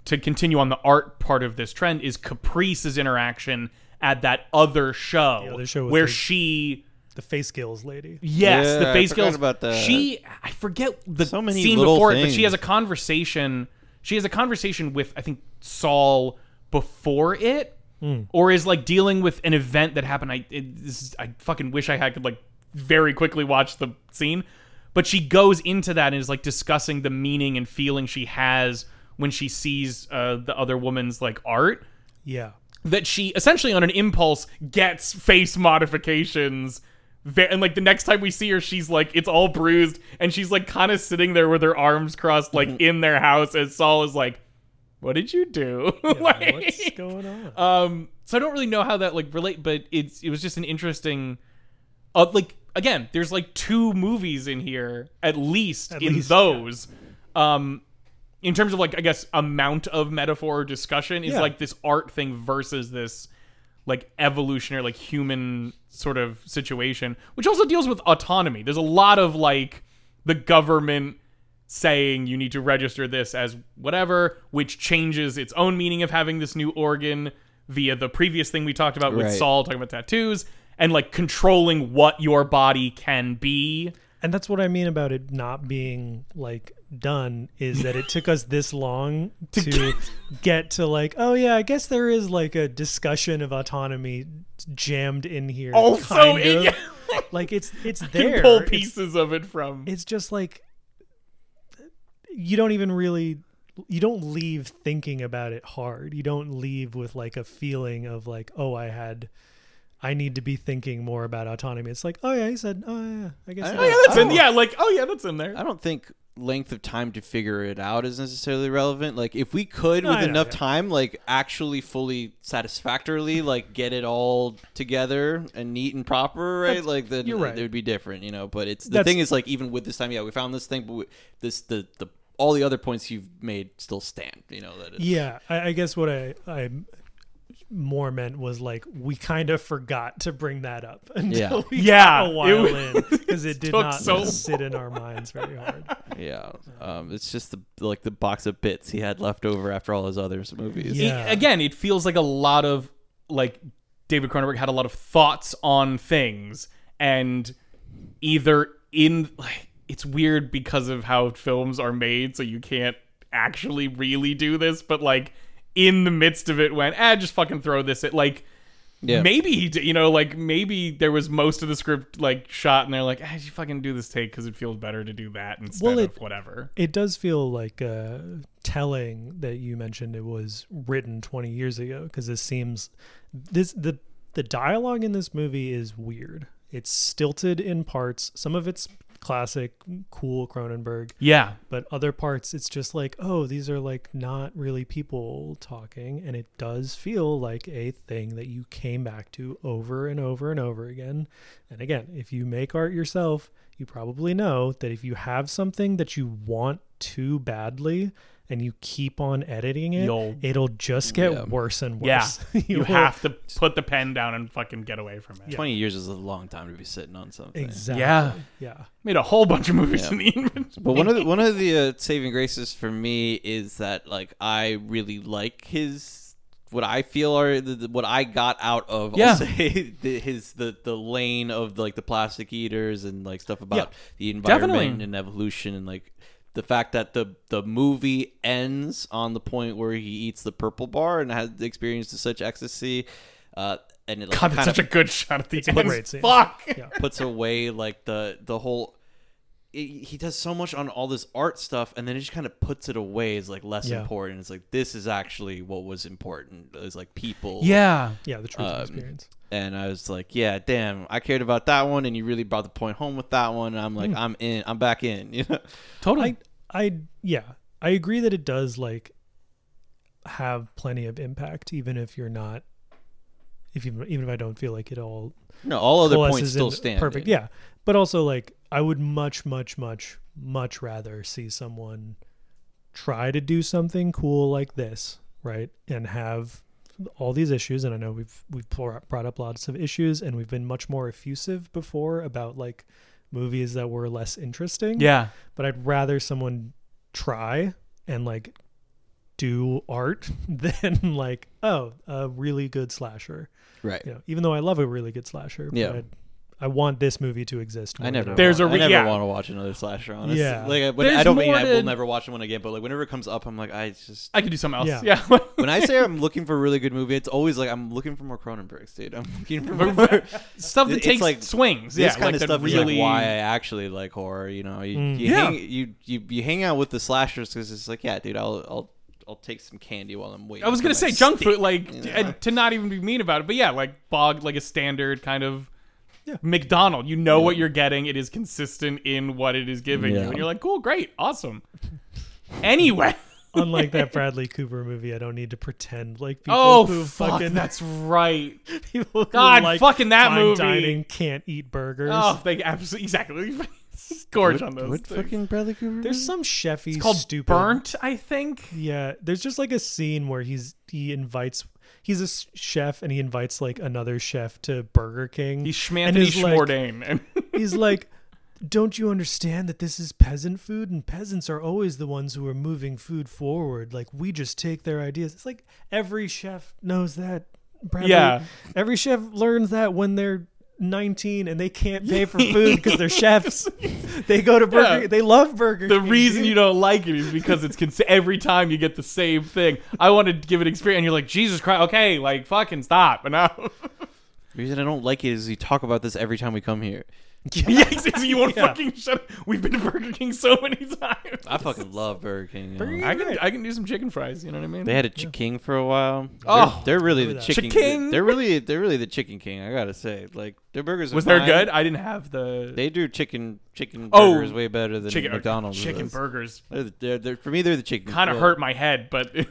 [SPEAKER 1] to continue on the art part of this trend is Caprice's interaction at that other show,
[SPEAKER 3] The other show with
[SPEAKER 1] where
[SPEAKER 3] the-
[SPEAKER 1] she
[SPEAKER 3] the face skills lady.
[SPEAKER 1] Yes,
[SPEAKER 2] Yeah,
[SPEAKER 1] the
[SPEAKER 2] I
[SPEAKER 1] face
[SPEAKER 2] forgot
[SPEAKER 1] girls.
[SPEAKER 2] about that.
[SPEAKER 1] She, I forget the
[SPEAKER 2] So many
[SPEAKER 1] scene
[SPEAKER 2] little
[SPEAKER 1] before it, but she
[SPEAKER 2] things.
[SPEAKER 1] has a conversation. She has a conversation with I think Saul before it, or is like dealing with an event that happened. I it, this is, I fucking wish I had could like very quickly watch the scene, but she goes into that and is like discussing the meaning and feeling she has when she sees uh, the other woman's like art
[SPEAKER 3] Yeah.
[SPEAKER 1] that she essentially on an impulse gets face modifications ve- and like the next time we see her she's like it's all bruised and she's like kind of sitting there with her arms crossed like in their house as saul is like what did you do Like-
[SPEAKER 3] What's going on?
[SPEAKER 1] um so i don't really know how that like relate but it's it was just an interesting uh, like again there's like two movies in here at least in
[SPEAKER 3] least,
[SPEAKER 1] those um in terms of like i guess amount of metaphor or discussion is
[SPEAKER 3] Yeah.
[SPEAKER 1] like this art thing versus this like evolutionary like human sort of situation which also deals with autonomy there's a lot of like the government saying you need to register this as whatever which changes its own meaning of having this new organ via the previous thing we talked about with
[SPEAKER 2] Right.
[SPEAKER 1] Saul talking about tattoos and like controlling what your body can be
[SPEAKER 3] And that's what I mean about it not being like done is that it took us this long to, get. to like, oh yeah, I guess there is like a discussion of autonomy jammed in here.
[SPEAKER 1] Also,
[SPEAKER 3] kind of.
[SPEAKER 1] it,
[SPEAKER 3] like it's it's there.
[SPEAKER 1] can pull
[SPEAKER 3] It's-
[SPEAKER 1] pieces of it from.
[SPEAKER 3] it's just like you don't even really you don't leave thinking about it hard you don't leave with like a feeling of like oh i had i need to be thinking more about autonomy it's like oh yeah he said oh yeah i guess
[SPEAKER 2] I-
[SPEAKER 3] that-
[SPEAKER 1] oh yeah, that's in.
[SPEAKER 2] Oh.
[SPEAKER 1] Yeah, like oh yeah, that's in there.
[SPEAKER 2] I don't think length of time to figure it out is necessarily relevant. Like if we could
[SPEAKER 3] No,
[SPEAKER 2] with
[SPEAKER 3] I know,
[SPEAKER 2] enough
[SPEAKER 3] yeah.
[SPEAKER 2] time, like actually fully satisfactorily, like get it all together and neat and proper, right? like then
[SPEAKER 3] you're right.
[SPEAKER 2] it would be different, you know. But it's the
[SPEAKER 3] That's-
[SPEAKER 2] thing is like even with this time, yeah, we found this thing, but we, this the the all the other points you've made still stand. You know that. It's,
[SPEAKER 3] yeah I, I guess what i i more meant was like we kind of forgot to bring that up until
[SPEAKER 2] Yeah.
[SPEAKER 3] we
[SPEAKER 1] Yeah,
[SPEAKER 3] got a
[SPEAKER 1] it
[SPEAKER 3] while
[SPEAKER 1] was-
[SPEAKER 3] in because it did
[SPEAKER 1] took
[SPEAKER 3] not
[SPEAKER 1] so
[SPEAKER 3] sit in our minds very hard
[SPEAKER 2] Yeah, um, it's just the like the box of bits he had left over after all his other movies.
[SPEAKER 1] It-
[SPEAKER 3] Yeah.
[SPEAKER 1] again, it feels like a lot of like David Cronenberg had a lot of thoughts on things, and either in like it's weird because of how films are made, so you can't actually really do this, but like in the midst of it, went ah, just fucking throw this at like.
[SPEAKER 2] Yeah.
[SPEAKER 1] Maybe he, did, you know, like maybe there was most of the script like shot, and they're like, "Ah, you fucking do this take because it feels better to do that instead
[SPEAKER 3] Well,
[SPEAKER 1] of
[SPEAKER 3] it-
[SPEAKER 1] whatever."
[SPEAKER 3] It does feel like uh, telling that you mentioned it was written 20 years ago because this seems this the the dialogue in this movie is weird. It's stilted in parts. Some of it's classic, cool Cronenberg,
[SPEAKER 1] Yeah,
[SPEAKER 3] but other parts it's just like, oh, these are like not really people talking, and it does feel like a thing that you came back to over and over and over again. And again, if you make art yourself, you probably know that if you have something that you want too badly and you keep on editing it,
[SPEAKER 1] You'll-
[SPEAKER 3] it'll just get
[SPEAKER 2] Yeah.
[SPEAKER 3] worse and
[SPEAKER 1] Yeah.
[SPEAKER 3] worse.
[SPEAKER 1] you
[SPEAKER 3] will-
[SPEAKER 1] have to put the pen down and fucking get away from it.
[SPEAKER 2] Twenty years is a long time to be sitting on something.
[SPEAKER 3] Exactly.
[SPEAKER 1] Yeah.
[SPEAKER 3] Yeah.
[SPEAKER 1] Made a whole bunch of movies
[SPEAKER 2] Yeah.
[SPEAKER 1] in the inventory.
[SPEAKER 2] But one of the, one of the uh, saving graces for me is that like I really like his what I feel are the, the- what I got out of I'll
[SPEAKER 1] Yeah.
[SPEAKER 2] say, the, his the the lane of like the plastic eaters and like stuff about
[SPEAKER 1] Yeah.
[SPEAKER 2] the environment
[SPEAKER 1] Definitely.
[SPEAKER 2] and evolution and like the fact that the the movie ends on the point where he eats the purple bar and has experiences such ecstasy. Uh, and it like,
[SPEAKER 1] God, that's
[SPEAKER 2] kind
[SPEAKER 1] such
[SPEAKER 2] of
[SPEAKER 1] a good shot at the
[SPEAKER 3] a
[SPEAKER 1] end.
[SPEAKER 3] great scene.
[SPEAKER 1] Fuck.
[SPEAKER 2] puts away like the the whole it, he does so much on all this art stuff and then he just kind of puts it away as like less
[SPEAKER 3] Yeah.
[SPEAKER 2] important it's like this is actually what was important is like people
[SPEAKER 1] Yeah.
[SPEAKER 3] Yeah. The truth
[SPEAKER 2] Um,
[SPEAKER 3] of experience.
[SPEAKER 2] and i was like yeah damn i cared about that one and you really brought the point home with that one and i'm like i'm in i'm back in you know
[SPEAKER 1] Totally.
[SPEAKER 3] I I yeah, I agree that it does like have plenty of impact, even if you're not, if you even if I don't feel like it all
[SPEAKER 2] no all other points
[SPEAKER 3] coalesces
[SPEAKER 2] still
[SPEAKER 3] in-
[SPEAKER 2] stand
[SPEAKER 3] Perfect, yeah. But also like I would much much much much rather see someone try to do something cool like this, right, and have all these issues and i know we've we've pour- brought up lots of issues and we've been much more effusive before about like movies that were less interesting
[SPEAKER 1] yeah.
[SPEAKER 3] but I'd rather someone try and like do art than like oh a really good slasher.
[SPEAKER 2] right
[SPEAKER 3] You know, even though I love a really good slasher,
[SPEAKER 2] Yeah.
[SPEAKER 3] but I'd, I want this movie to exist. More
[SPEAKER 2] I never.
[SPEAKER 3] than
[SPEAKER 1] There's
[SPEAKER 2] There's
[SPEAKER 1] a
[SPEAKER 2] a
[SPEAKER 1] re-
[SPEAKER 2] I
[SPEAKER 1] yeah.
[SPEAKER 2] never want to watch another slasher. Honestly,
[SPEAKER 3] Yeah.
[SPEAKER 2] like I, when,
[SPEAKER 1] There's
[SPEAKER 2] I don't mean
[SPEAKER 1] more
[SPEAKER 2] I
[SPEAKER 1] to-
[SPEAKER 2] will never watch one again. But like whenever it comes up, I'm like I just
[SPEAKER 1] I could do something else. Yeah.
[SPEAKER 3] Yeah.
[SPEAKER 2] when I say I'm looking for a really good movie, it's always like I'm looking for more Cronenbergs, dude. I'm looking for more.
[SPEAKER 1] stuff that
[SPEAKER 2] It's
[SPEAKER 1] takes
[SPEAKER 2] like-
[SPEAKER 1] swings. yeah.
[SPEAKER 2] This kind
[SPEAKER 1] like
[SPEAKER 2] of
[SPEAKER 1] that
[SPEAKER 2] stuff
[SPEAKER 1] really. Mm.
[SPEAKER 2] is like why I actually like horror. You know, you you,
[SPEAKER 1] Yeah.
[SPEAKER 2] hang, you you you hang out with the slashers because it's like, yeah, dude, I'll I'll I'll take some candy while I'm waiting.
[SPEAKER 1] I was
[SPEAKER 2] for
[SPEAKER 1] gonna say
[SPEAKER 2] my
[SPEAKER 1] junk
[SPEAKER 2] steak.
[SPEAKER 1] food, like and to not even be mean about it, but yeah, like bog, like a standard kind of
[SPEAKER 3] Yeah.
[SPEAKER 1] McDonald. You know what you're getting. It is consistent in what it is giving you,
[SPEAKER 2] Yeah.
[SPEAKER 1] and you're like, cool, great, awesome. Anyway,
[SPEAKER 3] unlike that Bradley Cooper movie, I don't need to pretend like people
[SPEAKER 1] oh
[SPEAKER 3] who
[SPEAKER 1] fuck,
[SPEAKER 3] fucking
[SPEAKER 1] that's right.
[SPEAKER 3] people who
[SPEAKER 1] God,
[SPEAKER 3] like
[SPEAKER 1] fucking that
[SPEAKER 3] fine
[SPEAKER 1] movie.
[SPEAKER 3] dining can't eat burgers.
[SPEAKER 1] Oh, they absolutely exactly gorge on those.
[SPEAKER 2] What
[SPEAKER 1] things.
[SPEAKER 2] fucking Bradley Cooper?
[SPEAKER 3] There's some chefy
[SPEAKER 1] It's called
[SPEAKER 3] stupid
[SPEAKER 1] burnt, I think.
[SPEAKER 3] Yeah, there's just like a scene where he's he invites he's a s- chef and he invites like another chef to Burger King.
[SPEAKER 1] He's
[SPEAKER 3] and
[SPEAKER 1] Schmanthony
[SPEAKER 3] he's like,
[SPEAKER 1] Schmordane. and
[SPEAKER 3] he's like, don't you understand that this is peasant food and peasants are always the ones who are moving food forward? Like we just take their ideas. It's like every chef knows that. Bradley.
[SPEAKER 1] Yeah.
[SPEAKER 3] every chef learns that when they're 19 and they can't pay for food because they're chefs. They go to Burger.
[SPEAKER 1] Yeah.
[SPEAKER 3] They love Burger.
[SPEAKER 1] The
[SPEAKER 3] King,
[SPEAKER 1] reason
[SPEAKER 3] dude.
[SPEAKER 1] you don't like it is because it's cons- every time you get the same thing. I want to give an experience, and you're like, Jesus Christ, okay, like fucking stop enough.
[SPEAKER 2] The reason I don't like it is you talk about this every time we come here.
[SPEAKER 1] yeah, exactly. You won't
[SPEAKER 3] Yeah.
[SPEAKER 1] fucking shut. up. We've been to Burger King so many times.
[SPEAKER 2] I fucking love Burger King. you know.
[SPEAKER 3] Burger-
[SPEAKER 1] I can I can do some chicken fries. You know what I mean?
[SPEAKER 2] They had a chicken king for a while.
[SPEAKER 1] Oh,
[SPEAKER 2] they're, they're really the
[SPEAKER 3] remember that.
[SPEAKER 2] chicken.
[SPEAKER 1] Chicken.
[SPEAKER 2] They're really they're really the chicken king. I gotta say, like their burgers. Are
[SPEAKER 1] Was there
[SPEAKER 2] fine.
[SPEAKER 1] good? I didn't have the
[SPEAKER 2] They do chicken chicken
[SPEAKER 1] Oh,
[SPEAKER 2] burgers way better than
[SPEAKER 1] chicken
[SPEAKER 2] McDonald's.
[SPEAKER 1] Chicken
[SPEAKER 2] does.
[SPEAKER 1] burgers
[SPEAKER 2] They're, the- they're, they're, for me, they're the chicken.
[SPEAKER 1] kind of
[SPEAKER 2] yeah.
[SPEAKER 1] hurt my head, but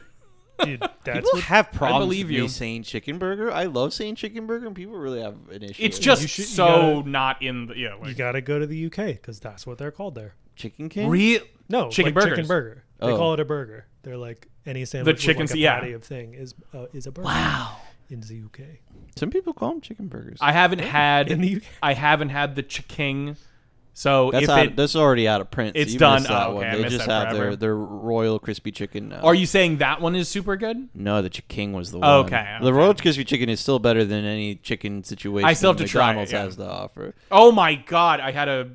[SPEAKER 3] Dude, that's
[SPEAKER 2] People
[SPEAKER 3] what
[SPEAKER 2] have problems
[SPEAKER 1] believe
[SPEAKER 2] with
[SPEAKER 1] you.
[SPEAKER 2] me saying chicken burger. I love saying chicken burger, and people really have an issue.
[SPEAKER 1] it's
[SPEAKER 2] with
[SPEAKER 1] just
[SPEAKER 3] should- you
[SPEAKER 1] so not in the yeah.
[SPEAKER 3] you
[SPEAKER 1] Like,
[SPEAKER 3] got to go to the UK because that's what they're called there.
[SPEAKER 2] it. chicken king.
[SPEAKER 1] real
[SPEAKER 3] No,
[SPEAKER 1] Chicken
[SPEAKER 3] like
[SPEAKER 1] burgers.
[SPEAKER 3] chicken burger. They
[SPEAKER 2] Oh.
[SPEAKER 3] call it a burger. They're like any sandwich with
[SPEAKER 1] chickens-
[SPEAKER 3] like a
[SPEAKER 1] yeah.
[SPEAKER 3] patty of thing is uh, is a burger.
[SPEAKER 1] wow.
[SPEAKER 3] in the UK.
[SPEAKER 2] Some people call them chicken burgers.
[SPEAKER 1] I haven't had
[SPEAKER 3] In the UK.
[SPEAKER 1] I haven't had the chicken, so
[SPEAKER 2] that's
[SPEAKER 1] if
[SPEAKER 2] out,
[SPEAKER 1] it
[SPEAKER 2] that's already out of print. so
[SPEAKER 1] It's
[SPEAKER 2] you
[SPEAKER 1] done.
[SPEAKER 2] missed that
[SPEAKER 1] Oh, okay,
[SPEAKER 2] one.
[SPEAKER 1] I
[SPEAKER 2] They
[SPEAKER 1] missed
[SPEAKER 2] just
[SPEAKER 1] that
[SPEAKER 2] have their,
[SPEAKER 1] forever.
[SPEAKER 2] their royal crispy chicken now.
[SPEAKER 1] Are you saying that one is super good?
[SPEAKER 2] No, the ch- king was the one.
[SPEAKER 1] Okay,
[SPEAKER 2] The
[SPEAKER 1] okay.
[SPEAKER 2] Royal Crispy Chicken is still better than any chicken situation
[SPEAKER 1] I still have
[SPEAKER 2] that
[SPEAKER 1] to try it,
[SPEAKER 2] McDonald's
[SPEAKER 1] yeah.
[SPEAKER 2] has to offer.
[SPEAKER 1] Oh my god, I had a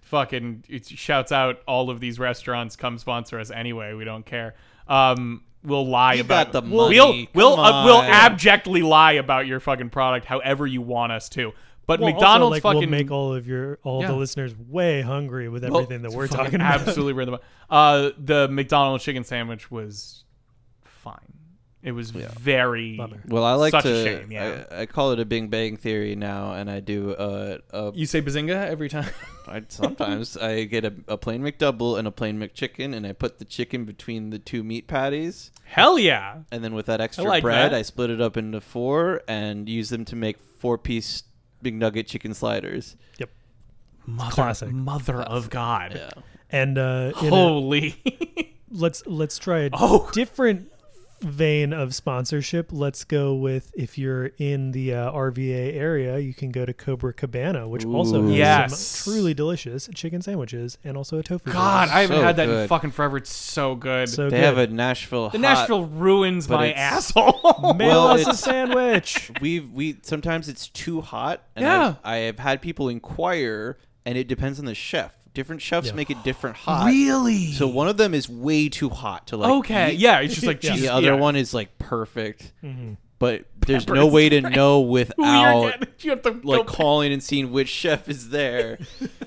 [SPEAKER 1] fucking it shouts out all of these restaurants come sponsor us anyway, we don't care. Um we'll lie
[SPEAKER 2] You
[SPEAKER 1] about
[SPEAKER 2] got the
[SPEAKER 1] we'll,
[SPEAKER 2] money,
[SPEAKER 1] We'll we'll,
[SPEAKER 2] come
[SPEAKER 1] uh, we'll
[SPEAKER 2] on.
[SPEAKER 1] abjectly lie about your fucking product however you want us to. But
[SPEAKER 3] Well, also,
[SPEAKER 1] McDonald's
[SPEAKER 3] like,
[SPEAKER 1] fucking
[SPEAKER 3] will make all of your all
[SPEAKER 1] Yeah.
[SPEAKER 3] the listeners way hungry with
[SPEAKER 1] well,
[SPEAKER 3] everything that we're
[SPEAKER 1] fucking
[SPEAKER 3] talking about.
[SPEAKER 1] Absolutely random. Uh the McDonald's chicken sandwich was fine. It was very
[SPEAKER 3] Bummer.
[SPEAKER 2] Well, I like
[SPEAKER 1] Such a
[SPEAKER 2] to.
[SPEAKER 1] shame, yeah.
[SPEAKER 2] I, I call it a Big Bang Theory now, and I do. Uh, a,
[SPEAKER 1] You say bazinga every time.
[SPEAKER 2] I, sometimes I get a, a plain McDouble and a plain McChicken, and I put the chicken between the two meat patties,
[SPEAKER 1] Hell yeah.
[SPEAKER 2] and then with that extra
[SPEAKER 1] like
[SPEAKER 2] bread,
[SPEAKER 1] that.
[SPEAKER 2] I split it up into four and use them to make four-piece McNugget chicken sliders.
[SPEAKER 3] Yep.
[SPEAKER 1] Mother,
[SPEAKER 3] Classic.
[SPEAKER 1] mother of God.
[SPEAKER 2] Yeah.
[SPEAKER 3] And uh, in a-
[SPEAKER 1] Holy.
[SPEAKER 3] let's let's try a
[SPEAKER 1] Oh.
[SPEAKER 3] different vein of sponsorship. Let's go with if you're in the uh, RVA area, you can go to Cobra Cabana, which also has
[SPEAKER 1] Yes.
[SPEAKER 3] some truly delicious chicken sandwiches and also a tofu.
[SPEAKER 1] God,
[SPEAKER 3] roll.
[SPEAKER 1] I haven't
[SPEAKER 2] So
[SPEAKER 1] had that in
[SPEAKER 2] good.
[SPEAKER 1] fucking forever. It's so good.
[SPEAKER 3] so
[SPEAKER 2] They
[SPEAKER 3] good.
[SPEAKER 2] have a Nashville.
[SPEAKER 1] the
[SPEAKER 2] hot-
[SPEAKER 1] Nashville ruins
[SPEAKER 2] but
[SPEAKER 1] my
[SPEAKER 2] it's-
[SPEAKER 1] asshole.
[SPEAKER 3] mail
[SPEAKER 2] Well,
[SPEAKER 3] us a
[SPEAKER 2] it's-
[SPEAKER 3] sandwich.
[SPEAKER 2] we've we sometimes it's too hot and
[SPEAKER 1] Yeah.
[SPEAKER 2] I've- I have had people inquire and it depends on the chef different chefs
[SPEAKER 3] Yeah.
[SPEAKER 2] make it different hot
[SPEAKER 1] really?
[SPEAKER 2] so one of them is way too hot to like
[SPEAKER 1] okay,
[SPEAKER 2] eat.
[SPEAKER 1] yeah, it's just like
[SPEAKER 3] Yeah.
[SPEAKER 2] the
[SPEAKER 1] Jesus,
[SPEAKER 2] other
[SPEAKER 1] yeah.
[SPEAKER 2] one is like perfect
[SPEAKER 3] Mhm.
[SPEAKER 2] but there's
[SPEAKER 1] Pepper
[SPEAKER 2] no
[SPEAKER 1] and
[SPEAKER 2] way to know
[SPEAKER 1] Who you're
[SPEAKER 2] without
[SPEAKER 1] getting- you have to go
[SPEAKER 2] like
[SPEAKER 1] back.
[SPEAKER 2] calling and seeing which chef is there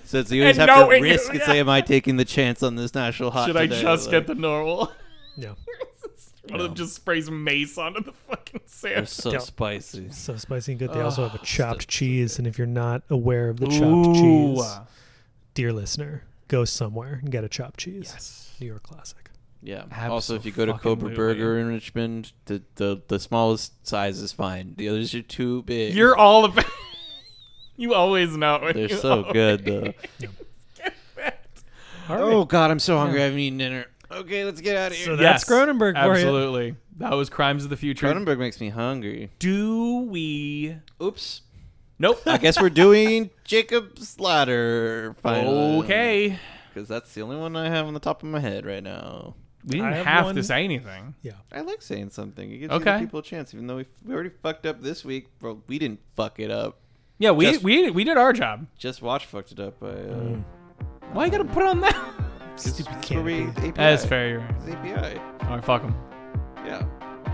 [SPEAKER 2] so it's, you always
[SPEAKER 1] And
[SPEAKER 2] have to
[SPEAKER 1] knowing-
[SPEAKER 2] risk and say am I taking the chance on this national hot
[SPEAKER 1] Should I
[SPEAKER 2] today?
[SPEAKER 1] just
[SPEAKER 2] Like,
[SPEAKER 1] get the normal?
[SPEAKER 3] Yeah,
[SPEAKER 1] one of them just sprays mace onto the fucking
[SPEAKER 2] they're
[SPEAKER 1] sand.
[SPEAKER 2] so
[SPEAKER 3] Don't-
[SPEAKER 2] spicy
[SPEAKER 3] so spicy and Ah, good. They also have a chopped cheese, and if you're not aware of the chopped cheese, dear listener, go somewhere and get a chopped cheese.
[SPEAKER 1] Yes.
[SPEAKER 3] New York classic.
[SPEAKER 2] Yeah. Also, if you go to Cobra
[SPEAKER 1] Abso-fucking-lutely.
[SPEAKER 2] Burger in Richmond, the, the the smallest size is fine. The others are too big.
[SPEAKER 1] You're all about. you always know. it.
[SPEAKER 2] They're
[SPEAKER 1] You
[SPEAKER 2] so
[SPEAKER 1] always-
[SPEAKER 2] good though. Oh God, I'm so hungry. I haven't eaten dinner. Okay, let's get out of
[SPEAKER 3] So
[SPEAKER 2] here.
[SPEAKER 1] Yes,
[SPEAKER 3] that's Cronenberg for you.
[SPEAKER 1] Absolutely. That was Crimes of the Future.
[SPEAKER 2] Cronenberg makes me hungry.
[SPEAKER 1] Do we.
[SPEAKER 2] Oops.
[SPEAKER 1] Nope.
[SPEAKER 2] I guess we're doing Jacob's Ladder finally.
[SPEAKER 1] okay.
[SPEAKER 2] Because that's the only one I have on the top of my head right now.
[SPEAKER 1] We didn't
[SPEAKER 3] I
[SPEAKER 1] have,
[SPEAKER 3] have
[SPEAKER 1] to
[SPEAKER 3] one.
[SPEAKER 1] say anything.
[SPEAKER 3] Yeah.
[SPEAKER 2] I like saying something. It gives
[SPEAKER 1] Okay.
[SPEAKER 2] other people a chance, even though we, we already fucked up this week. Well, we didn't fuck it up.
[SPEAKER 1] Yeah, we
[SPEAKER 2] Just-
[SPEAKER 1] we we did our job.
[SPEAKER 2] Just watch fucked it up. By, uh,
[SPEAKER 1] Mm. Why you gotta put on that?
[SPEAKER 3] Stupid
[SPEAKER 2] That's where we-
[SPEAKER 3] canopy.
[SPEAKER 2] API.
[SPEAKER 1] That's fair. You're right.
[SPEAKER 2] It's API.
[SPEAKER 1] All right, fuck him.
[SPEAKER 2] Yeah.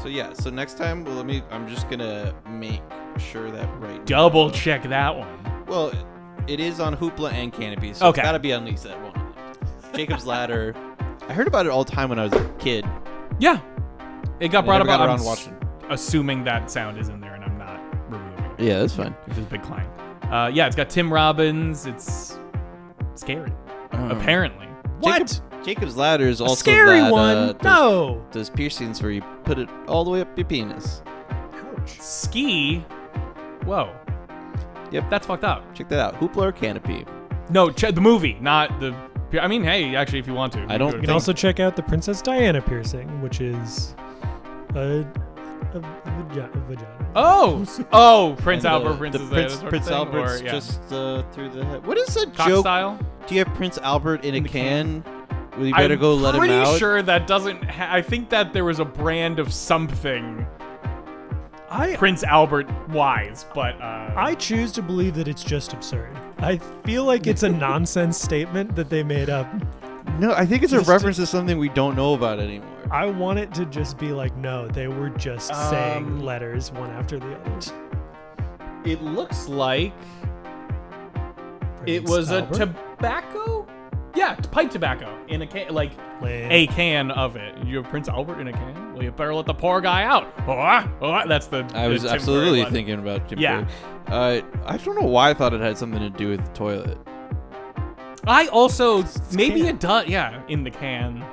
[SPEAKER 2] So yeah. So next time, well, let me. I'm just gonna make sure that right.
[SPEAKER 1] Double check that one.
[SPEAKER 2] Well, it is on Hoopla and Canopy. So
[SPEAKER 1] Okay.
[SPEAKER 2] It's gotta be on at least that one. of them. Jacob's Ladder. I heard about it all the time when I was a kid.
[SPEAKER 1] Yeah, it got brought
[SPEAKER 2] never
[SPEAKER 1] up.
[SPEAKER 2] got
[SPEAKER 1] I'm
[SPEAKER 2] around
[SPEAKER 1] s-
[SPEAKER 2] watching.
[SPEAKER 1] assuming that sound is in there, and I'm not removing it.
[SPEAKER 2] Yeah, that's fine.
[SPEAKER 1] Which is a big climb. Uh, yeah, it's got Tim Robbins. It's scary. Uh, Apparently,
[SPEAKER 3] What?
[SPEAKER 2] Jacob's Ladder is Hmm. also
[SPEAKER 3] Scary
[SPEAKER 2] that,
[SPEAKER 3] one.
[SPEAKER 2] Uh, those,
[SPEAKER 3] no.
[SPEAKER 2] those piercings where you put it all the way up your penis.
[SPEAKER 3] Ouch.
[SPEAKER 1] ski. Whoa.
[SPEAKER 2] Yep.
[SPEAKER 1] That's fucked up.
[SPEAKER 2] Check that out. Hoopla or Canopy.
[SPEAKER 1] No, ch- the movie, not the. I mean, hey, actually, if you want to,
[SPEAKER 2] I don't
[SPEAKER 3] You can also check out the Princess Diana piercing, which is a, a, vagi- a vagina.
[SPEAKER 1] Oh, s- oh, Prince
[SPEAKER 2] And, uh,
[SPEAKER 1] Albert, Princess
[SPEAKER 2] the
[SPEAKER 1] Diana
[SPEAKER 2] Prince,
[SPEAKER 1] sort of
[SPEAKER 2] Prince
[SPEAKER 1] thing,
[SPEAKER 2] Albert's
[SPEAKER 1] or, yeah.
[SPEAKER 2] just uh, through the head. What is that
[SPEAKER 1] cock
[SPEAKER 2] joke?
[SPEAKER 1] style.
[SPEAKER 2] Do you have Prince Albert in, a
[SPEAKER 1] the
[SPEAKER 2] can?
[SPEAKER 1] can?
[SPEAKER 2] Well, you better
[SPEAKER 1] I'm
[SPEAKER 2] go let him
[SPEAKER 1] pretty
[SPEAKER 2] out.
[SPEAKER 1] sure that doesn't. Ha- I think that there was a brand of something.
[SPEAKER 3] I
[SPEAKER 1] Prince Albert wise, but uh,
[SPEAKER 3] I choose to believe that it's just absurd. I feel like it's a nonsense statement that they made up.
[SPEAKER 2] No, I think it's a
[SPEAKER 3] Just-
[SPEAKER 2] reference to something we don't know about anymore.
[SPEAKER 3] I want it to just be like, no, they were just saying
[SPEAKER 1] Um,
[SPEAKER 3] letters one after the other.
[SPEAKER 1] it looks like it
[SPEAKER 3] Prince
[SPEAKER 1] was
[SPEAKER 3] Albert,
[SPEAKER 1] a tobacco. Yeah, pipe tobacco in a can, like
[SPEAKER 3] Lin-
[SPEAKER 1] a can of it. You have Prince Albert in a can. Well, you better let the poor guy out. Oh, ah, oh, ah. That's the.
[SPEAKER 2] I
[SPEAKER 1] the
[SPEAKER 2] was
[SPEAKER 1] Tim Curry
[SPEAKER 2] absolutely
[SPEAKER 1] one.
[SPEAKER 2] thinking about Jim
[SPEAKER 1] Yeah.
[SPEAKER 2] Carrey. Uh, I don't know why I thought it had something to do with the toilet.
[SPEAKER 1] I also maybe
[SPEAKER 3] can.
[SPEAKER 1] it does. Yeah, in the can.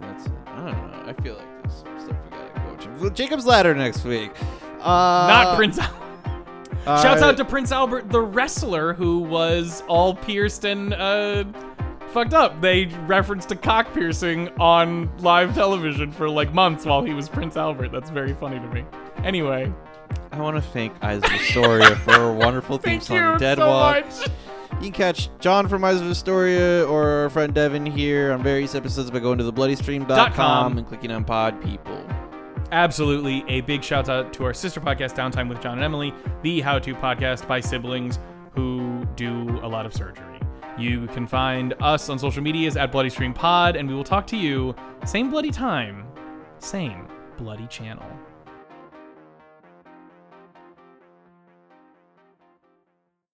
[SPEAKER 2] That's it. I don't know. I feel like there's some stuff we gotta go to. Well, Jacob's Ladder next week. Uh,
[SPEAKER 1] Not Prince. Albert.
[SPEAKER 2] uh,
[SPEAKER 1] Shouts out to Prince Albert, the wrestler who was all pierced and uh, fucked up. They referenced a cock piercing on live television for like months while he was Prince Albert. That's very funny to me. Anyway,
[SPEAKER 2] I want to thank Eyes of Astoria for her wonderful theme
[SPEAKER 1] thank
[SPEAKER 2] song,
[SPEAKER 1] you
[SPEAKER 2] Dead
[SPEAKER 1] so
[SPEAKER 2] Walk.
[SPEAKER 1] much.
[SPEAKER 2] You can catch John from Eyes of Astoria or our friend Devin here on various episodes by going to thebloodystream.com
[SPEAKER 1] com.
[SPEAKER 2] and clicking on Pod People.
[SPEAKER 1] Absolutely. A big shout out to our sister podcast, Downtime with John and Emily, the how to podcast by siblings who do a lot of surgery. You can find us on social medias at Bloody Stream Pod, and we will talk to you same bloody time, same bloody channel.